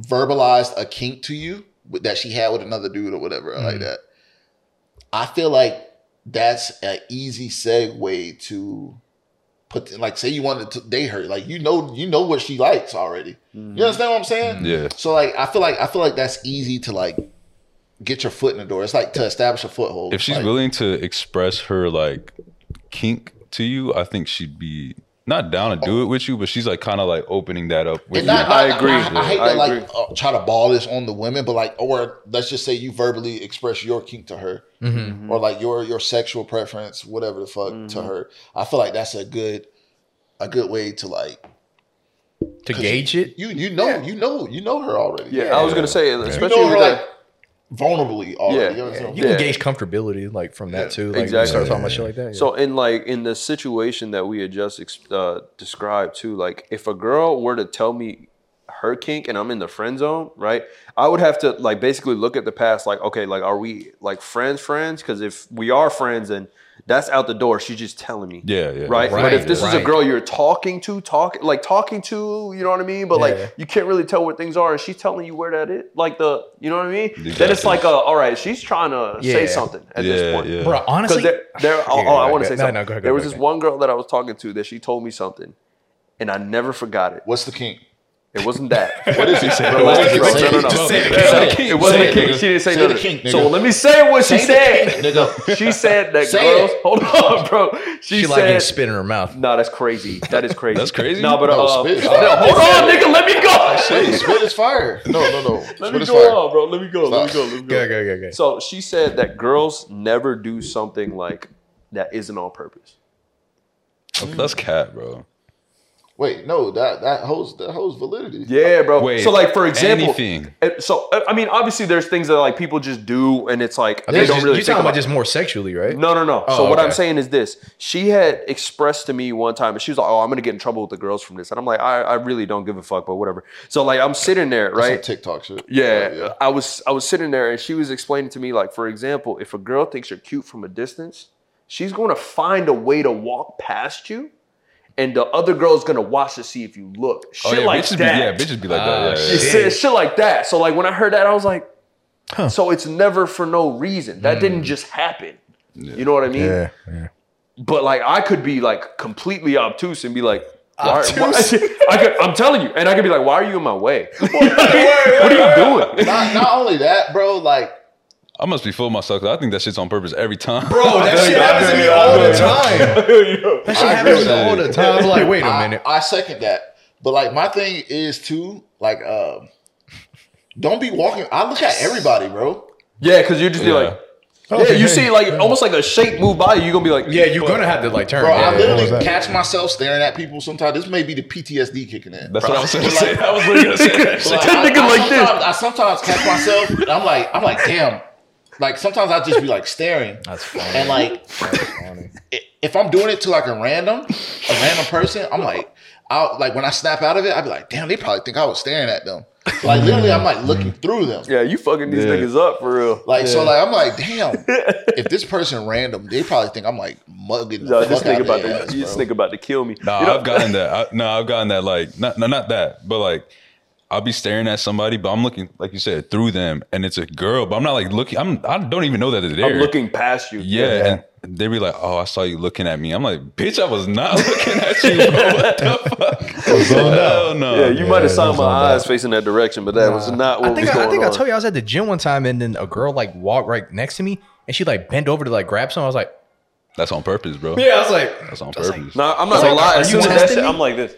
Speaker 1: verbalized a kink to you with- that she had with another dude or whatever
Speaker 4: Mm.
Speaker 1: like that, I feel like that's an easy segue to put. Like, say you wanted to date her, like you know, you know what she likes already.
Speaker 4: Mm.
Speaker 1: You understand what I'm saying?
Speaker 2: Yeah.
Speaker 1: So like, I feel like I feel like that's easy to like get your foot in the door. It's like to establish a foothold.
Speaker 2: If she's
Speaker 1: oh, Like,
Speaker 2: willing to express her like kink to you, I think she'd be not down to do it with you, but she's like kind of like opening that up with
Speaker 1: And
Speaker 2: you.
Speaker 1: not, not-
Speaker 4: I agree.
Speaker 1: I, I hate
Speaker 4: I
Speaker 1: to like
Speaker 4: agree.
Speaker 1: uh, try to ball this on the women, but like, or let's just say you verbally express your kink to her,
Speaker 3: Mm-hmm.
Speaker 1: or like your your sexual preference, whatever the fuck,
Speaker 4: Mm-hmm.
Speaker 1: to her. I feel like that's a good a good way to like
Speaker 3: To gauge it.
Speaker 1: you you know you know you know her already.
Speaker 4: Yeah, I was gonna say, uh,
Speaker 1: you
Speaker 4: especially
Speaker 1: know her
Speaker 4: with
Speaker 1: like
Speaker 4: that.
Speaker 1: vulnerably already.
Speaker 4: Yeah.
Speaker 1: you know what I'm saying?
Speaker 3: You can
Speaker 4: Yeah.
Speaker 3: gauge comfortability like from that too. Like you
Speaker 4: Exactly.
Speaker 3: start talking about shit like that. yeah.
Speaker 4: So in like in the situation that we had just ex- uh, described too, like if a girl were to tell me her kink and I'm in the friend zone, right? I would have to like basically look at the past, like okay, like are we like friends, friends? Because if we are friends, then that's out the door. She's just telling me,
Speaker 2: Yeah, yeah.
Speaker 4: right? But
Speaker 3: Right,
Speaker 4: if this is a
Speaker 3: right.
Speaker 4: girl you're talking to, talk like talking to, you know what I mean? But
Speaker 3: Yeah.
Speaker 4: like you can't really tell where things are, and she's telling you where that is, like the, you know what I mean? Then it's
Speaker 2: Exactly.
Speaker 4: like, uh, all right, she's trying to say
Speaker 3: Yeah.
Speaker 4: something at
Speaker 2: Yeah,
Speaker 4: this point,
Speaker 2: yeah.
Speaker 3: bro, honestly,
Speaker 4: because there, there oh,
Speaker 3: Yeah,
Speaker 4: oh, I
Speaker 3: go
Speaker 4: want to say
Speaker 3: ahead. No,
Speaker 4: something.
Speaker 3: no, go ahead, go
Speaker 4: there was
Speaker 3: ahead,
Speaker 4: this
Speaker 3: go ahead.
Speaker 4: one girl that I was talking to that she told me something, and I never forgot it.
Speaker 1: What's the kink?
Speaker 4: It wasn't that.
Speaker 2: What is he saying?
Speaker 4: Bro, let's just-
Speaker 1: Say
Speaker 4: no, no,
Speaker 1: it.
Speaker 4: no.
Speaker 1: Just say
Speaker 4: It wasn't a
Speaker 2: Say it,
Speaker 4: kink. She didn't say
Speaker 1: Say the
Speaker 4: nothing.
Speaker 1: kink,
Speaker 4: So
Speaker 1: nigga.
Speaker 4: let me say what she
Speaker 1: Say the
Speaker 4: said.
Speaker 1: kink, nigga.
Speaker 4: She said that
Speaker 1: Say
Speaker 4: girls.
Speaker 1: it.
Speaker 4: Hold on, bro. She,
Speaker 3: she
Speaker 4: said.
Speaker 3: like him spit in her mouth.
Speaker 4: no, that's crazy. That is crazy.
Speaker 2: That's crazy?
Speaker 4: No, but uh,
Speaker 1: No,
Speaker 4: no,
Speaker 1: spit.
Speaker 4: hold on, nigga. Let me go.
Speaker 1: Hey, spit is fire. No, no, no.
Speaker 4: Let
Speaker 1: Spit
Speaker 4: me
Speaker 1: is
Speaker 4: go
Speaker 1: fire.
Speaker 4: on, bro. Let me go. Let me
Speaker 1: Stop.
Speaker 4: go. Let me go.
Speaker 3: Go, go, go, go.
Speaker 4: So she said that girls never do something like that isn't on purpose.
Speaker 2: Oh, That's cat, bro.
Speaker 1: Wait, no, that that holds that holds validity.
Speaker 4: Yeah, bro.
Speaker 2: Wait,
Speaker 4: so like for example,
Speaker 2: anything.
Speaker 4: uh, So uh, I mean, obviously there's things that like people just do, and it's like
Speaker 3: I
Speaker 4: they
Speaker 3: think
Speaker 4: don't
Speaker 3: just,
Speaker 4: really.
Speaker 3: you're
Speaker 4: think
Speaker 3: talking about
Speaker 4: it.
Speaker 3: just more sexually, right?
Speaker 4: No, no, no.
Speaker 3: Oh,
Speaker 4: so what I'm
Speaker 3: okay.
Speaker 4: saying is this: she had expressed to me one time, and she was like, "Oh, I'm gonna get in trouble with the girls from this," and I'm like, "I, I really don't give a fuck, but whatever." So like I'm sitting there,
Speaker 1: That's some
Speaker 4: right?
Speaker 1: TikTok shit.
Speaker 4: Yeah, I was I was sitting there, and she was explaining to me like, for example, if a girl thinks you're cute from a distance, she's going to find a way to walk past you, and the other girl's gonna watch to see if you look. Shit
Speaker 2: Oh yeah,
Speaker 4: like
Speaker 2: bitches be
Speaker 4: that.
Speaker 2: yeah, bitches be like
Speaker 3: Ah,
Speaker 2: that. Yeah, yeah,
Speaker 4: It
Speaker 2: yeah.
Speaker 4: said shit like that. So like when I heard that, I was like, so it's never for no reason. That didn't
Speaker 2: Mm.
Speaker 4: just happen. You know what I mean?
Speaker 5: Yeah, yeah.
Speaker 4: But like I could be like completely obtuse and be like,
Speaker 11: Why,
Speaker 4: too
Speaker 11: why- I could, I'm telling you, and I could be like, "Why are you in my way?
Speaker 1: what
Speaker 11: are you doing?"
Speaker 1: Not, not only that, bro. Like,
Speaker 2: I must be fooling myself 'cause I think that shit's on purpose every time.
Speaker 1: Bro, that shit happens to me all the
Speaker 2: time.
Speaker 1: That shit
Speaker 3: to
Speaker 1: happens
Speaker 3: me all the time. I'm like, wait a
Speaker 1: I-
Speaker 3: minute.
Speaker 1: I, second that, but like my thing is too like, um, don't be walking. I look at everybody, bro.
Speaker 4: Yeah, because you just be
Speaker 1: Yeah.
Speaker 4: like,
Speaker 1: Okay,
Speaker 4: yeah, you
Speaker 1: hey,
Speaker 4: see like almost like a shape move by you. You're gonna be like,
Speaker 3: yeah, you're gonna have to like
Speaker 1: Bro, I literally catch myself staring at people sometimes. This may be the PTSD kicking in.
Speaker 2: That's
Speaker 1: bro.
Speaker 2: what I was gonna say. I was literally gonna say that.
Speaker 1: Like, I, I sometimes, I sometimes catch myself. And I'm like, I'm like, damn. Like sometimes I just be like staring. That's funny. And like, i- if I'm doing it to like a random, a random person, I'm like, I'll like when I snap out of it, I'd be like, damn, they probably think I was staring at them. Like literally, I'm like
Speaker 2: Mm.
Speaker 1: looking through them.
Speaker 4: yeah, you fucking these
Speaker 1: Yeah.
Speaker 4: niggas up for real.
Speaker 1: Like so,
Speaker 4: Yeah.
Speaker 1: like I'm like, damn. If this person random, they probably think I'm like mugging.
Speaker 4: No,
Speaker 1: the
Speaker 4: this
Speaker 1: fuck
Speaker 4: nigga about
Speaker 1: out about
Speaker 4: to,
Speaker 1: their
Speaker 4: this
Speaker 1: ass, bro.
Speaker 4: nigga about to kill me.
Speaker 2: No,
Speaker 4: You know-
Speaker 2: I've gotten that. I, no, I've gotten that. Like, not, no, not that, but like, I'll be staring at somebody, but I'm looking, like you said, through them, and it's a girl, but I'm not like looking. I'm, I don't even know that they're there.
Speaker 4: I'm looking past you.
Speaker 2: Yeah, and they be like, "Oh, I saw you looking at me." I'm like, "Bitch, I was not looking at you, bro. What the fuck?" Hell no.
Speaker 4: Yeah, you might have saw my eyes facing that direction, but that was not what
Speaker 3: I think
Speaker 4: was
Speaker 3: I,
Speaker 4: going
Speaker 3: I think
Speaker 4: on.
Speaker 3: I told you I was at the gym one time and then a girl like walked right next to me and she like bent over to like grab something. I was like,
Speaker 2: That's on purpose, bro.
Speaker 3: Yeah, I was like,
Speaker 2: that's on purpose.
Speaker 4: no, I'm not
Speaker 3: I was
Speaker 4: gonna
Speaker 3: like,
Speaker 4: lie.
Speaker 3: are
Speaker 4: As
Speaker 3: you
Speaker 4: soon as that
Speaker 3: testing
Speaker 4: shit,
Speaker 3: me?
Speaker 4: I'm like this.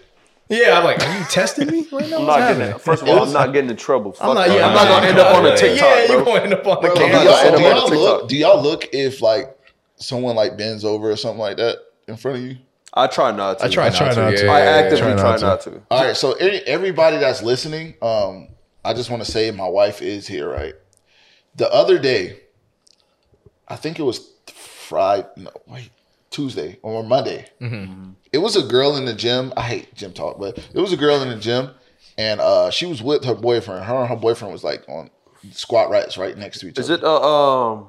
Speaker 3: yeah, I'm like, are you testing me right now?
Speaker 4: I'm
Speaker 3: What's
Speaker 4: not getting
Speaker 3: happening?
Speaker 4: it. First of all, I'm not getting in trouble. Fuck
Speaker 3: not-
Speaker 4: that.
Speaker 3: yeah,
Speaker 4: I'm not gonna end up on a TikTok.
Speaker 3: Yeah, you're
Speaker 4: bro.
Speaker 3: gonna end up on the
Speaker 1: Do
Speaker 3: camera.
Speaker 4: not
Speaker 1: y'all,
Speaker 4: gonna
Speaker 1: do
Speaker 4: end up
Speaker 1: y'all
Speaker 4: on
Speaker 1: look? Do y'all look if like someone like bends over or something like that in front of you?
Speaker 4: I try not to.
Speaker 1: I try I try not to, not to.
Speaker 4: I
Speaker 1: yeah, yeah, yeah.
Speaker 4: actively
Speaker 1: Try
Speaker 4: try,
Speaker 1: not to.
Speaker 4: not to.
Speaker 1: All right, so any, everybody that's listening, um, I just want to say my wife is here, right? The other day, I think it was Friday. No, wait, Tuesday or Monday. It was a girl in the gym. I hate gym talk, but it was a girl in the gym, and uh, she was with her boyfriend. Her and her boyfriend was like on squat racks right next to each
Speaker 4: Is
Speaker 1: other.
Speaker 4: it uh um?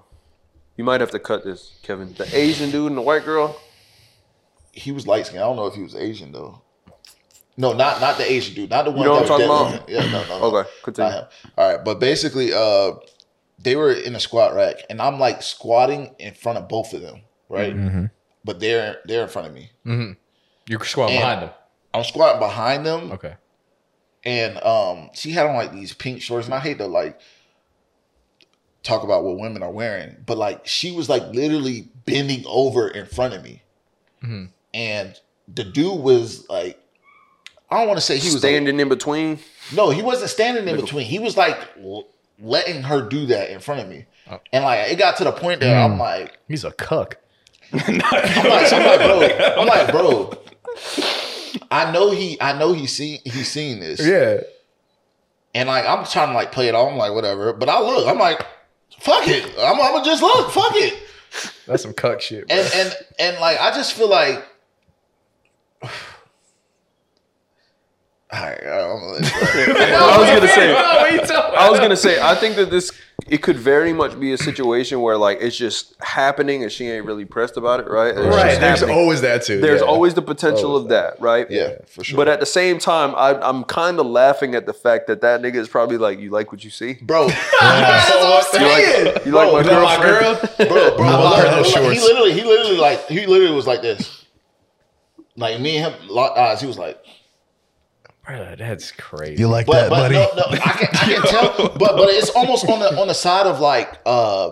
Speaker 4: You might have to cut this, Kevin. The Asian dude and the white girl.
Speaker 1: He was light skinned. I don't know if he was Asian though. No, not not the Asian dude, not the
Speaker 4: You
Speaker 1: one.
Speaker 4: know
Speaker 1: that
Speaker 4: what I'm
Speaker 1: was
Speaker 4: talking
Speaker 1: deadlifting. Yeah, no, no, no.
Speaker 4: Okay, continue.
Speaker 1: Not him. All right, but basically, uh, they were in a squat rack, and I'm like squatting in front of both of them, right?
Speaker 3: Mhm.
Speaker 1: But they're they're in front of me.
Speaker 3: Mm-hmm. You're squatting
Speaker 1: And
Speaker 3: behind them.
Speaker 1: I'm squatting behind them.
Speaker 3: Okay.
Speaker 1: And um, she had on like these pink shorts, and I hate to like talk about what women are wearing, but like she was like literally bending over in front of me,
Speaker 3: Mhm.
Speaker 1: and the dude was like, I don't want to say he was like-
Speaker 4: standing in between.
Speaker 1: no, he wasn't standing in between. He was like l- letting her do that in front of me, and like it got to the point that I'm
Speaker 3: Oh. Mm.
Speaker 1: like,
Speaker 3: He's a cuck.
Speaker 1: I'm like, I'm like, bro, I'm like, bro. I know he, I know he seen, he's seen this,
Speaker 3: Yeah.
Speaker 1: and like I'm trying to like play it off, I'm like whatever, but I look, I'm like, fuck it, I'm, I'm gonna just look, fuck it,
Speaker 3: That's some cuck shit. Bro.
Speaker 1: and and and like I just feel like. All right, I'm gonna let you go.
Speaker 4: I was gonna say.
Speaker 3: No, what you talking
Speaker 4: I was
Speaker 3: about?
Speaker 4: gonna say. I think that this it could very much be a situation where like it's just happening and she ain't really pressed about it, right? It's just
Speaker 3: Right, there's
Speaker 4: happening.
Speaker 3: always that too,
Speaker 4: There's
Speaker 3: yeah.
Speaker 4: always the potential
Speaker 3: Always
Speaker 4: of that, right?
Speaker 1: Yeah, for sure.
Speaker 4: But at the same time, I, I'm kind of laughing at the fact that that nigga is probably like, "You like what you see, you
Speaker 1: bro?
Speaker 4: like, Uh, you like my
Speaker 1: Bro,
Speaker 4: girlfriend?
Speaker 1: bro, bro,
Speaker 4: I love
Speaker 1: like,
Speaker 4: her
Speaker 1: like,
Speaker 4: shorts.
Speaker 1: He literally, he literally, like, he literally was like this. Like me and him locked eyes. He was like,
Speaker 3: Bro, that's crazy.
Speaker 5: You like
Speaker 1: but,
Speaker 5: that,
Speaker 1: but
Speaker 5: buddy?
Speaker 1: no, no, I can, I can tell. But, but it's almost on the on the side of like, uh,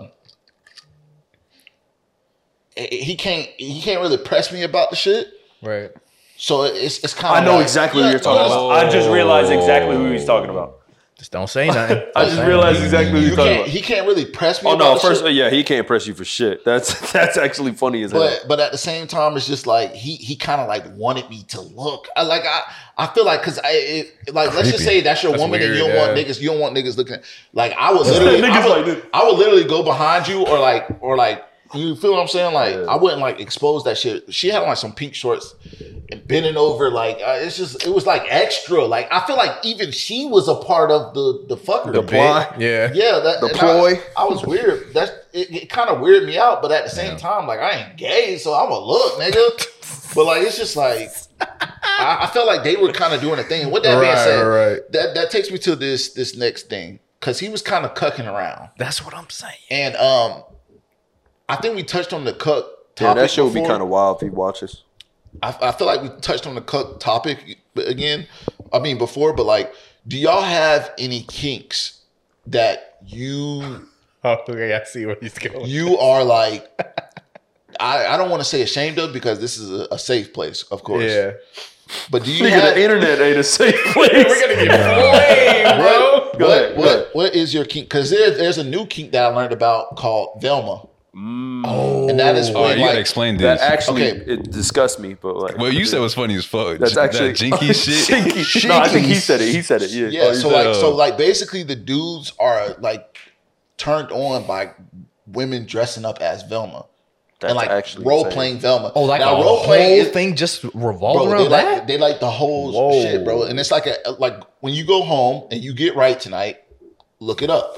Speaker 1: eh, he can't, he can't really press me about the shit.
Speaker 3: Right.
Speaker 1: So it's it's kind of.
Speaker 4: I know exactly what you're talking about. Oh.
Speaker 11: I just realized exactly who he's talking about.
Speaker 3: Just don't say nothing.
Speaker 4: I just realized exactly who
Speaker 1: You
Speaker 4: you're talking
Speaker 1: can't,
Speaker 4: about.
Speaker 1: he can't really press me.
Speaker 4: Oh
Speaker 1: about
Speaker 4: no!
Speaker 1: the
Speaker 4: First,
Speaker 1: shit.
Speaker 4: yeah, he can't press you for shit. That's that's actually funny as hell.
Speaker 1: But but at the same time, it's just like he he kind of like wanted me to look. I like I I feel like because I it, like let's just
Speaker 4: Creepy.
Speaker 1: say that's your
Speaker 4: That's
Speaker 1: woman and you
Speaker 4: weird,
Speaker 1: don't want
Speaker 4: yeah.
Speaker 1: niggas you don't want niggas looking. Like I would literally I would, I would literally go behind you or like or like you feel what I'm saying? Like I wouldn't like expose that shit. She had like some pink shorts and bending over. Like uh, it's just it was like extra. Like I feel like even she was a part of the the fucker.
Speaker 3: The
Speaker 1: bit.
Speaker 3: ploy? Yeah.
Speaker 1: Yeah. That,
Speaker 3: The
Speaker 1: and I-
Speaker 3: ploy?
Speaker 1: I, was weird. That's it, it kind of weirded me out, but at the same time, like I ain't gay, so I'm a look, nigga. but like it's just like I, I felt like they were kind of doing a thing. And with that being
Speaker 3: Right,
Speaker 1: said,
Speaker 3: right.
Speaker 1: that that takes me to this this next thing because he was kind of cucking around.
Speaker 3: That's what I'm saying.
Speaker 1: And um, I think we touched on the cuck.
Speaker 4: Yeah,
Speaker 1: topic
Speaker 4: that shit would be
Speaker 1: before.
Speaker 4: kind of wild if he watches.
Speaker 1: I, I feel like we touched on the co- topic again. I mean, before, but like, do y'all have any kinks that you?
Speaker 3: Okay, I see where he's going.
Speaker 1: You are like, I, I don't want to say ashamed of because this is a, a safe place, of course.
Speaker 3: Yeah.
Speaker 1: But do you
Speaker 4: Nigga,
Speaker 1: have
Speaker 4: the internet ain't a safe place. We're gonna get flamed,
Speaker 1: bro.
Speaker 4: Go
Speaker 1: what,
Speaker 4: ahead, go
Speaker 1: what-
Speaker 4: ahead.
Speaker 1: what is your kink? Because there, there's a new kink that I learned about called Velma.
Speaker 3: Mm.
Speaker 1: Oh, and that is
Speaker 2: Oh,
Speaker 1: when
Speaker 2: you
Speaker 1: like
Speaker 2: gotta explain
Speaker 4: That
Speaker 2: this.
Speaker 4: actually
Speaker 1: Okay.
Speaker 4: it disgusts me, but like
Speaker 2: Well, you said was funny as fuck.
Speaker 4: That's actually-
Speaker 2: that jinky shit.
Speaker 4: Jinky. No, I think he said it. He said it. Yeah.
Speaker 1: yeah.
Speaker 4: Oh,
Speaker 1: so
Speaker 4: you said-
Speaker 1: like, so like, basically, the dudes are like turned on by women dressing up as Velma
Speaker 4: That's
Speaker 1: and like
Speaker 4: actually
Speaker 1: role
Speaker 4: insane.
Speaker 1: playing Velma.
Speaker 3: Oh, like a
Speaker 1: now role
Speaker 3: whole
Speaker 1: playing is
Speaker 3: thing just revolved
Speaker 1: bro. They
Speaker 3: around that.
Speaker 1: like, they like the whole
Speaker 3: Whoa.
Speaker 1: shit, bro. And it's like a like when you go home and you get right tonight, look it up.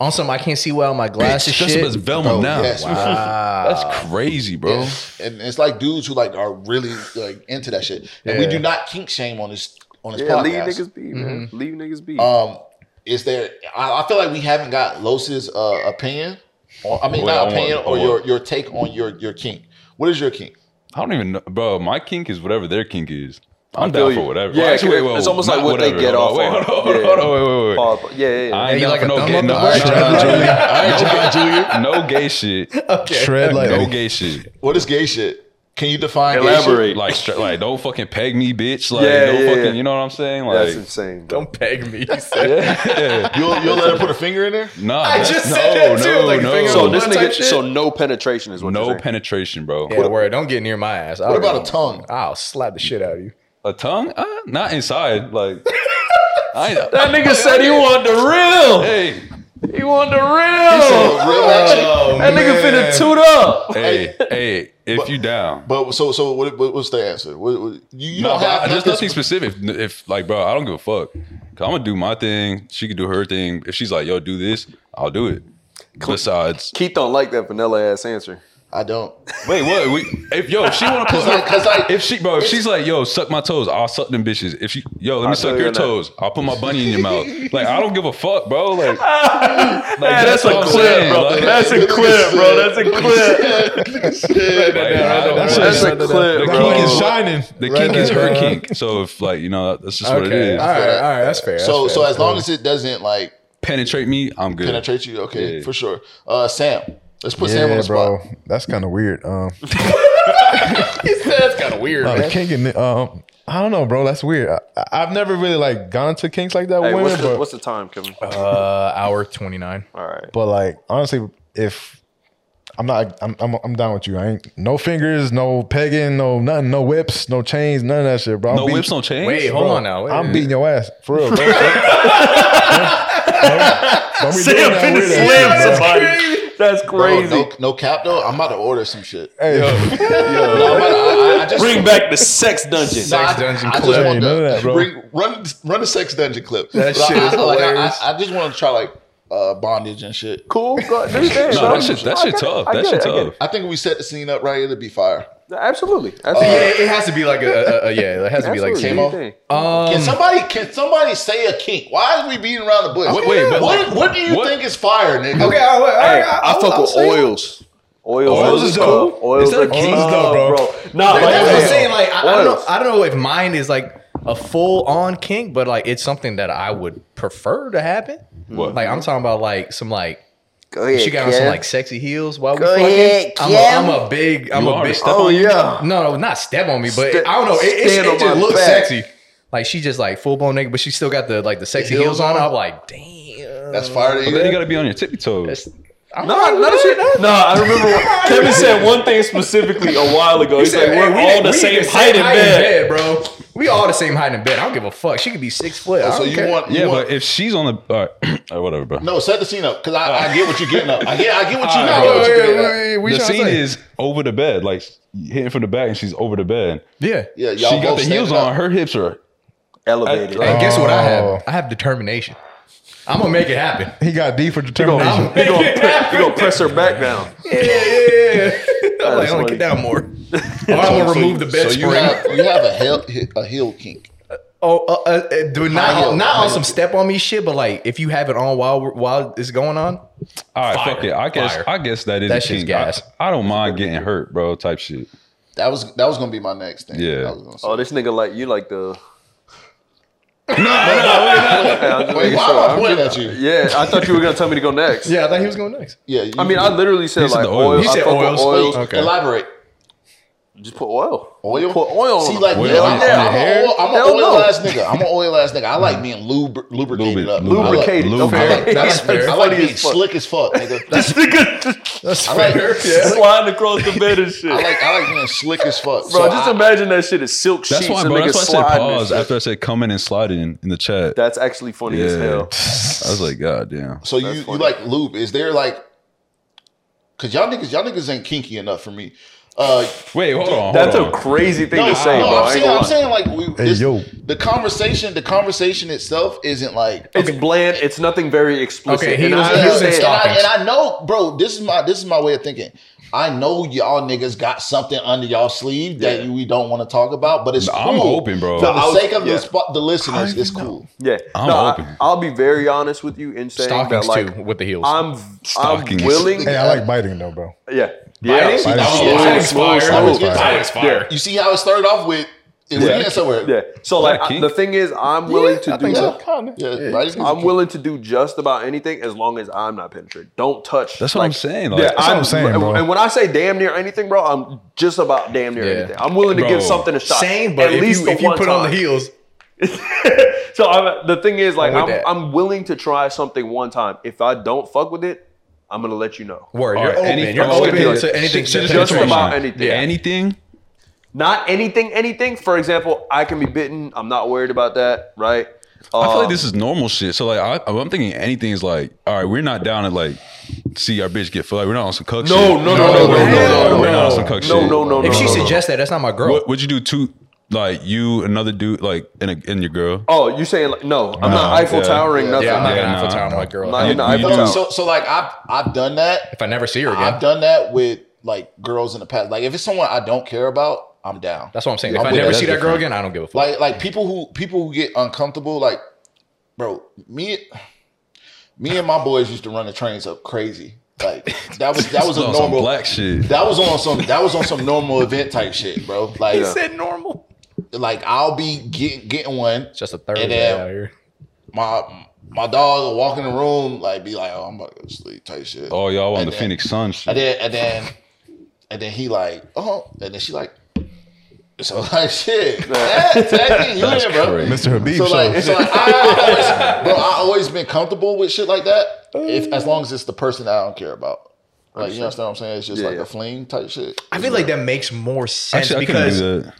Speaker 3: On some, I can't see well my glasses.
Speaker 2: Bitch, that's
Speaker 3: shit. Oh,
Speaker 2: what's Velma
Speaker 1: Bro,
Speaker 2: now.
Speaker 1: Oh, yes.
Speaker 2: That's crazy, bro.
Speaker 1: Yeah. And it's like dudes who like are really like into that shit. And we
Speaker 3: Yeah.
Speaker 1: do not kink shame on this on this
Speaker 4: Yeah, leave
Speaker 1: podcast.
Speaker 4: niggas be, man. Leave niggas be.
Speaker 1: Um, is there? I, I feel like we haven't got Los's uh, opinion. Or, I mean,
Speaker 2: Wait, I
Speaker 1: not
Speaker 2: want-
Speaker 1: opinion,
Speaker 2: I
Speaker 1: or
Speaker 2: want-
Speaker 1: your your take on your your kink. What is your kink?
Speaker 2: I don't even know, bro. My kink is whatever their kink is. I'm
Speaker 4: feel
Speaker 2: down
Speaker 4: you.
Speaker 2: for whatever.
Speaker 4: Yeah,
Speaker 2: Well, actually, wait, wait,
Speaker 4: it's
Speaker 2: wait,
Speaker 4: almost
Speaker 2: not
Speaker 4: like what they
Speaker 2: whatever.
Speaker 4: get
Speaker 2: Hold
Speaker 4: off
Speaker 2: on, Wait,
Speaker 4: on.
Speaker 2: hold on,
Speaker 4: Yeah.
Speaker 2: hold on, wait, wait, wait.
Speaker 4: Pause. Yeah, yeah, yeah.
Speaker 2: I ain't
Speaker 3: you
Speaker 2: down
Speaker 3: like
Speaker 2: for
Speaker 3: a
Speaker 2: no
Speaker 3: thumb
Speaker 2: gay,
Speaker 3: up?
Speaker 2: no,
Speaker 3: All right,
Speaker 2: John
Speaker 3: John
Speaker 2: Julian.
Speaker 3: Julian.
Speaker 2: All right, John Julian. No gay shit.
Speaker 5: Tread like
Speaker 2: No gay shit.
Speaker 1: What is gay shit? Can you define gay shit?
Speaker 4: Elaborate.
Speaker 2: Like, stra- like, don't fucking peg me, bitch. Like,
Speaker 4: Yeah,
Speaker 2: no
Speaker 4: yeah,
Speaker 2: fucking,
Speaker 4: yeah.
Speaker 2: you know what I'm saying?
Speaker 4: That's
Speaker 2: Like,
Speaker 4: insane. bro.
Speaker 3: Don't peg me. he said.
Speaker 1: You'll, you'll let her put a finger in there.
Speaker 2: nah.
Speaker 3: I
Speaker 2: that's-
Speaker 3: just
Speaker 2: no,
Speaker 3: said that too,
Speaker 2: No,
Speaker 3: like,
Speaker 2: no,
Speaker 3: finger
Speaker 4: So
Speaker 3: on
Speaker 2: no,
Speaker 4: this
Speaker 3: One
Speaker 4: nigga,
Speaker 3: type shit?
Speaker 4: so no penetration is what you're
Speaker 2: no
Speaker 4: saying.
Speaker 2: penetration, bro.
Speaker 3: Yeah, word. Don't get near my ass.
Speaker 1: What about a tongue?
Speaker 3: I'll slap the shit out of you.
Speaker 2: A tongue? Uh, not inside. Like, I ain't.
Speaker 11: That nigga said he wanted the real.
Speaker 2: Hey,
Speaker 11: He wanted the real.
Speaker 1: So real action.
Speaker 3: Oh,
Speaker 11: That nigga finna toot up.
Speaker 2: hey, hey! If you down,
Speaker 1: But so so what, what what's the answer? What, what, you you
Speaker 2: no,
Speaker 1: don't have
Speaker 2: but I- there's
Speaker 1: nothing-
Speaker 2: nothing specific. If, if, like, bro, I don't give a fuck. i I'm gonna do my thing. She can do her thing. If she's like, yo, do this, I'll do it. Besides,
Speaker 4: Keith don't like that vanilla ass answer.
Speaker 1: I don't.
Speaker 2: wait, what? We, if yo, if she wanna put,
Speaker 1: Cause like, cause like,
Speaker 2: if she, bro, if she's like, yo, suck my toes, I'll suck them bitches. If she, yo, let me
Speaker 4: I'll tell
Speaker 2: suck
Speaker 4: you
Speaker 2: your
Speaker 4: that.
Speaker 2: toes. I'll put my bunny in your mouth. Like, I don't give a fuck, bro. Like, like
Speaker 11: Yeah, that's,
Speaker 2: what
Speaker 11: a
Speaker 2: I'm
Speaker 11: clip,
Speaker 2: saying.
Speaker 11: bro.
Speaker 2: Like,
Speaker 11: that's a clip, bro. That's a clip. Mm-hmm.
Speaker 2: like, I don't-
Speaker 5: That's
Speaker 4: That's a
Speaker 5: a
Speaker 4: clip,
Speaker 2: The
Speaker 4: bro.
Speaker 2: kink
Speaker 5: Fucking
Speaker 2: is
Speaker 5: shining.
Speaker 2: The kink is her
Speaker 5: Uh,
Speaker 2: kink. So if like you know, that's just what it
Speaker 3: Okay.
Speaker 2: is.
Speaker 3: All right. All right. That's fair.
Speaker 1: so
Speaker 3: that's
Speaker 1: so
Speaker 3: fair.
Speaker 1: as long as it doesn't like
Speaker 2: Penetrate me, I'm good.
Speaker 1: penetrate you, okay,
Speaker 2: Yeah.
Speaker 1: for sure. Uh, Sam, let's put Sam on
Speaker 5: Yeah,
Speaker 1: the spot.
Speaker 5: bro. That's kind of weird. Um,
Speaker 3: that's kind of weird.
Speaker 5: no, the kink and um, I don't know, bro. That's weird. I, I've never really like gone to kinks like that with
Speaker 4: Hey,
Speaker 5: women,
Speaker 4: what's the,
Speaker 5: but
Speaker 4: what's the time, Kevin?
Speaker 3: Uh, hour twenty nine.
Speaker 4: All right.
Speaker 5: But like honestly, if I'm not, I'm, I'm I'm down with you. I ain't no fingers, no pegging, no nothing, no whips, no chains, none of that shit, bro.
Speaker 2: No whips, no chains.
Speaker 3: Wait, hold on now. Wait,
Speaker 5: I'm beating your ass for real, bro. don't, don't be doing that weird ass shit, bro.
Speaker 11: somebody. That's
Speaker 1: Bro,
Speaker 11: crazy.
Speaker 1: no, no cap though. I'm about to order some shit.
Speaker 5: Hey,
Speaker 1: No, I'm about to- I- I just-
Speaker 11: Bring back the sex dungeon.
Speaker 1: Nah, I-
Speaker 3: dungeon
Speaker 1: I just
Speaker 3: clip.
Speaker 1: want
Speaker 5: Hey, none
Speaker 1: to
Speaker 5: of that, bro.
Speaker 1: bring- run run the sex dungeon clip.
Speaker 3: That
Speaker 1: But I-
Speaker 3: shit is
Speaker 1: I, like, I-
Speaker 3: hilarious.
Speaker 1: I, I just want to try like uh, bondage and shit.
Speaker 4: Cool. Go, do your thing,
Speaker 2: No,
Speaker 4: bro.
Speaker 2: that shit, that
Speaker 4: I
Speaker 2: shit
Speaker 4: get it.
Speaker 2: tough.
Speaker 4: I
Speaker 2: That
Speaker 4: get
Speaker 2: shit
Speaker 4: it. I get
Speaker 2: tough.
Speaker 1: I think if we set the scene up right. It'll be fire.
Speaker 4: it. Absolutely.
Speaker 3: yeah,
Speaker 4: Absolutely.
Speaker 3: it it has to be like a, a, a yeah. It has to be like
Speaker 4: Absolutely.
Speaker 3: same
Speaker 4: Do your
Speaker 3: old.
Speaker 4: thing.
Speaker 1: Can
Speaker 3: Um,
Speaker 1: somebody can somebody say a kink? Why is we beating around the bush?
Speaker 2: Wait, wait, but
Speaker 1: what
Speaker 2: like-
Speaker 1: what do you
Speaker 2: what-
Speaker 1: think is fire, nigga?
Speaker 3: okay, all right, all
Speaker 4: Hey,
Speaker 3: right,
Speaker 4: I,
Speaker 3: I'll-
Speaker 4: fuck
Speaker 3: I'll
Speaker 4: with
Speaker 3: say-
Speaker 4: oils. Oils,
Speaker 5: Oils is dope.
Speaker 4: Oils
Speaker 2: Is that
Speaker 4: are
Speaker 2: a
Speaker 4: dope,
Speaker 2: kink?
Speaker 3: Uh,
Speaker 5: Oils is dope, bro.
Speaker 4: Nah,
Speaker 3: But that's what I'm
Speaker 4: like,
Speaker 3: saying. Like, I, I don't know.
Speaker 4: Oils.
Speaker 3: I don't know if mine is like a full on kink, but like it's something that I would prefer to happen.
Speaker 2: What?
Speaker 3: Like I'm talking about like some like
Speaker 8: Go ahead,
Speaker 3: she got on
Speaker 8: Kev.
Speaker 3: some like sexy heels while
Speaker 8: Go
Speaker 3: we fucking.
Speaker 8: ahead,
Speaker 3: I'm, a,
Speaker 8: Kev.
Speaker 3: I'm a big. I'm
Speaker 2: You
Speaker 3: a
Speaker 2: are.
Speaker 3: big. Step
Speaker 4: Oh
Speaker 3: on,
Speaker 4: yeah.
Speaker 3: No, no, not step on me, but
Speaker 4: Step-
Speaker 3: I don't know. It, it's,
Speaker 4: stand on
Speaker 3: it just
Speaker 4: my
Speaker 3: looks
Speaker 4: back.
Speaker 3: sexy. Like she just like full blown naked, but she still got the like the sexy
Speaker 1: heels
Speaker 3: heels on.
Speaker 1: on.
Speaker 3: I'm like, damn.
Speaker 1: That's fire. To
Speaker 2: But then you
Speaker 1: you.
Speaker 2: gotta be on your tippy toes.
Speaker 3: I'm
Speaker 4: No,
Speaker 3: fine with
Speaker 4: no,
Speaker 3: that.
Speaker 4: shit, no.
Speaker 11: No, I remember what- Kevin said one thing specifically a while ago. He's like,
Speaker 3: Hey,
Speaker 11: we're
Speaker 3: we
Speaker 11: all the
Speaker 3: we
Speaker 11: same height in bed.
Speaker 3: bro. Oh, We all the same height in bed. I don't give a fuck. She could be six foot. I
Speaker 1: So
Speaker 3: don't
Speaker 1: you
Speaker 3: care.
Speaker 1: want you
Speaker 2: Yeah,
Speaker 1: want,
Speaker 2: but if she's on the, all right, all right, whatever, bro.
Speaker 1: no set the scene up because I, I get what you're getting up. I get I get what you know.
Speaker 3: Wait,
Speaker 1: what you're
Speaker 3: wait,
Speaker 1: getting at.
Speaker 3: wait, wait, what
Speaker 2: The
Speaker 3: you trying
Speaker 2: scene
Speaker 3: to say?
Speaker 2: is over the bed, like hitting from the back, and she's over the bed.
Speaker 3: yeah.
Speaker 1: Yeah,
Speaker 2: She
Speaker 1: y'all both
Speaker 2: got the heels
Speaker 1: standing up.
Speaker 2: on. Her hips are.
Speaker 4: Elevated.
Speaker 3: And guess what I
Speaker 5: Oh.
Speaker 3: have? I have determination. I'm gonna make it happen.
Speaker 5: he got D for
Speaker 4: You're
Speaker 5: determination.
Speaker 4: gonna, pre- you gonna press her back down.
Speaker 3: Yeah, yeah. I'm like,
Speaker 4: That's
Speaker 3: I'm gonna
Speaker 4: funny.
Speaker 3: get down more. Or I'm gonna remove the bed
Speaker 1: so you
Speaker 3: spring.
Speaker 1: have you have a heel a heel kink.
Speaker 3: oh, uh, uh, uh, do
Speaker 1: High
Speaker 3: not
Speaker 1: heel,
Speaker 3: not
Speaker 1: high
Speaker 3: on some
Speaker 1: heel.
Speaker 3: step on me shit, but like if you have it on while we're- while it's going on,
Speaker 2: All right,
Speaker 3: Fire.
Speaker 2: fuck it. I guess
Speaker 3: Fire.
Speaker 2: I guess that is
Speaker 3: That
Speaker 2: a
Speaker 3: shit's
Speaker 2: kink.
Speaker 3: gas.
Speaker 2: I, I don't mind getting hurt, bro. Type shit.
Speaker 1: That was that was gonna be my next thing.
Speaker 4: Yeah. Oh, this nigga like you like the. no,
Speaker 1: Wait, why am I pointing at you?
Speaker 4: Yeah, I thought you were gonna tell me to go next.
Speaker 3: Yeah, I thought he was going next.
Speaker 1: Yeah,
Speaker 4: I mean, I literally said like oil. I fuck with oils.
Speaker 1: Elaborate.
Speaker 4: Just put oil.
Speaker 1: Oil.
Speaker 4: Put oil.
Speaker 1: See,
Speaker 4: on
Speaker 1: like,
Speaker 4: them.
Speaker 1: hell yeah, I'm an oil, I'm an
Speaker 4: Hell
Speaker 1: oil
Speaker 4: no.
Speaker 1: ass nigga. I'm an oil ass nigga. I like being lubri- lubricated up.
Speaker 4: Lubricated.
Speaker 1: I like, I like-
Speaker 4: Okay. That's
Speaker 1: that's
Speaker 4: fair.
Speaker 1: I like
Speaker 4: Funny
Speaker 1: being
Speaker 4: as fuck.
Speaker 1: slick as fuck, nigga. That's,
Speaker 3: that's
Speaker 1: I like,
Speaker 4: fair.
Speaker 1: I like-
Speaker 4: Sliding across the bed and shit.
Speaker 1: I like, I like being slick as fuck.
Speaker 4: Bro,
Speaker 1: So
Speaker 4: just
Speaker 1: I-
Speaker 4: imagine that shit is silk
Speaker 2: That's
Speaker 4: sheets.
Speaker 2: why,
Speaker 4: and
Speaker 2: bro.
Speaker 4: niggas
Speaker 2: That's why I said
Speaker 4: sliding and
Speaker 2: pause
Speaker 4: shit.
Speaker 2: after I said come in and slide in in the chat.
Speaker 4: That's actually funny as hell.
Speaker 2: I was like, God damn.
Speaker 1: So you, you like lube? Is there like? Cause y'all niggas, y'all niggas ain't kinky enough for me. Uh,
Speaker 2: Wait, hold on, hold
Speaker 4: That's a on. crazy thing to say, bro. I
Speaker 1: I'm
Speaker 4: ain't
Speaker 1: saying,
Speaker 4: gonna
Speaker 1: I'm
Speaker 4: lie.
Speaker 1: saying like we,
Speaker 5: Hey, yo.
Speaker 1: the conversation, the conversation itself isn't like
Speaker 4: It's bland. It's nothing very explicit.
Speaker 1: Okay, he
Speaker 4: And
Speaker 1: was
Speaker 4: I
Speaker 1: using
Speaker 4: understand-
Speaker 1: and I, and I know, bro. This is my this is my way of thinking. I know y'all niggas got something under y'all sleeve that you, we don't want to talk about, but it's
Speaker 2: I'm
Speaker 1: cool.
Speaker 2: open, bro.
Speaker 1: For the
Speaker 4: I was-
Speaker 1: sake of
Speaker 4: yeah.
Speaker 1: the, spot, the listeners, it's cool.
Speaker 4: Yeah,
Speaker 2: I'm
Speaker 4: No,
Speaker 2: open.
Speaker 4: I, will be very honest with you in saying
Speaker 3: Stockings
Speaker 4: that, like,
Speaker 3: too with the heels.
Speaker 4: I'm
Speaker 2: Stockings.
Speaker 4: I'm willing.
Speaker 5: Hey, I like biting though, bro.
Speaker 4: Yeah, yeah.
Speaker 5: Biting?
Speaker 4: Smooth,
Speaker 5: Biting? Biting's
Speaker 4: smooth,
Speaker 5: fire. Biting's
Speaker 4: smooth.
Speaker 5: fire.
Speaker 3: Biting's fire.
Speaker 1: You see how it started off with it was
Speaker 4: Yeah.
Speaker 1: getting somewhere.
Speaker 4: Yeah. So
Speaker 2: Is that
Speaker 4: like I-
Speaker 2: kink?
Speaker 4: the thing is, I'm willing to do.
Speaker 5: so.
Speaker 4: ju-
Speaker 5: Kinda.
Speaker 1: Yeah, right? It's
Speaker 4: I'm willing to do just about anything as long as I'm not penetrated. Don't touch.
Speaker 2: That's what
Speaker 4: like,
Speaker 2: I'm saying. Like,
Speaker 4: yeah,
Speaker 5: what I'm saying, bro.
Speaker 4: And when I say damn near anything, bro, I'm just about damn near
Speaker 3: Yeah.
Speaker 4: anything. I'm willing to
Speaker 2: Bro,
Speaker 4: give something a shot.
Speaker 3: Same, but
Speaker 4: at
Speaker 3: if
Speaker 4: least
Speaker 3: you,
Speaker 4: the
Speaker 3: if you
Speaker 4: one
Speaker 3: put on
Speaker 4: time.
Speaker 3: the heels,
Speaker 4: so I'm, the thing is, like,
Speaker 3: I'm with
Speaker 4: I'm,
Speaker 3: that.
Speaker 4: I'm willing to try something one time. If I don't fuck with it, I'm gonna let you know.
Speaker 3: word,
Speaker 2: All
Speaker 3: you're
Speaker 2: right,
Speaker 3: open.
Speaker 2: any-
Speaker 3: you're
Speaker 2: I'm just
Speaker 3: open
Speaker 2: gonna be
Speaker 3: to
Speaker 2: like,
Speaker 3: anything.
Speaker 2: shit,
Speaker 3: except
Speaker 2: shit,
Speaker 4: Just
Speaker 2: Situation.
Speaker 4: about anything.
Speaker 2: Anything?
Speaker 4: Not anything, anything. For example, I can be bitten. I'm not worried about that, right?
Speaker 2: I feel
Speaker 4: Um,
Speaker 2: like this is normal shit. So like, I, I'm thinking anything is like, all right, we're not down to like see our bitch get fucked. We're not on some cuck
Speaker 4: No, no, no, no,
Speaker 2: shit. we're
Speaker 4: no,
Speaker 2: not-
Speaker 4: no,
Speaker 2: We're not on some
Speaker 4: no.
Speaker 2: cuck
Speaker 4: No,
Speaker 2: shit.
Speaker 4: no, no, no,
Speaker 3: If she
Speaker 4: no, no.
Speaker 3: suggests that, that's not my girl.
Speaker 2: What would you do to like you, another dude, like and, a, and your girl?
Speaker 4: Oh, you saying like, no? I'm not
Speaker 2: Nah,
Speaker 4: Eiffel
Speaker 2: yeah.
Speaker 4: Towering nothing.
Speaker 3: yeah, I'm not
Speaker 2: Yeah,
Speaker 3: gonna have
Speaker 2: nah,
Speaker 3: to tell
Speaker 2: nah.
Speaker 3: my girl.
Speaker 4: Nah,
Speaker 3: No.
Speaker 4: nah.
Speaker 2: You-
Speaker 4: I
Speaker 2: you
Speaker 4: felt
Speaker 2: do-
Speaker 4: so-
Speaker 1: So, so like I've I've done that.
Speaker 3: If I never see her again,
Speaker 1: I've done that with like girls in the past. Like if it's someone I don't care about, I'm down.
Speaker 3: that's what I'm saying.
Speaker 1: Yeah,
Speaker 3: If
Speaker 1: I'm
Speaker 3: I
Speaker 1: with
Speaker 3: never
Speaker 1: that.
Speaker 3: see that girl again, I don't give a fuck.
Speaker 1: like like people who people who get uncomfortable like bro me me and my boys used to run the trains up crazy like that was that was
Speaker 2: This
Speaker 1: a
Speaker 2: is on some
Speaker 1: normal
Speaker 2: black shit.
Speaker 1: that was on some that was on some normal event type shit bro like
Speaker 3: He said normal.
Speaker 1: like i'll be getting getting one
Speaker 3: It's just a third
Speaker 1: And,
Speaker 3: day
Speaker 1: uh,
Speaker 3: out here.
Speaker 1: my my dog will walk in the room like be like oh i'm about to go to sleep type shit
Speaker 2: Oh, y'all on
Speaker 1: And
Speaker 2: the
Speaker 1: then-
Speaker 2: Phoenix Sun shit.
Speaker 1: and then and then and then he like, oh, and then she like, so like shit, that, that thing, you
Speaker 2: That's
Speaker 1: in, bro.
Speaker 2: crazy.
Speaker 5: Mr. Habib
Speaker 1: So
Speaker 5: show.
Speaker 1: like, so like I, I always, bro, I always been comfortable with shit like that, if as long as it's the person that I don't care about. Like, you understand what I'm saying? It's just
Speaker 4: Yeah,
Speaker 1: like
Speaker 4: yeah.
Speaker 1: a fling type shit.
Speaker 3: I feel like that makes more sense
Speaker 2: Actually, I couldn't
Speaker 3: because
Speaker 2: do that.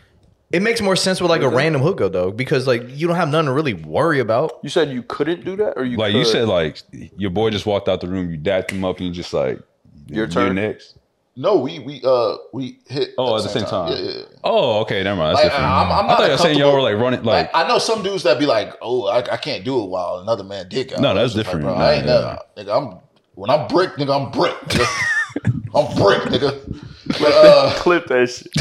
Speaker 3: it makes more sense with like a random hookup though, because like you don't have nothing to really worry about.
Speaker 4: You said you couldn't do that, or you
Speaker 2: Like
Speaker 4: could?
Speaker 2: you said, like your boy just walked out the room. You dapped him up, and you just like
Speaker 4: Your
Speaker 2: you're
Speaker 4: turn.
Speaker 2: next.
Speaker 1: No, we we uh we hit.
Speaker 2: Oh, at the same time.
Speaker 1: Yeah, yeah, yeah.
Speaker 2: Oh, okay, never mind. That's
Speaker 1: Like,
Speaker 2: different.
Speaker 4: uh,
Speaker 1: I'm- I'm
Speaker 2: I
Speaker 1: not
Speaker 2: thought you were saying y'all
Speaker 1: comfortable-
Speaker 2: were like running like
Speaker 1: I, I know some dudes that be like, "Oh, I, I can't do it while another man dick out."
Speaker 2: No, that's
Speaker 1: Like,
Speaker 2: different.
Speaker 1: bro,
Speaker 2: Nah,
Speaker 1: I ain't
Speaker 2: yeah.
Speaker 1: never- nigga. I'm when I'm brick, nigga. I'm brick. nigga. I'm brick, nigga. But, uh,
Speaker 11: Clip that shit.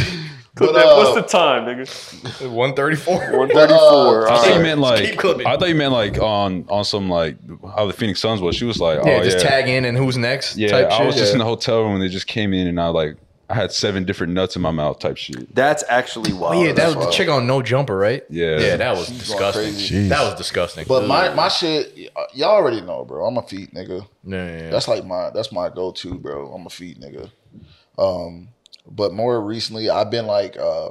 Speaker 11: Clip
Speaker 1: But,
Speaker 11: that. What's
Speaker 1: uh,
Speaker 11: the time, nigga?
Speaker 3: One thirty four.
Speaker 4: 134.
Speaker 2: I
Speaker 4: all
Speaker 2: thought you
Speaker 4: right.
Speaker 2: meant
Speaker 3: keep
Speaker 2: like
Speaker 3: clipping.
Speaker 2: I thought you meant like on on some like how the Phoenix Suns was. She was like, oh
Speaker 3: Yeah,
Speaker 2: yeah,
Speaker 3: just tag in and who's next.
Speaker 2: yeah.
Speaker 3: type
Speaker 2: I
Speaker 3: shit.
Speaker 2: was just
Speaker 3: Yeah.
Speaker 2: in the hotel room and they just came in and I like I had seven different nuts in my mouth type shit.
Speaker 4: That's actually
Speaker 3: Oh,
Speaker 4: wild.
Speaker 3: yeah, that was
Speaker 1: wild.
Speaker 3: the chick on No Jumper, right?
Speaker 2: Yeah.
Speaker 3: Yeah, that was
Speaker 1: She's going
Speaker 3: disgusting.
Speaker 1: crazy.
Speaker 3: That was disgusting.
Speaker 1: but my
Speaker 3: Ugh.
Speaker 1: my shit, y- y'all already know, bro. I'm a feet nigga.
Speaker 3: Yeah, yeah, yeah.
Speaker 1: That's like my that's my go to, bro. I'm a feet nigga. Um, but more recently, I've been like uh,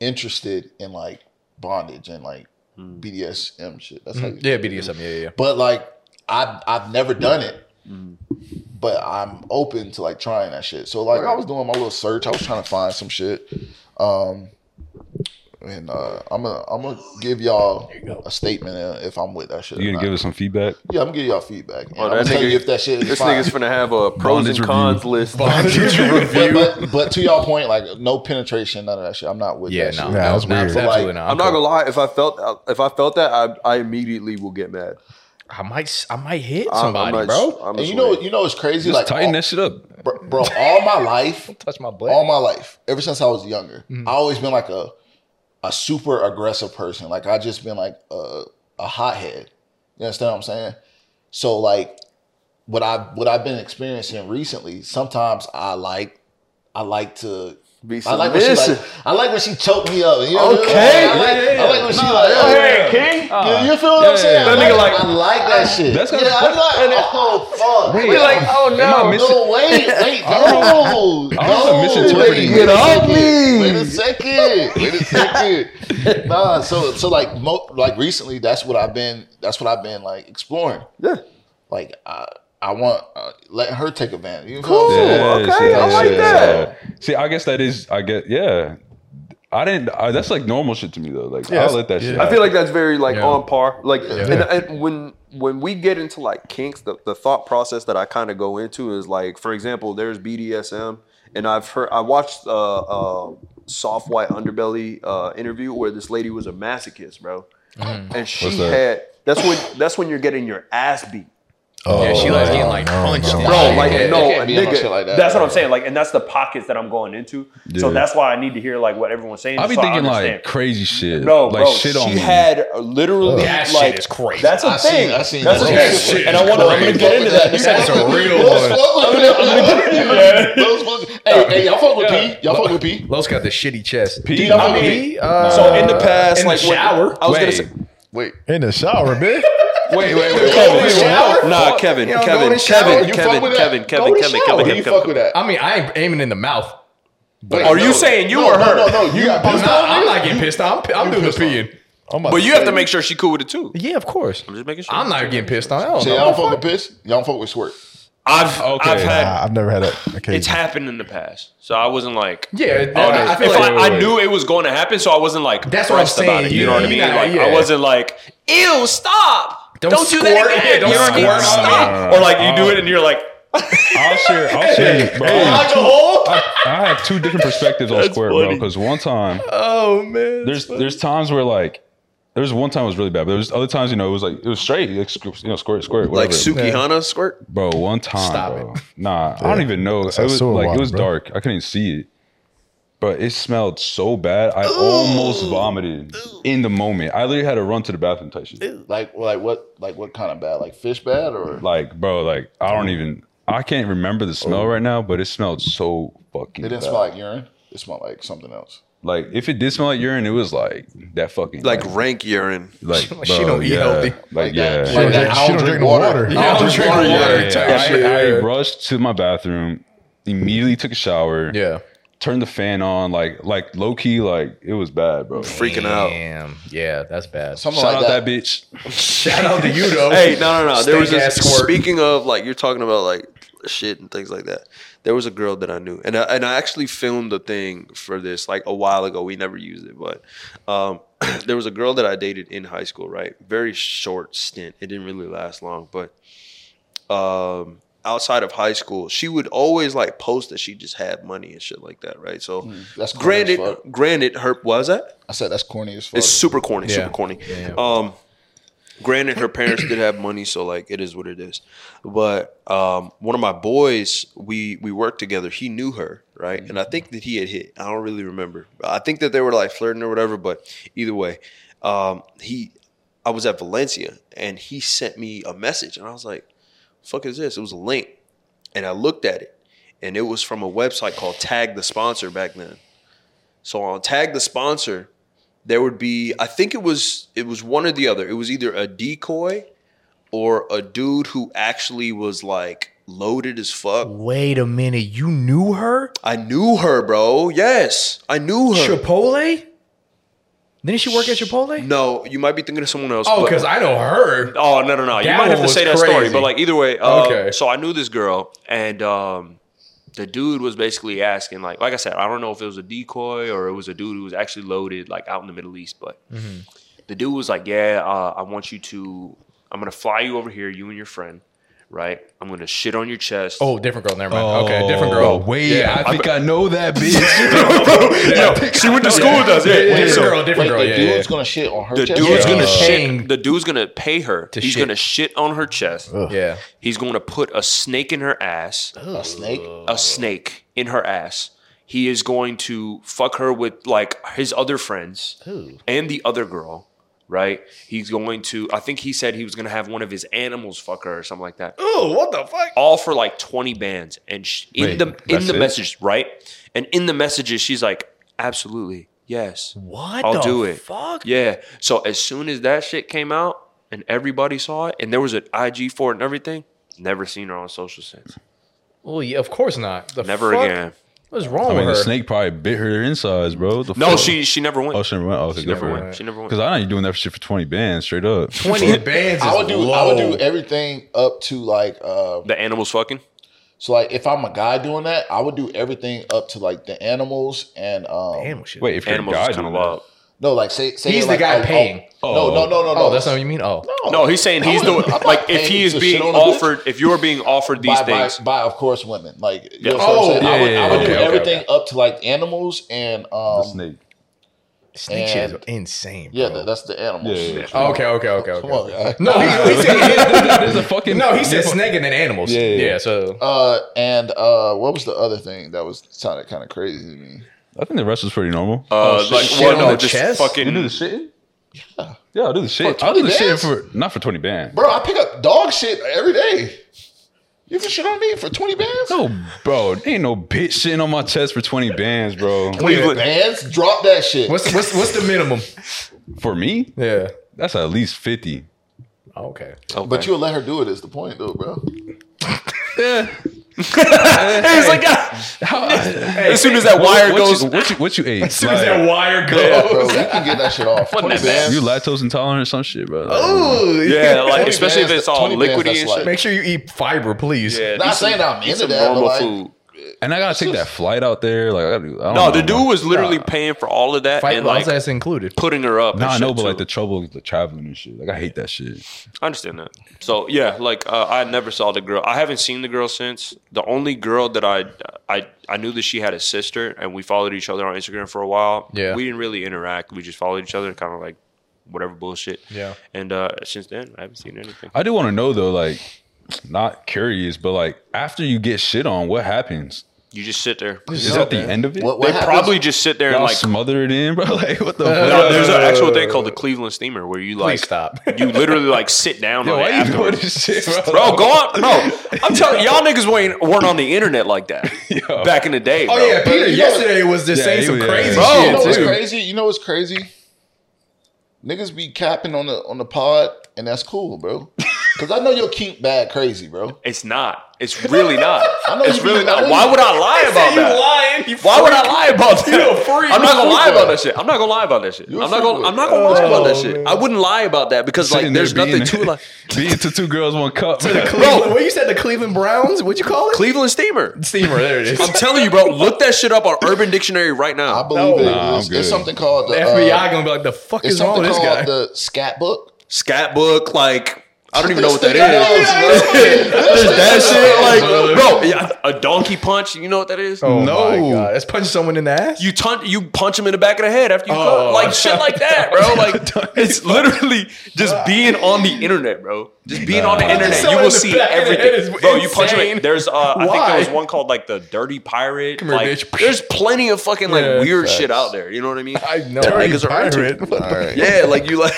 Speaker 1: interested in like bondage and like BDSM shit. That's like
Speaker 3: Hmm. yeah, BDSM. Yeah, Hmm. yeah, yeah.
Speaker 1: but like I've I've never done it. But I'm open to like trying that shit. So like I was doing my little search. I was trying to find some shit. Um and uh I'm gonna I'm gonna give y'all a statement uh, if I'm with that shit. or
Speaker 2: You gonna
Speaker 1: not.
Speaker 2: give us some feedback?
Speaker 1: yeah, I'm gonna give y'all feedback.
Speaker 4: Oh,
Speaker 1: I'm
Speaker 4: that
Speaker 1: gonna tell
Speaker 4: nigga-
Speaker 1: you if that shit is
Speaker 4: This
Speaker 1: fine.
Speaker 4: nigga's finna have a pros
Speaker 2: Bondage
Speaker 4: and
Speaker 2: review.
Speaker 4: cons list.
Speaker 1: but, but, but to y'all point, like no penetration, none of that shit. I'm not with
Speaker 3: Yeah,
Speaker 1: that
Speaker 3: no,
Speaker 1: shit.
Speaker 5: Nah, that's
Speaker 3: no,
Speaker 5: weird.
Speaker 3: absolutely
Speaker 1: Like,
Speaker 3: not.
Speaker 4: I'm not gonna lie. If I felt if I felt that, I, I immediately will get mad.
Speaker 3: I might, s- I might hit
Speaker 4: I'm-
Speaker 3: somebody,
Speaker 4: I'm not,
Speaker 3: bro.
Speaker 4: I'm
Speaker 1: And
Speaker 4: just
Speaker 1: you know
Speaker 4: waiting.
Speaker 1: you know it's crazy?
Speaker 2: Just
Speaker 1: like
Speaker 2: tighten
Speaker 1: all-
Speaker 2: that shit up.
Speaker 1: bro, bro, all my life
Speaker 3: Touch my
Speaker 1: all
Speaker 3: butt.
Speaker 1: my life, ever since I was younger, I always been like a a super aggressive person. Like I just been like a a hothead. You understand what I'm saying? So like what I what I've been experiencing recently, sometimes I like I like to
Speaker 4: Be
Speaker 1: I like, when she like,
Speaker 4: submissive.
Speaker 1: I like when she choked me up. You know what I'm
Speaker 4: Okay.
Speaker 1: saying? I like,
Speaker 4: Yeah, yeah,
Speaker 1: I like when she
Speaker 4: yeah.
Speaker 1: like,
Speaker 4: Nah,
Speaker 1: oh,
Speaker 4: yeah,
Speaker 1: yeah.
Speaker 4: King.
Speaker 1: You- You, feel what
Speaker 2: Uh, Yeah,
Speaker 1: I'm saying?
Speaker 2: yeah,
Speaker 1: I
Speaker 2: yeah. That nigga
Speaker 1: like,
Speaker 2: like-
Speaker 1: I like that shit.
Speaker 2: That's
Speaker 1: yeah,
Speaker 2: kinda
Speaker 1: I'm like, oh fuck.
Speaker 2: Wait, We like, am- oh, am I no. missing-
Speaker 1: No, wait, wait,
Speaker 2: I don't
Speaker 1: no,
Speaker 2: I was
Speaker 1: no.
Speaker 2: misinterpreting
Speaker 1: Wait,
Speaker 2: it.
Speaker 1: Wait a second. Wait a second. nah, so so like mo- like recently, that's what I've been. That's what I've been like exploring. Yeah. Like I I want uh, letting her take advantage. You feel what I'm saying?
Speaker 2: shit, shit, yeah. See, I guess that is. I get. Yeah, I didn't. I, that's like normal shit to me though. Like I'll let that shit.
Speaker 4: I feel
Speaker 2: happen.
Speaker 4: like that's very like
Speaker 2: Yeah.
Speaker 4: on par. Like,
Speaker 2: Yeah.
Speaker 4: and,
Speaker 2: Yeah.
Speaker 4: and when when we get into like kinks, the, the thought process that I kind of go into is like, for example, there's BDSM, and I've heard I watched uh, uh, Soft White Underbelly uh, interview where this lady was a masochist, bro, and she
Speaker 11: What's that?
Speaker 4: had that's when that's when you're getting your ass beat.
Speaker 3: yeah,
Speaker 11: Oh,
Speaker 3: she like getting like punched. and
Speaker 4: Bro,
Speaker 3: shit.
Speaker 4: like
Speaker 3: Yeah.
Speaker 4: Oh, no,
Speaker 3: Yeah.
Speaker 4: nigga.
Speaker 11: that's what I'm saying. Like, and that's the pockets that I'm going into. So
Speaker 2: Yeah.
Speaker 11: that's why I need to hear like what everyone's saying.
Speaker 2: I be
Speaker 11: so
Speaker 2: thinking
Speaker 11: understand.
Speaker 2: like crazy shit.
Speaker 11: No,
Speaker 2: like
Speaker 11: bro,
Speaker 2: shit
Speaker 11: she
Speaker 2: on me.
Speaker 11: had literally
Speaker 2: That shit
Speaker 11: like
Speaker 2: is crazy.
Speaker 11: That's a
Speaker 2: I seen-
Speaker 11: thing.
Speaker 2: I seen
Speaker 11: that's a
Speaker 2: that.
Speaker 11: thing.
Speaker 2: That shit
Speaker 11: and I
Speaker 2: is
Speaker 11: want to. I'm
Speaker 2: crazy.
Speaker 11: gonna get into that. in a second.
Speaker 2: That's a real
Speaker 11: I'm gonna- I'm gonna get into that.
Speaker 1: Hey, hey, y'all fuck with P. Y'all fuck with P.
Speaker 3: Lowe's got the shitty chest.
Speaker 1: P? Y'all fuck with P?
Speaker 3: Uh,
Speaker 4: so in the past,
Speaker 3: in the
Speaker 4: like when-
Speaker 3: shower?
Speaker 4: I was gonna
Speaker 3: Wait.
Speaker 4: say,
Speaker 1: wait,
Speaker 5: in the shower, bitch.
Speaker 4: Wait, wait,
Speaker 5: wait, wait,
Speaker 3: Oh,
Speaker 5: wait, wait.
Speaker 4: Nah,
Speaker 5: Fuck.
Speaker 4: Kevin,
Speaker 5: You don't go in
Speaker 4: Kevin,
Speaker 5: the shower?
Speaker 4: Kevin,
Speaker 5: You
Speaker 4: Kevin,
Speaker 5: fuck with that?
Speaker 4: Kevin,
Speaker 5: Go
Speaker 4: Kevin,
Speaker 5: in the
Speaker 4: Kevin,
Speaker 5: shower.
Speaker 4: Kevin,
Speaker 5: You
Speaker 4: Kevin,
Speaker 5: fuck
Speaker 4: Kevin.
Speaker 5: with that?
Speaker 3: I mean, I ain't aiming in the mouth.
Speaker 1: But
Speaker 4: Are you saying you
Speaker 3: No,
Speaker 4: or
Speaker 3: no,
Speaker 4: her?
Speaker 3: no, no,
Speaker 1: you got
Speaker 3: I'm not. I'm not getting pissed off. I'm, I'm doing the peeing.
Speaker 11: But you have to make sure she cool with it too.
Speaker 3: Yeah, of course.
Speaker 11: I'm just making sure.
Speaker 3: I'm not getting pissed off. I don't
Speaker 1: So
Speaker 3: know.
Speaker 1: y'all fuck with piss? Y'all fuck with squirt?
Speaker 11: I've I've had
Speaker 5: Nah, I've never had that. Okay.
Speaker 11: It's happened in the past, so I wasn't like
Speaker 3: Yeah, that-
Speaker 11: Oh, no.
Speaker 3: I feel
Speaker 11: if
Speaker 3: like-
Speaker 11: I, I knew it was going to happen, so I wasn't like
Speaker 3: That's what I'm
Speaker 11: pressed about
Speaker 3: saying.
Speaker 11: it. You
Speaker 3: You-
Speaker 11: know what I
Speaker 3: you
Speaker 11: mean?
Speaker 3: gotta-
Speaker 11: Like
Speaker 3: yeah.
Speaker 11: I wasn't like ew, stop,
Speaker 3: Don't
Speaker 11: don't, do
Speaker 3: squirt.
Speaker 11: that again.
Speaker 3: Yeah, don't
Speaker 11: you know what I mean?
Speaker 3: squirt.
Speaker 11: Stop.
Speaker 2: No, no, no, no.
Speaker 11: Or like you do it and you're like
Speaker 2: I'll share. I'll share. Bro,
Speaker 11: Hey,
Speaker 2: I, have two,
Speaker 11: alcohol?
Speaker 2: I, I have two different perspectives on squirt, bro. Because one time,
Speaker 11: Uh,
Speaker 3: Oh man.
Speaker 2: there's there's times where like. There was one time it was really bad, but there was other times you know it was like it was straight, like, squ- you know, squirt, squirt, whatever.
Speaker 4: like Sukihana squirt.
Speaker 2: Bro, one time,
Speaker 4: Stop
Speaker 2: bro. Nah, I don't even know.
Speaker 5: That's
Speaker 2: it
Speaker 5: like
Speaker 2: was
Speaker 5: sewer
Speaker 2: like
Speaker 5: water,
Speaker 2: it was
Speaker 5: bro.
Speaker 2: dark. I couldn't see it. But it smelled so bad. I almost vomited in the moment. I literally had to run to the bathroom type shit.
Speaker 1: Like like what like what kind of bad? Like fish bad or
Speaker 2: Like, bro, like I don't even I can't remember the smell right now, but it smelled so
Speaker 1: it
Speaker 2: fucking
Speaker 1: didn't
Speaker 2: bad.
Speaker 1: smell like urine. It smelled like something else.
Speaker 2: like if it did smell like urine, it was like that fucking
Speaker 4: Like rank urine.
Speaker 2: like
Speaker 4: Like,
Speaker 2: bro,
Speaker 4: she don't eat
Speaker 2: yeah.
Speaker 4: healthy.
Speaker 2: Like,
Speaker 4: Like
Speaker 2: yeah,
Speaker 4: that. She don't drink-
Speaker 2: I
Speaker 4: she don't drink no water. Yeah, I don't drink no water type
Speaker 2: I-
Speaker 4: shit,
Speaker 2: I,
Speaker 4: yeah.
Speaker 2: rushed to my bathroom, immediately took a shower.
Speaker 3: Yeah.
Speaker 2: Turned the fan on, like like low key, like it was bad, bro.
Speaker 4: Freaking out.
Speaker 3: Damn. Yeah, that's bad.
Speaker 2: Shout out that. bitch.
Speaker 3: Shout out to you though.
Speaker 4: Hey, no, no, no. There was
Speaker 3: Stank-ass
Speaker 4: this,
Speaker 3: squirt.
Speaker 4: speaking of like you're talking about like shit and things like that. There was a girl that I knew, and I, and I actually filmed a thing for this like a while ago. We never used it, but um, there was a girl that I dated in high school. Right, very short stint. It didn't really last long, but um, outside of high school, she would always like post that she just had money and shit like that. Right, so
Speaker 1: that's corny as
Speaker 4: granted,
Speaker 1: fuck.
Speaker 4: granted, her was that
Speaker 1: I said that's corny as fuck.
Speaker 4: it's super corny,
Speaker 1: Yeah.
Speaker 4: super corny. Um, granted, her parents did have money, so like it is what it is. But um, one of my boys, we we worked together. He knew her, right? And I think that he had hit. I don't really remember. I think that they were like flirting or whatever. But either way, um, he, I was at Valencia, and he sent me a message, and I was like, "Fuck is this?" It was a link, and I looked at it, and it was from a website called Tag the Sponsor back then. So on Tag the Sponsor, there would be i think it was it was one or the other it was either a decoy or a dude who actually was like loaded as fuck
Speaker 3: Wait a minute. You knew her?
Speaker 4: i knew her bro yes i knew her
Speaker 3: Chipotle? Didn't she work at Chipotle?
Speaker 4: no you might be thinking of someone else
Speaker 3: Oh,
Speaker 4: but-
Speaker 3: 'cause I know her.
Speaker 11: Oh no no no! you
Speaker 3: That
Speaker 11: might have
Speaker 3: one
Speaker 11: to say that
Speaker 3: was
Speaker 11: story,
Speaker 3: crazy.
Speaker 11: but like either way, uh,
Speaker 3: Okay.
Speaker 11: So I knew this girl, and um, the dude was basically asking, like, like I said, I don't know if it was a decoy or it was a dude who was actually loaded, like out in the Middle East, but the dude was like, "Yeah, uh, I want you to. I'm gonna fly you over here, you and your friend, right? I'm gonna shit on your chest." Oh,
Speaker 3: Oh, different girl. Never mind. okay, different girl.
Speaker 2: Wait,
Speaker 3: Yeah,
Speaker 2: I
Speaker 3: I
Speaker 2: think I know that bitch.
Speaker 11: Yo, she went to school with us. Yeah, yeah,
Speaker 3: Different
Speaker 11: so-
Speaker 3: girl, different girl.
Speaker 1: The
Speaker 3: yeah, yeah.
Speaker 1: dude's gonna shit on her.
Speaker 11: The
Speaker 1: chest?
Speaker 11: dude's gonna
Speaker 3: Paying
Speaker 11: shit. The dude's gonna pay her. He's
Speaker 3: shit.
Speaker 11: gonna shit on her chest.
Speaker 3: Yeah.
Speaker 11: He's gonna put a snake in her ass.
Speaker 1: a snake.
Speaker 11: a snake in her ass. He is going to fuck her with like his other friends and the other girl. right? He's going to. I think he said he was going to have one of his animals fuck her or something like that.
Speaker 3: Oh, what the fuck?
Speaker 11: All for like twenty bands, and sh- in
Speaker 3: Wait,
Speaker 11: the in
Speaker 3: that's
Speaker 11: the
Speaker 3: it?
Speaker 11: message, right? And in the messages, she's like, absolutely, yes,
Speaker 3: What
Speaker 11: I'll
Speaker 3: the
Speaker 11: do it.
Speaker 3: fuck?
Speaker 11: Yeah. So as soon as that shit came out and everybody saw it, and there was an IG for it and everything, never seen her on social since.
Speaker 3: Well, yeah, of course not. The
Speaker 11: Never
Speaker 3: fuck?
Speaker 11: again.
Speaker 3: What's
Speaker 2: I
Speaker 3: wrong
Speaker 2: mean,
Speaker 3: with
Speaker 2: the
Speaker 3: her?
Speaker 2: snake probably bit her insides, bro. The
Speaker 11: No,
Speaker 2: fuck?
Speaker 11: she she never went.
Speaker 2: Oh, she never went. Oh,
Speaker 11: She
Speaker 2: she
Speaker 11: never
Speaker 2: never
Speaker 11: went.
Speaker 2: went.
Speaker 11: She never went.
Speaker 2: Because I know you're doing that shit for 20 bands, straight up.
Speaker 3: 20 bands
Speaker 1: I would do I would do everything up to like uh,
Speaker 11: the animals fucking.
Speaker 1: So like if I'm a guy doing that, I would do everything up to like the animals and um
Speaker 3: animal shit.
Speaker 2: Wait, if you're a Animals guy is kinda doing that. wild.
Speaker 1: No, like say say
Speaker 3: He's the
Speaker 1: like,
Speaker 3: guy
Speaker 1: oh, oh,
Speaker 3: paying.
Speaker 1: No, no, no, no, no.
Speaker 3: Oh, that's not what you mean. Oh,
Speaker 11: No, he's saying he's
Speaker 1: I'm
Speaker 11: doing
Speaker 1: not
Speaker 11: like if
Speaker 1: paying
Speaker 11: he is
Speaker 1: to
Speaker 11: being
Speaker 1: shit on a bitch.
Speaker 11: offered, if you're being offered these
Speaker 1: by, by,
Speaker 11: things,
Speaker 1: by of course women. Like you
Speaker 11: Yeah.
Speaker 1: know what
Speaker 11: Oh,
Speaker 1: I'm saying?
Speaker 11: yeah,
Speaker 1: I would,
Speaker 11: yeah,
Speaker 1: I would
Speaker 11: yeah,
Speaker 1: do
Speaker 11: okay, okay,
Speaker 1: everything up to like animals and um the snake.
Speaker 3: snake shit is insane.
Speaker 1: Yeah, that, that's the animals.
Speaker 3: Yeah, yeah, yeah. Oh, Okay, okay, okay, okay.
Speaker 1: Come on, guy.
Speaker 3: No, he, he said there's a fucking no. He said
Speaker 1: Yeah.
Speaker 3: snake and then animals. Yeah, so
Speaker 1: uh, and uh, what was the other thing that was sounded kind of crazy to me?
Speaker 2: I think the rest was pretty normal.
Speaker 3: Oh,
Speaker 11: Uh, like, well, no, just fucking.
Speaker 2: Oh, You do the shit? Yeah, I'll do the shit. I'll do
Speaker 1: 20
Speaker 2: the
Speaker 1: bands?
Speaker 2: shit for, not for 20 bands.
Speaker 1: Bro, I pick up dog shit every day. You can shit on me for twenty bands.
Speaker 2: No, bro, ain't no bitch sitting on my chest for 20 bands, bro.
Speaker 1: Cleveland bands, drop that shit.
Speaker 3: what's what's what's the minimum?
Speaker 2: For me?
Speaker 3: Yeah.
Speaker 2: That's at least 50.
Speaker 3: Okay.
Speaker 1: But you'll let her do it is the point though, bro.
Speaker 2: Yeah.
Speaker 11: It's like, ah, as soon as that
Speaker 2: What-
Speaker 11: wire
Speaker 2: what
Speaker 11: goes,
Speaker 2: You, what, you, what you ate?
Speaker 3: As soon as that wire goes.
Speaker 1: Bro, you can get that shit off.
Speaker 11: What
Speaker 1: 20
Speaker 11: is
Speaker 1: bands.
Speaker 2: you lactose intolerant or some shit, bro. Like,
Speaker 3: Oh,
Speaker 11: yeah, like
Speaker 1: 20
Speaker 11: especially if
Speaker 1: bands,
Speaker 11: it's all
Speaker 1: 20 bands,
Speaker 11: liquidy
Speaker 1: that's
Speaker 11: and
Speaker 1: like-
Speaker 11: shit.
Speaker 3: Make sure you eat fiber, please.
Speaker 11: Yeah,
Speaker 1: Not
Speaker 11: eat some-
Speaker 1: saying I'm
Speaker 11: eat
Speaker 1: into
Speaker 11: some
Speaker 1: that, but,
Speaker 11: normal
Speaker 1: like-
Speaker 11: food.
Speaker 2: And I gotta take that flight out there. Like, I gotta, do- I don't
Speaker 11: No,
Speaker 2: know,
Speaker 11: the
Speaker 2: man.
Speaker 11: dude was literally paying for all of that
Speaker 3: Oh Fight
Speaker 11: and like
Speaker 3: laws that's included.
Speaker 11: putting her up.
Speaker 2: Nah, I
Speaker 11: and
Speaker 2: know,
Speaker 11: shit,
Speaker 2: but like
Speaker 11: too.
Speaker 2: the trouble is the traveling and shit. Like, I hate that shit.
Speaker 11: I understand that. So yeah, like uh, I never saw the girl. I haven't seen the girl since. The only girl that I I I knew that she had a sister, and we followed each other on Instagram for a while.
Speaker 3: Yeah.
Speaker 11: we didn't really interact. We just followed each other, kind of like whatever bullshit.
Speaker 3: Yeah.
Speaker 11: And uh, since then, I haven't seen anything.
Speaker 2: I do want to know though, like, not curious, but like after you get shit on, what happens?
Speaker 11: You just sit there.
Speaker 2: Is that the end of it?
Speaker 1: What, what
Speaker 11: They
Speaker 1: happens-
Speaker 11: probably just sit there and
Speaker 2: Y'all
Speaker 11: like.
Speaker 2: smother it in, bro. Like, what the? fuck?
Speaker 11: No, there's an actual thing called the Cleveland Steamer where you like
Speaker 3: Please stop.
Speaker 11: You literally like sit down
Speaker 2: Yo,
Speaker 11: on
Speaker 2: why
Speaker 11: it
Speaker 2: you doing
Speaker 11: afterwards.
Speaker 2: this shit, bro?
Speaker 11: Bro, go on, bro. I'm telling y'all niggas weren't weren't on the internet like that
Speaker 2: Yo.
Speaker 11: back in the day. Bro.
Speaker 3: Oh yeah, Peter.
Speaker 1: you know-
Speaker 3: yesterday was just
Speaker 2: Yeah,
Speaker 3: saying
Speaker 2: he
Speaker 3: some
Speaker 2: was-
Speaker 3: crazy
Speaker 2: Bro,
Speaker 1: You know
Speaker 3: shit.
Speaker 1: what's
Speaker 3: too.
Speaker 1: crazy? You know what's crazy? Niggas be capping on the on the pod, and that's cool, bro. Because I know you're kink bad crazy, bro.
Speaker 11: It's not. It's really not.
Speaker 1: I know
Speaker 11: it's
Speaker 1: you-
Speaker 11: really
Speaker 1: I
Speaker 11: not.
Speaker 1: know
Speaker 11: Why
Speaker 1: you-
Speaker 11: would I lie about
Speaker 3: you
Speaker 11: that?
Speaker 3: lying. You
Speaker 11: Why would I lie about that?
Speaker 3: a freak.
Speaker 11: I'm not gonna lie
Speaker 1: freak,
Speaker 11: about
Speaker 1: bro.
Speaker 11: that shit. I'm not gonna lie about that shit.
Speaker 1: You're a
Speaker 11: I'm not
Speaker 1: freak,
Speaker 11: gonna.
Speaker 1: bro.
Speaker 11: I'm not gonna lie about that
Speaker 3: Oh,
Speaker 11: shit.
Speaker 3: man.
Speaker 11: I wouldn't lie about that because
Speaker 2: Sitting
Speaker 11: like there's
Speaker 2: there
Speaker 11: nothing to
Speaker 2: being-
Speaker 11: like
Speaker 2: Being to two girls, one cup.
Speaker 3: Bro, what you said? The Cleveland Browns? What'd you call it?
Speaker 11: Cleveland Steamer.
Speaker 3: Steamer. There it is.
Speaker 11: I'm telling you, bro. Look that shit up on Urban Dictionary right
Speaker 1: I
Speaker 11: now.
Speaker 1: believe it.
Speaker 2: Nah, I'm
Speaker 1: It's- it's
Speaker 2: good.
Speaker 1: something called the,
Speaker 3: The
Speaker 1: uh,
Speaker 3: FBI gonna be like, the fuck
Speaker 1: it's
Speaker 3: is wrong
Speaker 1: something
Speaker 3: with this
Speaker 1: called
Speaker 3: guy?
Speaker 1: the scat book.
Speaker 11: Scat book, like. I don't even know what that
Speaker 1: This
Speaker 11: is.
Speaker 1: thing knows, bro.
Speaker 11: There's that shit, like,
Speaker 3: Brother.
Speaker 11: bro, yeah, a donkey punch. You know what that is?
Speaker 3: oh my
Speaker 2: No.
Speaker 3: god, let's punch someone in the ass.
Speaker 11: you tun- you punch him in the back of the head after you
Speaker 3: Oh.
Speaker 11: cut, like shit like that, bro. Like it's literally just being on the internet, bro. Just being on the
Speaker 3: Punching
Speaker 11: internet, you
Speaker 3: someone in
Speaker 11: will
Speaker 3: the
Speaker 11: see
Speaker 3: back of the head is
Speaker 11: everything, bro. You punch
Speaker 3: insane.
Speaker 11: him. There's, uh, I think
Speaker 3: Why?
Speaker 11: there was one called like the Dirty Pirate.
Speaker 3: here,
Speaker 11: like,
Speaker 3: bitch.
Speaker 11: there's plenty of fucking like
Speaker 3: Yeah,
Speaker 11: weird
Speaker 1: facts.
Speaker 11: shit out there. You know what I mean?
Speaker 3: I know.
Speaker 11: That
Speaker 3: Dirty
Speaker 11: niggas are into.
Speaker 3: pirate.
Speaker 1: All right.
Speaker 11: Yeah, like you like.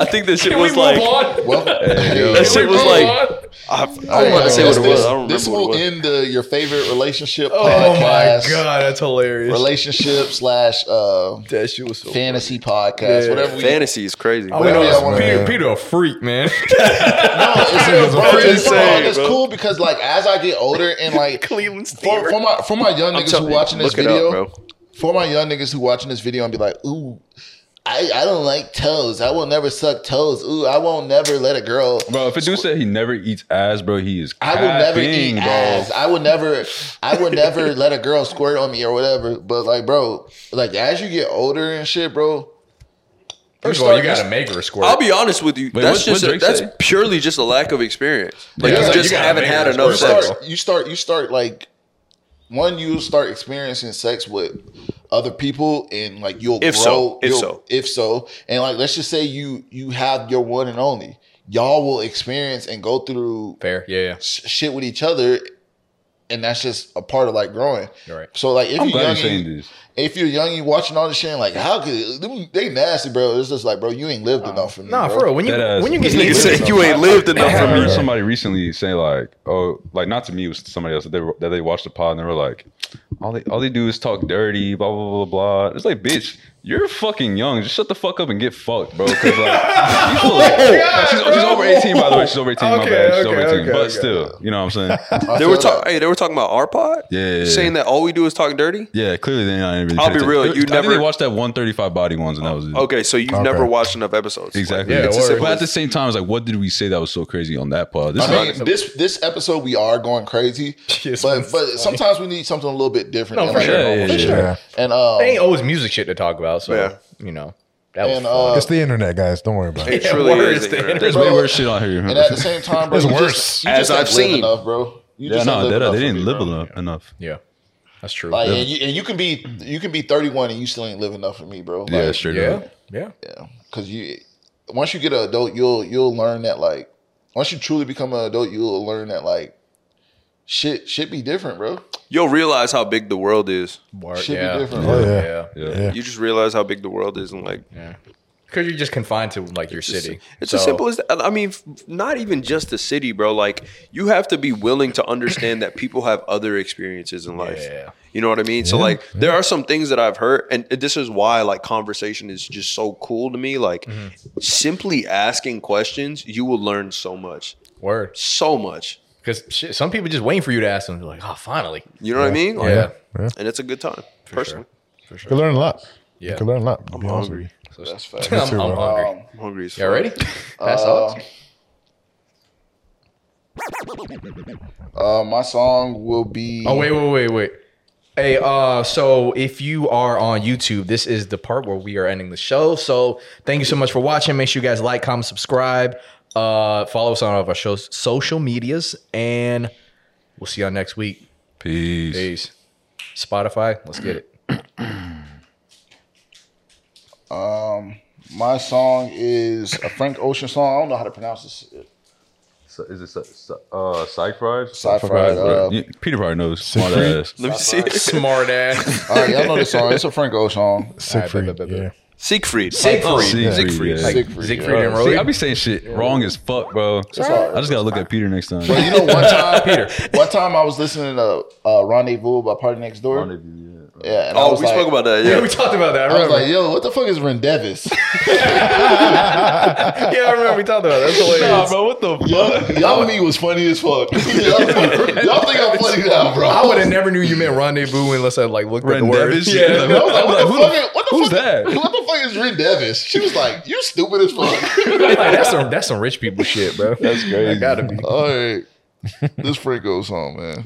Speaker 11: I think that shit was like.
Speaker 3: on?
Speaker 1: Well,
Speaker 11: That shit was like.
Speaker 1: I
Speaker 11: I'm about to say what it was.
Speaker 1: This,
Speaker 11: I don't
Speaker 1: this
Speaker 11: remember
Speaker 1: will
Speaker 11: what it
Speaker 1: end the, your favorite relationship
Speaker 3: Oh
Speaker 1: podcast,
Speaker 3: my god, that's hilarious.
Speaker 1: relationship slash uh,
Speaker 3: that shit was so.
Speaker 1: fantasy
Speaker 2: e-,
Speaker 1: podcast,
Speaker 3: Yeah.
Speaker 1: whatever we.
Speaker 11: Fantasy is crazy.
Speaker 3: I went
Speaker 1: Yeah,
Speaker 3: on-
Speaker 1: I wanna-
Speaker 3: Peter, Peter, a freak, man.
Speaker 1: No, it's,
Speaker 3: That's
Speaker 1: bro, it's,
Speaker 3: insane,
Speaker 1: bro, it's
Speaker 11: bro.
Speaker 1: cool because like as I get older and like
Speaker 3: Cleveland
Speaker 1: for, for my for my young niggas who
Speaker 11: telling you,
Speaker 1: watching this
Speaker 11: look it up,
Speaker 1: video,
Speaker 11: bro.
Speaker 1: for my young niggas who watching this video and be like, ooh, I, I don't like toes. I will never suck toes. Ooh, I won't never let a girl.
Speaker 2: Bro, if a dude said he never eats ass, bro, he is.
Speaker 1: I will never eat
Speaker 2: capping, bro.
Speaker 1: ass. I will never, I will never let a girl squirt on me or whatever. But like, bro, like as you get older and shit, bro,
Speaker 3: First of all, you gotta make her squirt.
Speaker 11: I'll be honest with you.
Speaker 2: Wait,
Speaker 11: that's
Speaker 2: what- what
Speaker 11: just
Speaker 2: Drake
Speaker 11: that's
Speaker 2: say?
Speaker 11: purely just a lack of experience. Like
Speaker 2: Yeah.
Speaker 11: you
Speaker 2: Yeah,
Speaker 11: just
Speaker 3: you gotta
Speaker 11: haven't
Speaker 3: make
Speaker 11: had
Speaker 3: it
Speaker 11: enough
Speaker 1: you
Speaker 3: work.
Speaker 11: sex.
Speaker 1: start, you start, you start like one. You start experiencing sex with other people, and like you'll
Speaker 11: If
Speaker 1: grow.
Speaker 11: so, if
Speaker 1: you'll-
Speaker 11: so.
Speaker 1: if so, and like let's just say you you have your one and only. Y'all will experience and go through
Speaker 3: Fair, yeah, yeah.
Speaker 1: s- shit with each other, and and that's just a part of like growing. Right. So like if
Speaker 2: I'm
Speaker 1: you're
Speaker 2: glad
Speaker 1: young,
Speaker 2: you're saying
Speaker 1: you-
Speaker 2: this.
Speaker 1: if you're young, you watching all this shit, and like how could them- they nasty, bro? It's just like, bro, you ain't lived enough for me.
Speaker 3: Nah,
Speaker 1: bro.
Speaker 3: for real, when you-
Speaker 2: Deadass.
Speaker 3: when you get This nigga said you ain't lived enough
Speaker 2: I
Speaker 3: for me.
Speaker 2: heard somebody recently say like, oh, like not to me, it was to somebody else that they were, that they watched the pod and they were like, all they all they do is talk dirty, blah blah blah blah. It's like, bitch, you're fucking young. Just shut the fuck up and get fucked, bro. 'Cause, like, you full of-
Speaker 4: God,
Speaker 2: she's,
Speaker 4: Oh, bro.
Speaker 2: she's over 18, by the way. She's over 18. my
Speaker 4: Okay,
Speaker 2: bad. She's
Speaker 4: okay,
Speaker 2: over 18.
Speaker 4: okay,
Speaker 2: but
Speaker 4: okay.
Speaker 2: still, you know what I'm saying?
Speaker 4: They were talking. Hey, they were talking about our pod.
Speaker 2: Yeah, yeah, yeah.
Speaker 4: saying that all we do is talk dirty.
Speaker 2: Yeah, clearly they're not really.
Speaker 4: I'll
Speaker 2: paying
Speaker 4: be real,
Speaker 2: attention.
Speaker 4: you
Speaker 2: I think
Speaker 4: never-
Speaker 2: they watched that 135 body ones, and that was it.
Speaker 4: Okay, so you've
Speaker 2: Okay.
Speaker 4: never watched enough episodes.
Speaker 2: Exactly.
Speaker 4: Like, it's as simple
Speaker 2: but
Speaker 4: as-
Speaker 2: at the same time, it's like, what did we say that was so crazy on that
Speaker 3: Oh,
Speaker 2: pod? This
Speaker 1: I
Speaker 2: is
Speaker 1: mean, this this episode we are going crazy, but but sometimes we need something a little bit different.
Speaker 3: No,
Speaker 1: than,
Speaker 3: for
Speaker 1: like,
Speaker 3: sure.
Speaker 1: normal
Speaker 3: Yeah, yeah,
Speaker 1: shit.
Speaker 3: yeah.
Speaker 1: And um,
Speaker 3: There ain't always music shit to talk about, so
Speaker 1: Yeah.
Speaker 3: you know that was
Speaker 1: And,
Speaker 3: fun.
Speaker 1: uh,
Speaker 5: it's the internet, guys. Don't worry about it.
Speaker 1: It truly
Speaker 3: word, is it's the the internet.
Speaker 2: There's way worse shit on here.
Speaker 1: And at the same time, bro,
Speaker 5: It's
Speaker 1: you just-
Speaker 5: worse.
Speaker 1: you just
Speaker 5: As
Speaker 1: ain't
Speaker 5: I've
Speaker 1: lived
Speaker 5: seen.
Speaker 1: enough, bro. You
Speaker 2: yeah,
Speaker 1: just ain't
Speaker 2: no,
Speaker 1: lived
Speaker 2: they,
Speaker 1: enough
Speaker 2: they
Speaker 1: for
Speaker 2: didn't
Speaker 1: me,
Speaker 2: live
Speaker 1: bro.
Speaker 2: enough. enough.
Speaker 3: Yeah, that's true.
Speaker 1: Like, and you, and you can be you can be 31 and you still ain't live enough for me, bro. Like,
Speaker 2: Yeah, straight Yeah, up.
Speaker 3: yeah,
Speaker 1: yeah. Because you once you get an adult, you'll you'll learn that like once you truly become an adult, you'll learn that like shit shit be different, bro.
Speaker 4: You'll realize how big the world is.
Speaker 1: Shit be yeah. different.
Speaker 5: Oh, yeah.
Speaker 1: Yeah.
Speaker 4: You just realize how big the world is, and like,
Speaker 3: because you're just confined to like your city.
Speaker 4: It's
Speaker 3: so,
Speaker 4: as simple as that. I mean, f- not even just the city, bro. Like, you have to be willing to understand that people have other experiences in life. You know what I mean? So,
Speaker 5: Yeah,
Speaker 4: like, there are some things that I've heard, and this is why, like, conversation is just so cool to me. Like, simply asking questions, you will learn so much.
Speaker 3: Word.
Speaker 4: So much.
Speaker 3: Because shit, some people just waiting for you to ask them. They're like, oh, finally.
Speaker 4: You know what I mean? Like,
Speaker 3: yeah.
Speaker 4: And it's a good time, personally.
Speaker 3: For
Speaker 5: You can learn a lot.
Speaker 3: Yeah.
Speaker 5: You can learn a lot. to
Speaker 4: I'm
Speaker 5: be honest with
Speaker 4: hungry.
Speaker 5: you.
Speaker 1: That's
Speaker 5: Me
Speaker 1: fact.
Speaker 5: too, bro.
Speaker 1: Um,
Speaker 4: I'm hungry as
Speaker 3: Y'all
Speaker 4: fuck.
Speaker 3: ready? Pass
Speaker 1: Uh,
Speaker 3: out.
Speaker 1: Uh, my song will be.
Speaker 3: Oh wait, wait, wait, wait. Hey, uh, so if you are on YouTube, this is the part where we are ending the show. So thank you so much for watching. Make sure you guys like, comment, subscribe, uh, follow us on all of our shows, social medias, and we'll see y'all next week.
Speaker 2: Peace.
Speaker 3: Peace. Spotify, let's get it.
Speaker 1: Um, my song is a Frank Ocean song. I don't know how to pronounce this.
Speaker 2: So is it so, so, uh, side fried?
Speaker 1: Side fried, uh,
Speaker 2: Yeah, Peter probably knows.
Speaker 1: Side
Speaker 2: Smart ass.
Speaker 1: fried. Let me see it.
Speaker 3: Smart ass.
Speaker 1: All right, y'all know this song. It's a Frank Ocean song.
Speaker 4: Siegfried.
Speaker 5: Siegfried,
Speaker 2: Siegfried. Siegfried, yeah.
Speaker 1: Siegfried,
Speaker 3: Siegfried
Speaker 1: yeah.
Speaker 3: and
Speaker 2: See,
Speaker 3: Roy.
Speaker 2: I be saying shit wrong as fuck, bro.
Speaker 1: alright.
Speaker 2: I just gotta look at Peter next time.
Speaker 1: But you know, one time, one time I was listening to uh, Rendezvous by Party Next Door. Rendezvous, yeah. and I
Speaker 4: Oh,
Speaker 1: was
Speaker 4: we
Speaker 1: like-
Speaker 4: spoke about that. Yeah.
Speaker 1: I, was like, yo, what the fuck is Rendevis?
Speaker 3: yeah, I remember we talked about that. That's hilarious.
Speaker 2: bro, what the
Speaker 1: fuck? Y'all me was funny as fuck. y'all, y'all think I'm funny now, bro?
Speaker 3: I would have never knew you meant rendezvous unless I like looked at the word.
Speaker 2: Rendezvous?
Speaker 3: Yeah.
Speaker 1: I was like, what the fuck? is- What the
Speaker 2: Who's
Speaker 1: fuck?
Speaker 2: that?
Speaker 1: What the fuck is Rendevis? She was like, you stupid as fuck.
Speaker 3: Like, that's some that's some rich people shit, bro. That's
Speaker 2: crazy.
Speaker 3: I gotta be.
Speaker 1: All right, this Frank goes home, man.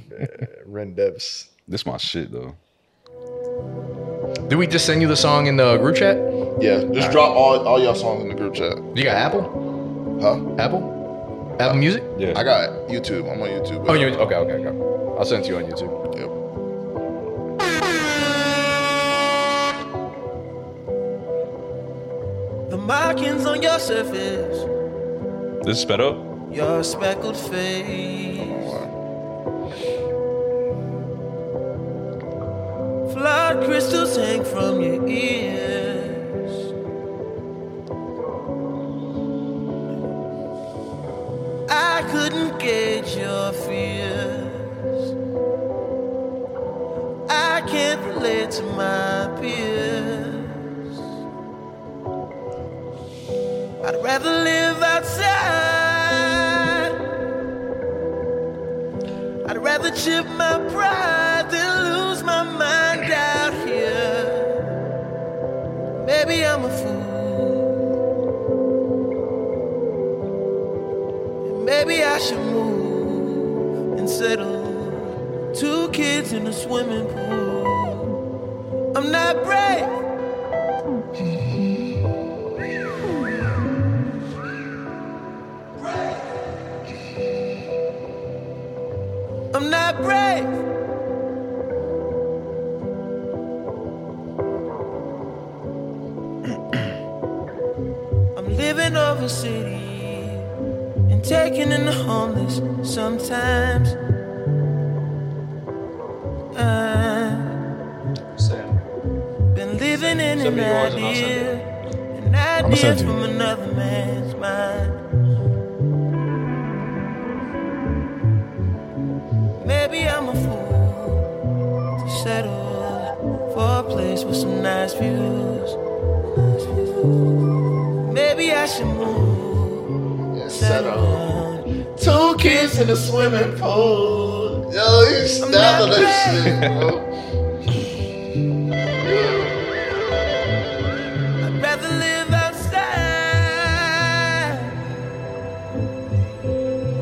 Speaker 3: Rendevs.
Speaker 2: This my shit though.
Speaker 3: Did we just send you the song in the group chat?
Speaker 1: Yeah, just drop all, all y'all songs in the group chat.
Speaker 3: You got Apple?
Speaker 1: Huh?
Speaker 3: Apple? Apple Music?
Speaker 1: I got YouTube. I'm on YouTube.
Speaker 3: Oh, you okay? Okay, okay. I'll send it to you on YouTube.
Speaker 7: The markings on your surface,
Speaker 2: This is sped up.
Speaker 7: your speckled face. Flood crystals hang from your ears. I couldn't gauge your fears. I can't relate to my peers. I'd rather live outside. I'd rather chip my pride than lose my mind out here. Maybe I'm a fool. And Maybe I should move and settle. Two kids in a swimming pool. I'm not brave. I'm not brave. I'm living over city and taking in the homeless sometimes. living in an idea, an
Speaker 5: I'ma
Speaker 7: idea
Speaker 5: send it to you.
Speaker 7: from another man's mind. Maybe I'm a fool to settle for a place with some nice views. Maybe I should move, settle. Two kids in a swimming pool.
Speaker 1: Yo, you
Speaker 7: I'm
Speaker 1: snapping
Speaker 7: not
Speaker 1: that shit.
Speaker 7: ready.
Speaker 1: bro.
Speaker 7: I'd rather live outside.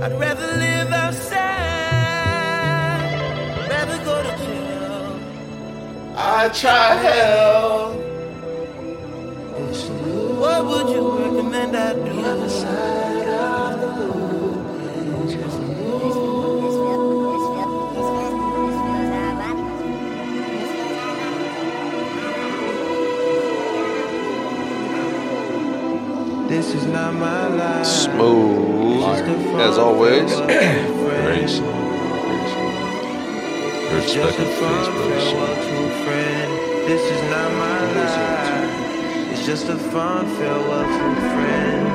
Speaker 7: I'd rather live outside. Rather go to jail. I try hell. What would you recommend I do? The other side of the This is not my life.
Speaker 4: Smooth, as always.
Speaker 2: Grace. Respect and praise, bro.
Speaker 7: true friend. This is not my life. It's just a fond farewell to a friend.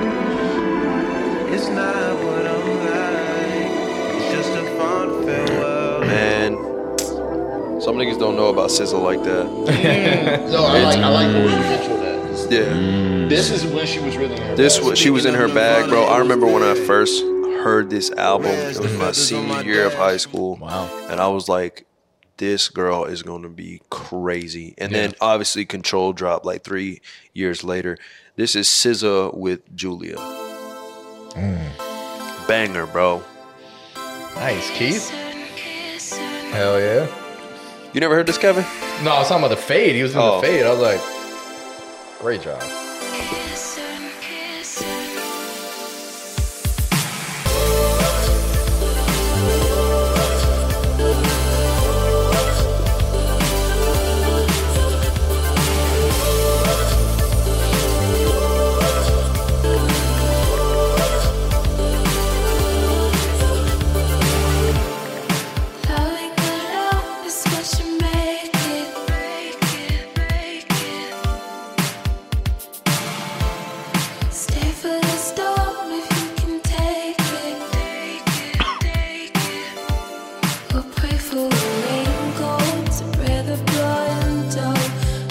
Speaker 7: It's not what I'm like. It's just a fond farewell.
Speaker 4: Man, some niggas don't know about sizzle like that.
Speaker 1: No, I like I like the way you picture that. 'cause
Speaker 4: Yeah.
Speaker 1: This is when she was really in her
Speaker 4: Mm. This
Speaker 1: bag.
Speaker 4: was she was in her bag, bro. I remember when I first heard this album. It was my senior year of high school. Wow. And I was like, this girl is going to be crazy. And then obviously Control dropped like three years later. This is SZA with Julia. Mm. Banger, bro.
Speaker 3: Nice, Keith. Hell yeah.
Speaker 4: You never heard this, Kevin?
Speaker 3: No, I was talking about the fade. He was in
Speaker 4: Oh.
Speaker 3: the fade. I was like, great job.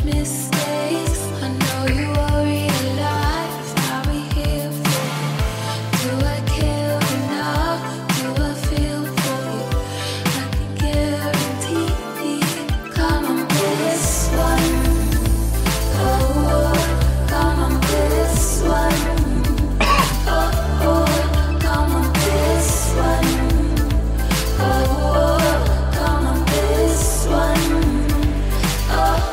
Speaker 15: Mistakes. I know you are realize how we here for. Do I care enough? Do I feel for you? I can guarantee it. Come on, this one. Oh, oh, come on, this one. Oh, oh, come on, this one. Oh, oh, come on, this one. Oh, oh.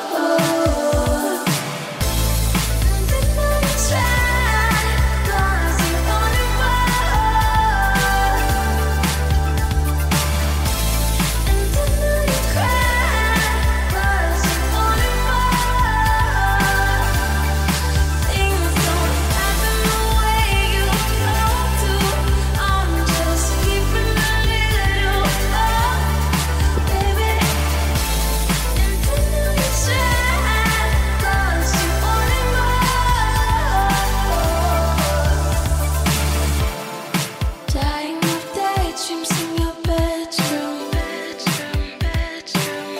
Speaker 15: Dying of daydreams in your bedroom, bedroom, bedroom.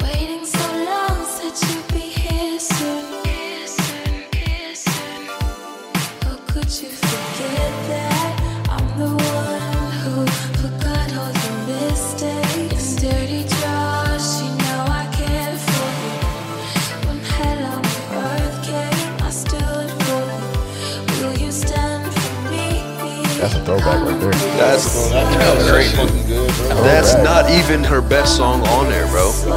Speaker 15: Waiting so long, said you'd be here soon, here soon, here soon. How could you forget that I'm the one who forgot all your mistakes? Dirty drawers, you know I care for you. When hell on earth came, I stood for you. Will you stand for me?
Speaker 5: That's a throwback right there.
Speaker 4: That's
Speaker 1: That was
Speaker 4: great.
Speaker 1: fucking good, bro.
Speaker 4: That's not even her best song on there, bro.
Speaker 1: This song, I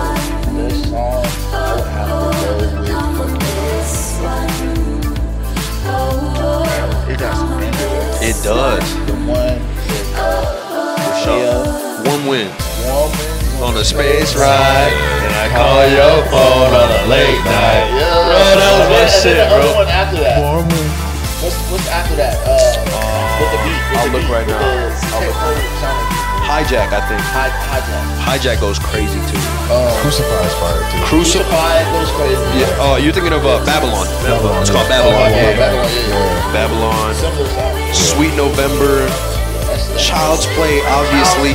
Speaker 1: would have to go with fucking- It got some beat.
Speaker 4: It does.
Speaker 1: The one
Speaker 4: One win
Speaker 1: woman.
Speaker 4: on a space ride, and I call your phone on a late night.
Speaker 1: Yeah,
Speaker 4: that was my
Speaker 1: and then
Speaker 4: shit,
Speaker 1: the other
Speaker 4: bro.
Speaker 1: one after that. What's, what's after that? Uh, with the beat. With
Speaker 4: I'll
Speaker 1: the
Speaker 4: look
Speaker 1: beat,
Speaker 4: right
Speaker 1: with
Speaker 4: now.
Speaker 1: the- okay, cool, sound like-
Speaker 4: Hijack, I think. hijack. Oh. goes crazy too.
Speaker 5: Crucify is fire too.
Speaker 4: Crucify goes crazy. Yeah. Oh, you're thinking of uh, Babylon. Babylon. It's called Babylon.
Speaker 1: yeah,
Speaker 4: Babylon. Sweet November. Child's Play, obviously.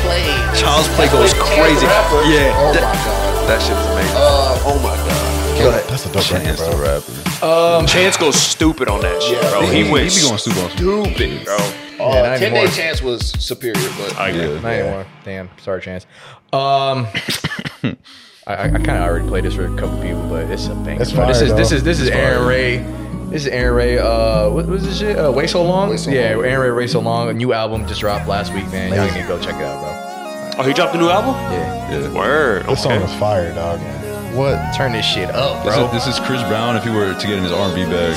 Speaker 4: Child's Play goes crazy. Yeah. that, that shit is amazing. oh my god. Go ahead.
Speaker 5: That's a dope record, bro.
Speaker 11: Um, Chance goes stupid on that shit, bro. He, went
Speaker 2: He be going stupid.
Speaker 11: stupid, bro.
Speaker 3: Yeah,
Speaker 1: Uh,
Speaker 3: not
Speaker 1: 10 day
Speaker 3: anymore.
Speaker 1: chance was superior, but
Speaker 11: I agree.
Speaker 3: Not anymore. Damn. Sorry, Chance. Um, I, I kind of already played this for a couple people, but it's a banger.
Speaker 5: It's
Speaker 3: bro. this
Speaker 5: fire,
Speaker 3: is this
Speaker 5: though.
Speaker 3: is this is Aaron Ray. This is Aaron Ray. Uh, what was this shit? Uh, Way so long. yeah, Aaron Ray. Way so long. A new album just dropped last week, man. Y'all need to go check it out,
Speaker 11: Oh, he dropped a new album?
Speaker 3: bro. Yeah.
Speaker 11: Word.
Speaker 5: This
Speaker 11: okay.
Speaker 5: song is fire, dog.
Speaker 3: What? Turn this shit up,
Speaker 2: This
Speaker 3: bro.
Speaker 2: is, this is Chris Brown if he were to get in his R&B bag.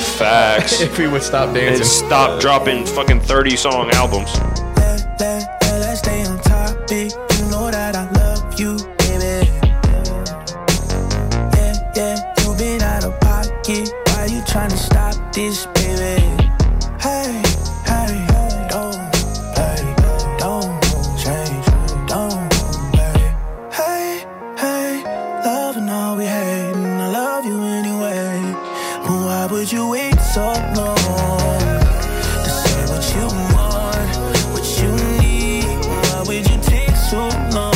Speaker 11: Facts.
Speaker 3: if we would stop
Speaker 11: and
Speaker 3: dancing.
Speaker 11: stop dropping fucking 30 song albums.
Speaker 7: let, let, let's stay on topic. You know that I love you, baby. Yeah, yeah, you been out of pocket. Why you trying to stop this, baby? Hey, hey, don't, hey, don't change, don't, hey, hey, hey. Loving all we hating, I love you anyway. But why would you wait so long? to say what you want, what you need. Why would you take so long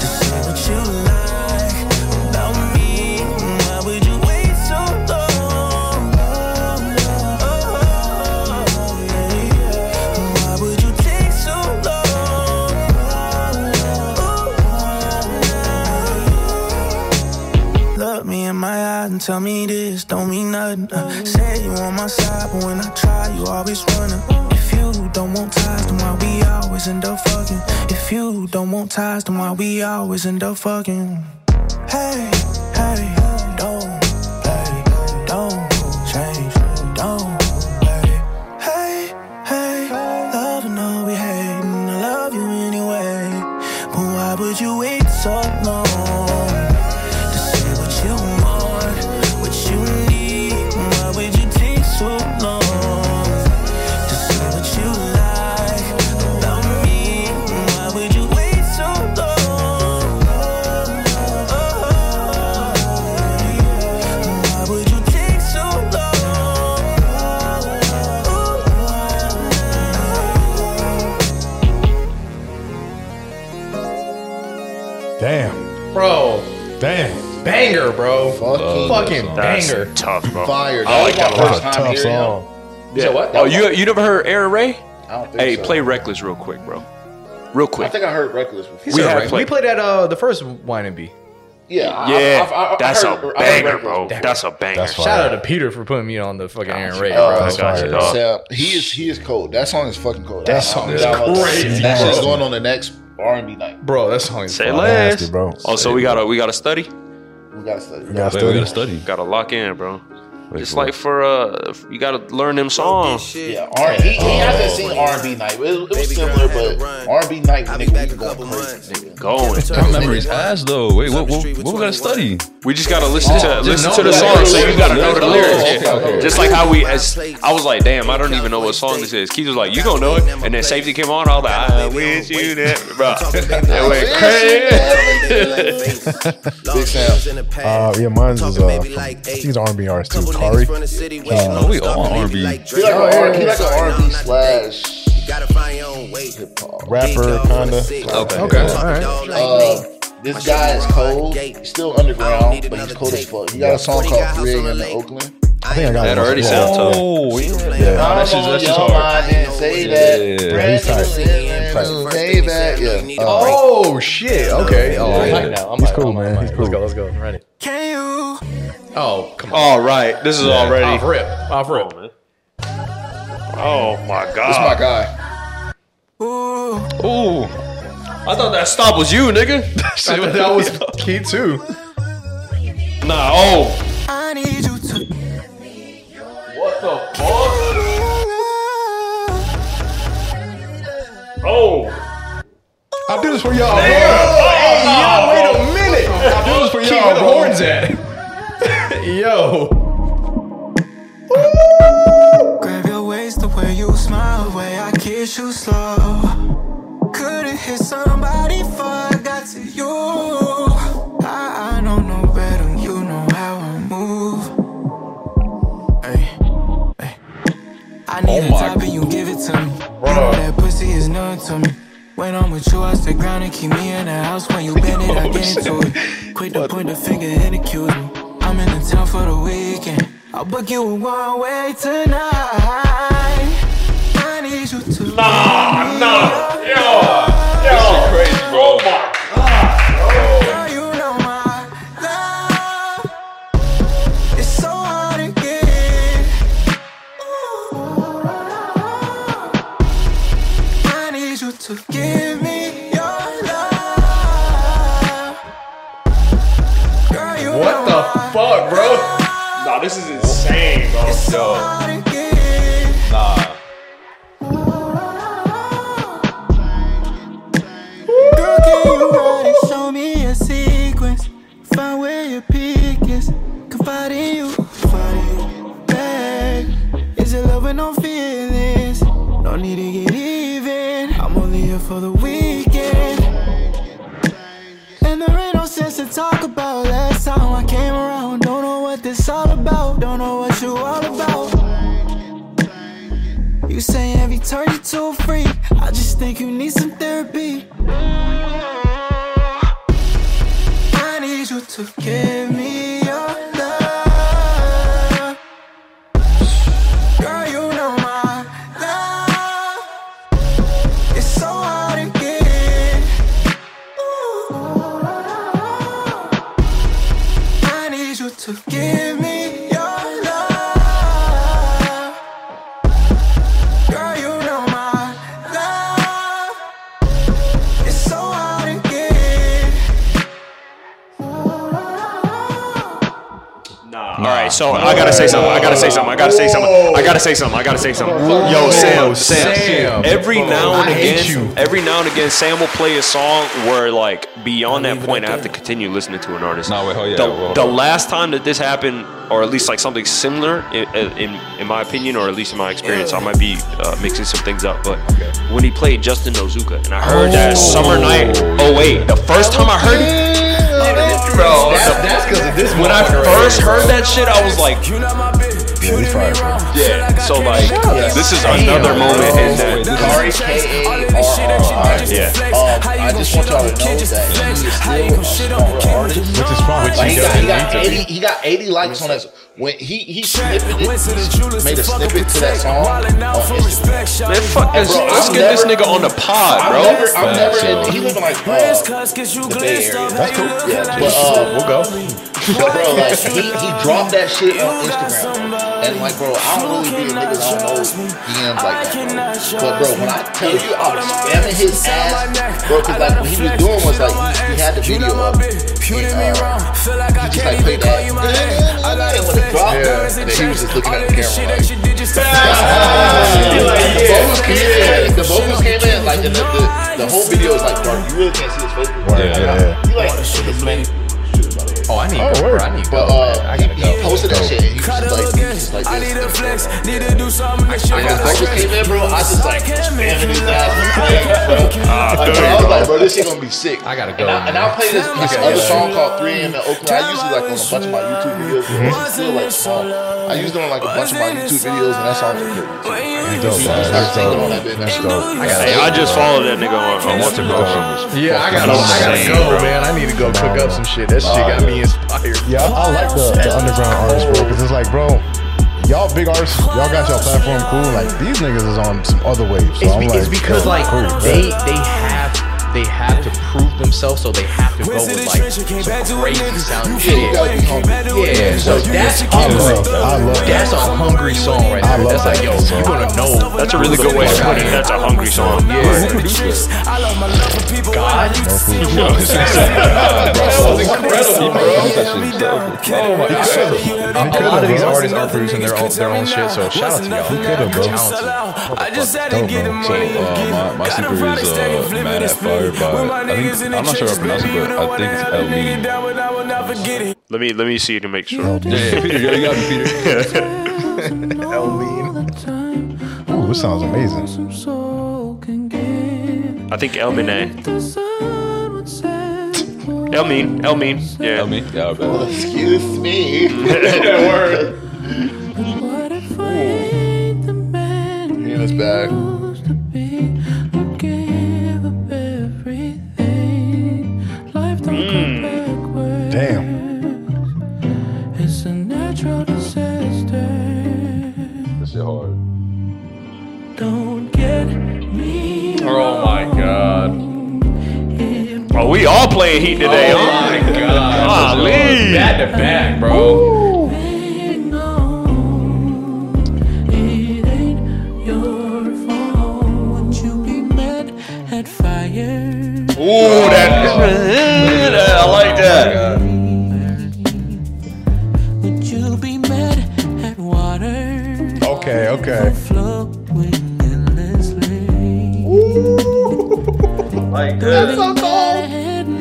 Speaker 7: to say what you like about me? Why would you wait so long? Oh, oh, yeah. Why would you take so long? Look me in my eyes and tell me this don't mean nothing. Uh, say you on my side, but when I try, you always running. If you don't want ties, then why we always end up fucking? If you don't want ties, then why we always end up fucking? Hey, hey, don't play, don't change, don't play. Hey, hey, loving all we hating, I love you anyway. But why would you wait so long? to say what you want, what you need. Why would you take so long to say what you like about me? Why would you wait so long? Why would you take so long?
Speaker 5: Damn.
Speaker 3: Bro,
Speaker 5: Damn.
Speaker 3: banger, bro.
Speaker 1: fucking
Speaker 3: Fucking
Speaker 11: That's
Speaker 3: banger.
Speaker 11: tough, bro.
Speaker 1: fire.
Speaker 11: I like that
Speaker 1: First
Speaker 5: That's a
Speaker 1: time
Speaker 5: tough
Speaker 1: hearing him.
Speaker 5: song.
Speaker 3: You said what?
Speaker 11: Oh, you you never heard Aaron Ray?
Speaker 1: I don't think
Speaker 11: Hey,
Speaker 1: so.
Speaker 11: play Reckless real quick, bro. Real
Speaker 1: I
Speaker 11: quick.
Speaker 1: think I heard Reckless before.
Speaker 11: We
Speaker 3: we,
Speaker 11: have
Speaker 3: had
Speaker 11: played-
Speaker 3: we played at uh, the first Wine and B.
Speaker 1: Yeah, I-
Speaker 11: Yeah,
Speaker 1: I- I- I
Speaker 11: that's
Speaker 1: heard-
Speaker 11: a
Speaker 1: I heard
Speaker 11: banger,
Speaker 1: Reckless.
Speaker 11: bro. That's a banger.
Speaker 5: That's
Speaker 3: Shout
Speaker 5: Fire.
Speaker 3: out to Peter for putting me on the fucking Aaron Ray,
Speaker 1: Oh,
Speaker 3: bro.
Speaker 1: that's
Speaker 11: Gotcha,
Speaker 5: fire.
Speaker 11: dog.
Speaker 1: Except he is he is cold. That song is fucking cold. That
Speaker 5: song
Speaker 1: is crazy. That shit's
Speaker 5: bro.
Speaker 1: going on the next R and B night.
Speaker 3: Bro, that song is
Speaker 11: Say
Speaker 5: Nasty,
Speaker 11: less.
Speaker 5: bro.
Speaker 11: Oh, so we gotta we gotta study.
Speaker 1: We gotta study.
Speaker 5: We gotta
Speaker 2: Wait, we
Speaker 5: study.
Speaker 2: gotta study.
Speaker 11: Gotta lock in, bro. Just
Speaker 2: for
Speaker 11: like for uh, you gotta learn them songs.
Speaker 1: Yeah, R- he, he hasn't seen R and B night. It, was- it was similar, but R and B night, nigga, we going crazy. Nigga.
Speaker 11: Going.
Speaker 2: My memory's ass though. Wait, what? What, what we gotta study?
Speaker 11: We just gotta listen to listen
Speaker 3: know
Speaker 11: to the
Speaker 3: the
Speaker 11: song,
Speaker 3: lyrics.
Speaker 11: so you gotta know the
Speaker 2: Oh,
Speaker 11: lyrics.
Speaker 2: okay,
Speaker 11: Yeah.
Speaker 2: okay.
Speaker 11: Just like how we, as I was like, damn, I don't even know what song this is. Keith was like, you gonna know it, and then safety came on. I was like, I wish you that, bro. It went crazy.
Speaker 1: Big Sam.
Speaker 5: Uh, yeah, mine's is uh, he's an R&B artist too. Uh, Kari.
Speaker 2: Oh, we all on R&B.
Speaker 1: He like a R- he like an R and B slash
Speaker 7: Gotta find your own way.
Speaker 5: Rapper, kinda.
Speaker 2: Okay.
Speaker 3: Okay, all right.
Speaker 1: Uh, this guy is cold. He's still underground, but he's cold as fuck. He got a song called 3 a.m. in Oakland.
Speaker 5: I think I got
Speaker 11: That
Speaker 5: it.
Speaker 11: already
Speaker 5: Yeah.
Speaker 11: sounds tough.
Speaker 2: Oh, yeah.
Speaker 5: Yeah.
Speaker 2: Nah, that's just- that's just hard.
Speaker 1: say
Speaker 2: Yeah,
Speaker 1: that.
Speaker 2: yeah,
Speaker 1: Brand
Speaker 5: he's tight.
Speaker 1: new Say that. Yeah. Uh,
Speaker 3: Oh shit! Okay. Oh, I'm
Speaker 2: Yeah.
Speaker 3: hyped now. I'm
Speaker 5: He's
Speaker 3: hyped.
Speaker 5: cool,
Speaker 3: I'm hyped.
Speaker 5: man.
Speaker 3: I'm
Speaker 5: He's
Speaker 3: hyped.
Speaker 5: cool.
Speaker 3: Let's go. Let's go. I'm ready.
Speaker 7: Can you?
Speaker 3: Oh, come on.
Speaker 11: All right, this is already.
Speaker 3: Off rip. Off rip.
Speaker 11: Oh my
Speaker 1: That's my
Speaker 11: god!
Speaker 1: guy.
Speaker 7: Ooh.
Speaker 2: Oh,
Speaker 11: I thought that stop was you, nigga.
Speaker 3: Shit, but that was key too.
Speaker 11: Nah, oh,
Speaker 7: I need you to.
Speaker 11: what the fuck? Oh,
Speaker 5: I do this for y'all, bro.
Speaker 3: Wait a minute. I do this for y'all. Where the
Speaker 5: bro.
Speaker 3: horns at? Yo.
Speaker 7: Grab your waist, the way you smile, the way I kiss you slow. Could it
Speaker 14: hit somebody before I got to you. I, I don't know better, you know how I move. Ay, ay. I need
Speaker 13: Oh
Speaker 14: a
Speaker 13: my
Speaker 14: top and you give it to me. You know that pussy is nothing to me. When I'm with you, I stay grounded, keep me in the house. When you bend it, I get into it. Quit to point the finger and accuse me. I'm in the town for the weekend. I'll book you a one way tonight. I need you to nah, nah, yeah, yeah. crazy, bro. Oh my god, you know my love is so hard to get. I need you to give me your love. Girl, you
Speaker 3: What the fuck, bro?
Speaker 14: Nah, this is insane, bro.
Speaker 2: Nah.
Speaker 14: Girl, can you ride it? Show me a sequence. Find where your peak is. Confide in you. Confide in you. Babe, is it love with no feelings? No need to get even. I'm only here for the weekend. And there ain't no sense to talk about. Last time I came around, don't know what this all about. Don't know what you all about. You say every turn you too free. I just think you need some therapy. I need you to give me your love. Girl, you know my love is so hard to get. I need you to give me your love. Girl, you know my love is so hard to get.
Speaker 11: All right, so I gotta say something. I gotta say something. I gotta say something. I gotta say something. I gotta say something.
Speaker 4: Whoa.
Speaker 11: Yo, Sam,
Speaker 4: Whoa,
Speaker 11: Sam.
Speaker 4: Sam.
Speaker 11: Every now and
Speaker 4: I hate you.
Speaker 11: again, every now and again, Sam will play a song where, like, beyond that point, I have to continue listening to an artist. No, wait, oh
Speaker 2: yeah,
Speaker 11: The,
Speaker 2: well-
Speaker 11: the last time that this happened, or at least like something similar, in in, in my opinion, or at least in my experience, I might be uh, mixing some things up, but when he played Justin Nozuka, and I heard that summer night. Oh wait, the first time I heard it. Bro, that's because of this. When I first heard that shit, I was like,
Speaker 5: Yeah, he's fire.
Speaker 11: yeah. So like, this is another moment in that. Yeah.
Speaker 13: I just want y'all to know that
Speaker 5: Which is fine.
Speaker 1: Like, he, got, he, got 80, he got 80 likes on that. When he he snippeted it, made a snippet to that song. on Instagram.
Speaker 11: Man, fuck this.
Speaker 1: Bro,
Speaker 11: Let's
Speaker 1: I'm
Speaker 11: get this
Speaker 1: never-
Speaker 11: nigga on the pod,
Speaker 1: I'm
Speaker 11: bro.
Speaker 1: never- I'm never in- he live in like uh, the Bay Area. That's cool. Yeah, but uh, we'll go. But bro, like he, he dropped that shit on Instagram, and like bro, I don't really be a nigga that don't know DMs like that. Bro. But bro, when I tell you I was spamming his ass, bro, because like what he was doing was like he, he had the video up. And, uh, he just like played that. And when it dropped, and then he was just looking at the camera like. The vocals came in. The vocals came in. Like the, the, the, the whole video is like, bro, you really can't see his face.
Speaker 5: Yeah, yeah,
Speaker 1: You like his face.
Speaker 3: Oh, I need
Speaker 1: Oh,
Speaker 3: to go.
Speaker 1: word.
Speaker 3: bro. I need to
Speaker 1: But, uh,
Speaker 3: go. man. I gotta
Speaker 1: He
Speaker 3: go.
Speaker 1: posted that
Speaker 3: Go.
Speaker 1: shit. and He was just like, he was just like this. Need a flex. Need to do something.
Speaker 3: Ah,
Speaker 1: I got vocals came in, bro. I just like spamming his ass. Like, bro. Like, bro, I was like, bro, this shit gonna be sick. I gotta
Speaker 3: go,
Speaker 1: And I, and I play this, this
Speaker 3: Okay,
Speaker 1: other
Speaker 3: yeah.
Speaker 1: song called 3 a.m. in Oakland. I usually like on a bunch of my YouTube videos. but It's still like small. I used it on like a bunch of my YouTube videos, and that song's pretty.
Speaker 5: dope, man. That's dope. That's dope.
Speaker 11: Hey, I just followed that nigga on, on what's it called?
Speaker 3: Yeah, I gotta, I gotta go, man. I need to go cook up some shit. That shit got me inspired.
Speaker 5: Yeah, I, I like the, the underground artists, bro, because it's like, bro, y'all big artists, y'all got your platform cool. Like these niggas is on some other waves. So
Speaker 3: It's,
Speaker 5: I'm
Speaker 3: be,
Speaker 5: like,
Speaker 3: it's because
Speaker 5: yo,
Speaker 3: like
Speaker 5: cool,
Speaker 3: they
Speaker 5: yeah.
Speaker 3: they have they have to prove themselves, so they have to go with like some crazy sounding shit. Yeah, so that's
Speaker 5: I love that. I love that.
Speaker 3: that's a hungry song right there. that's like yo, you gonna know.
Speaker 11: That's a really good way to put it. That's a hungry song.
Speaker 3: Yeah. God. Oh my god. A lot of these artists are producing their own their own shit, so shout out to y'all. Who could have, bro?
Speaker 2: I just had to get So uh, my, my secret is uh, Mad at Fire by, I think, I'm not sure how to pronounce it, but I think it's El Nino.
Speaker 11: Let me let me see to make sure.
Speaker 2: Oh, Yeah, Peter, you got me, Peter.
Speaker 5: Ooh, this sounds amazing.
Speaker 14: Some soul can give.
Speaker 11: I think Elmine. Elmine. Elmine. Yeah. Elmine. Yeah,
Speaker 1: Excuse me.
Speaker 11: Word.
Speaker 1: Hannah's back.
Speaker 11: Hmm.
Speaker 5: Damn.
Speaker 7: It's a natural disaster.
Speaker 15: This shit hard.
Speaker 7: Don't get me.
Speaker 11: Oh my god. Oh, we all playing heat today, oh huh? my god. Golly. Back to back, bro. Ooh, that, I like that.
Speaker 5: Okay, okay.
Speaker 7: Like uh,
Speaker 5: that.
Speaker 7: so cold.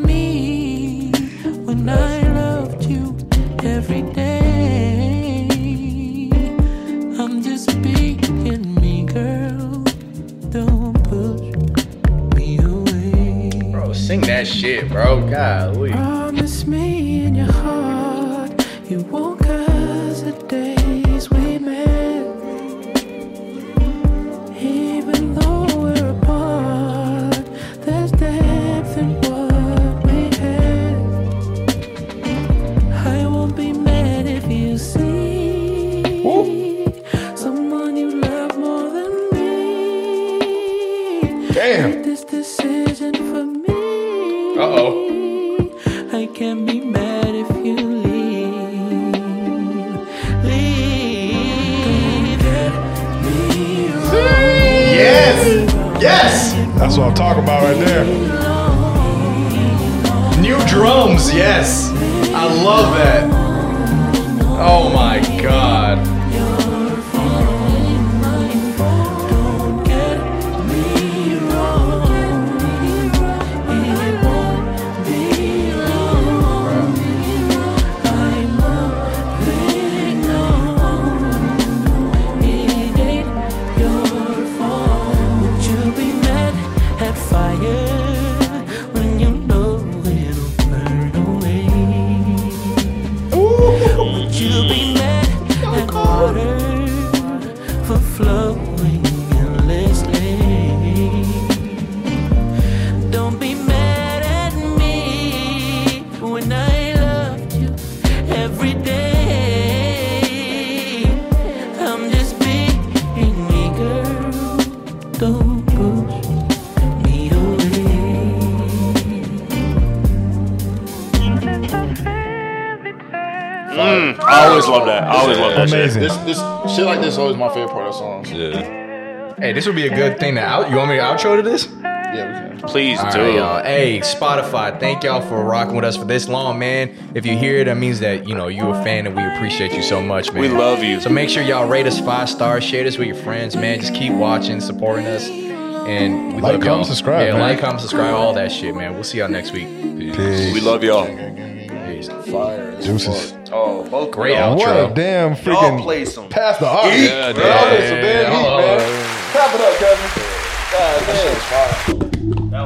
Speaker 7: me when I loved you every day. I'm just being me, girl. Don't push me away.
Speaker 3: Bro, sing that shit, bro. Golly.
Speaker 7: Promise me in your heart you won't curse the days we met. Even though we're apart, there's depth in what we had. I won't be mad if you see someone you love more than me.
Speaker 5: Damn.
Speaker 7: Make this decision for me.
Speaker 3: Uh oh.
Speaker 7: I can't be mad if you leave. Leave.
Speaker 5: Yes! Yes! That's what I'm talking about right there.
Speaker 3: New drums, yes. I love that. Oh my god.
Speaker 7: Don't be mad at me when I loved you every day. I'm just being me, girl. Don't push me away.
Speaker 11: Mm, I always love that. I always love that
Speaker 5: Amazing.
Speaker 11: shit.
Speaker 1: This, this shit like this is always my favorite part of songs.
Speaker 15: Yeah.
Speaker 3: Hey, this would be a good thing to out. You want me to outro to this?
Speaker 1: Yeah, we can.
Speaker 11: Please
Speaker 3: All
Speaker 11: do.
Speaker 3: right, y'all. Hey, Spotify, thank y'all for rocking with us for this long, man. If you hear it, that means that you know you a fan, and we appreciate you so much, man.
Speaker 11: We love you.
Speaker 3: So make sure y'all rate us five stars, share this with your friends, man. Just keep watching, supporting us, and we love
Speaker 5: Like, comment,
Speaker 3: y'all.
Speaker 5: subscribe,
Speaker 3: yeah,
Speaker 5: man.
Speaker 3: like, comment, subscribe, all that shit, man. We'll see y'all next week.
Speaker 11: We love y'all.
Speaker 3: Peace.
Speaker 1: Fire. as
Speaker 5: Juices.
Speaker 1: fuck.
Speaker 11: Oh, both
Speaker 3: Great
Speaker 5: Oh,
Speaker 3: outro.
Speaker 5: what a damn freaking
Speaker 11: play some.
Speaker 5: pass the art.
Speaker 15: Yeah,
Speaker 5: Bro,
Speaker 15: damn.
Speaker 5: it's a damn heat, man. Clap it up, Kevin.
Speaker 1: That shit is fire.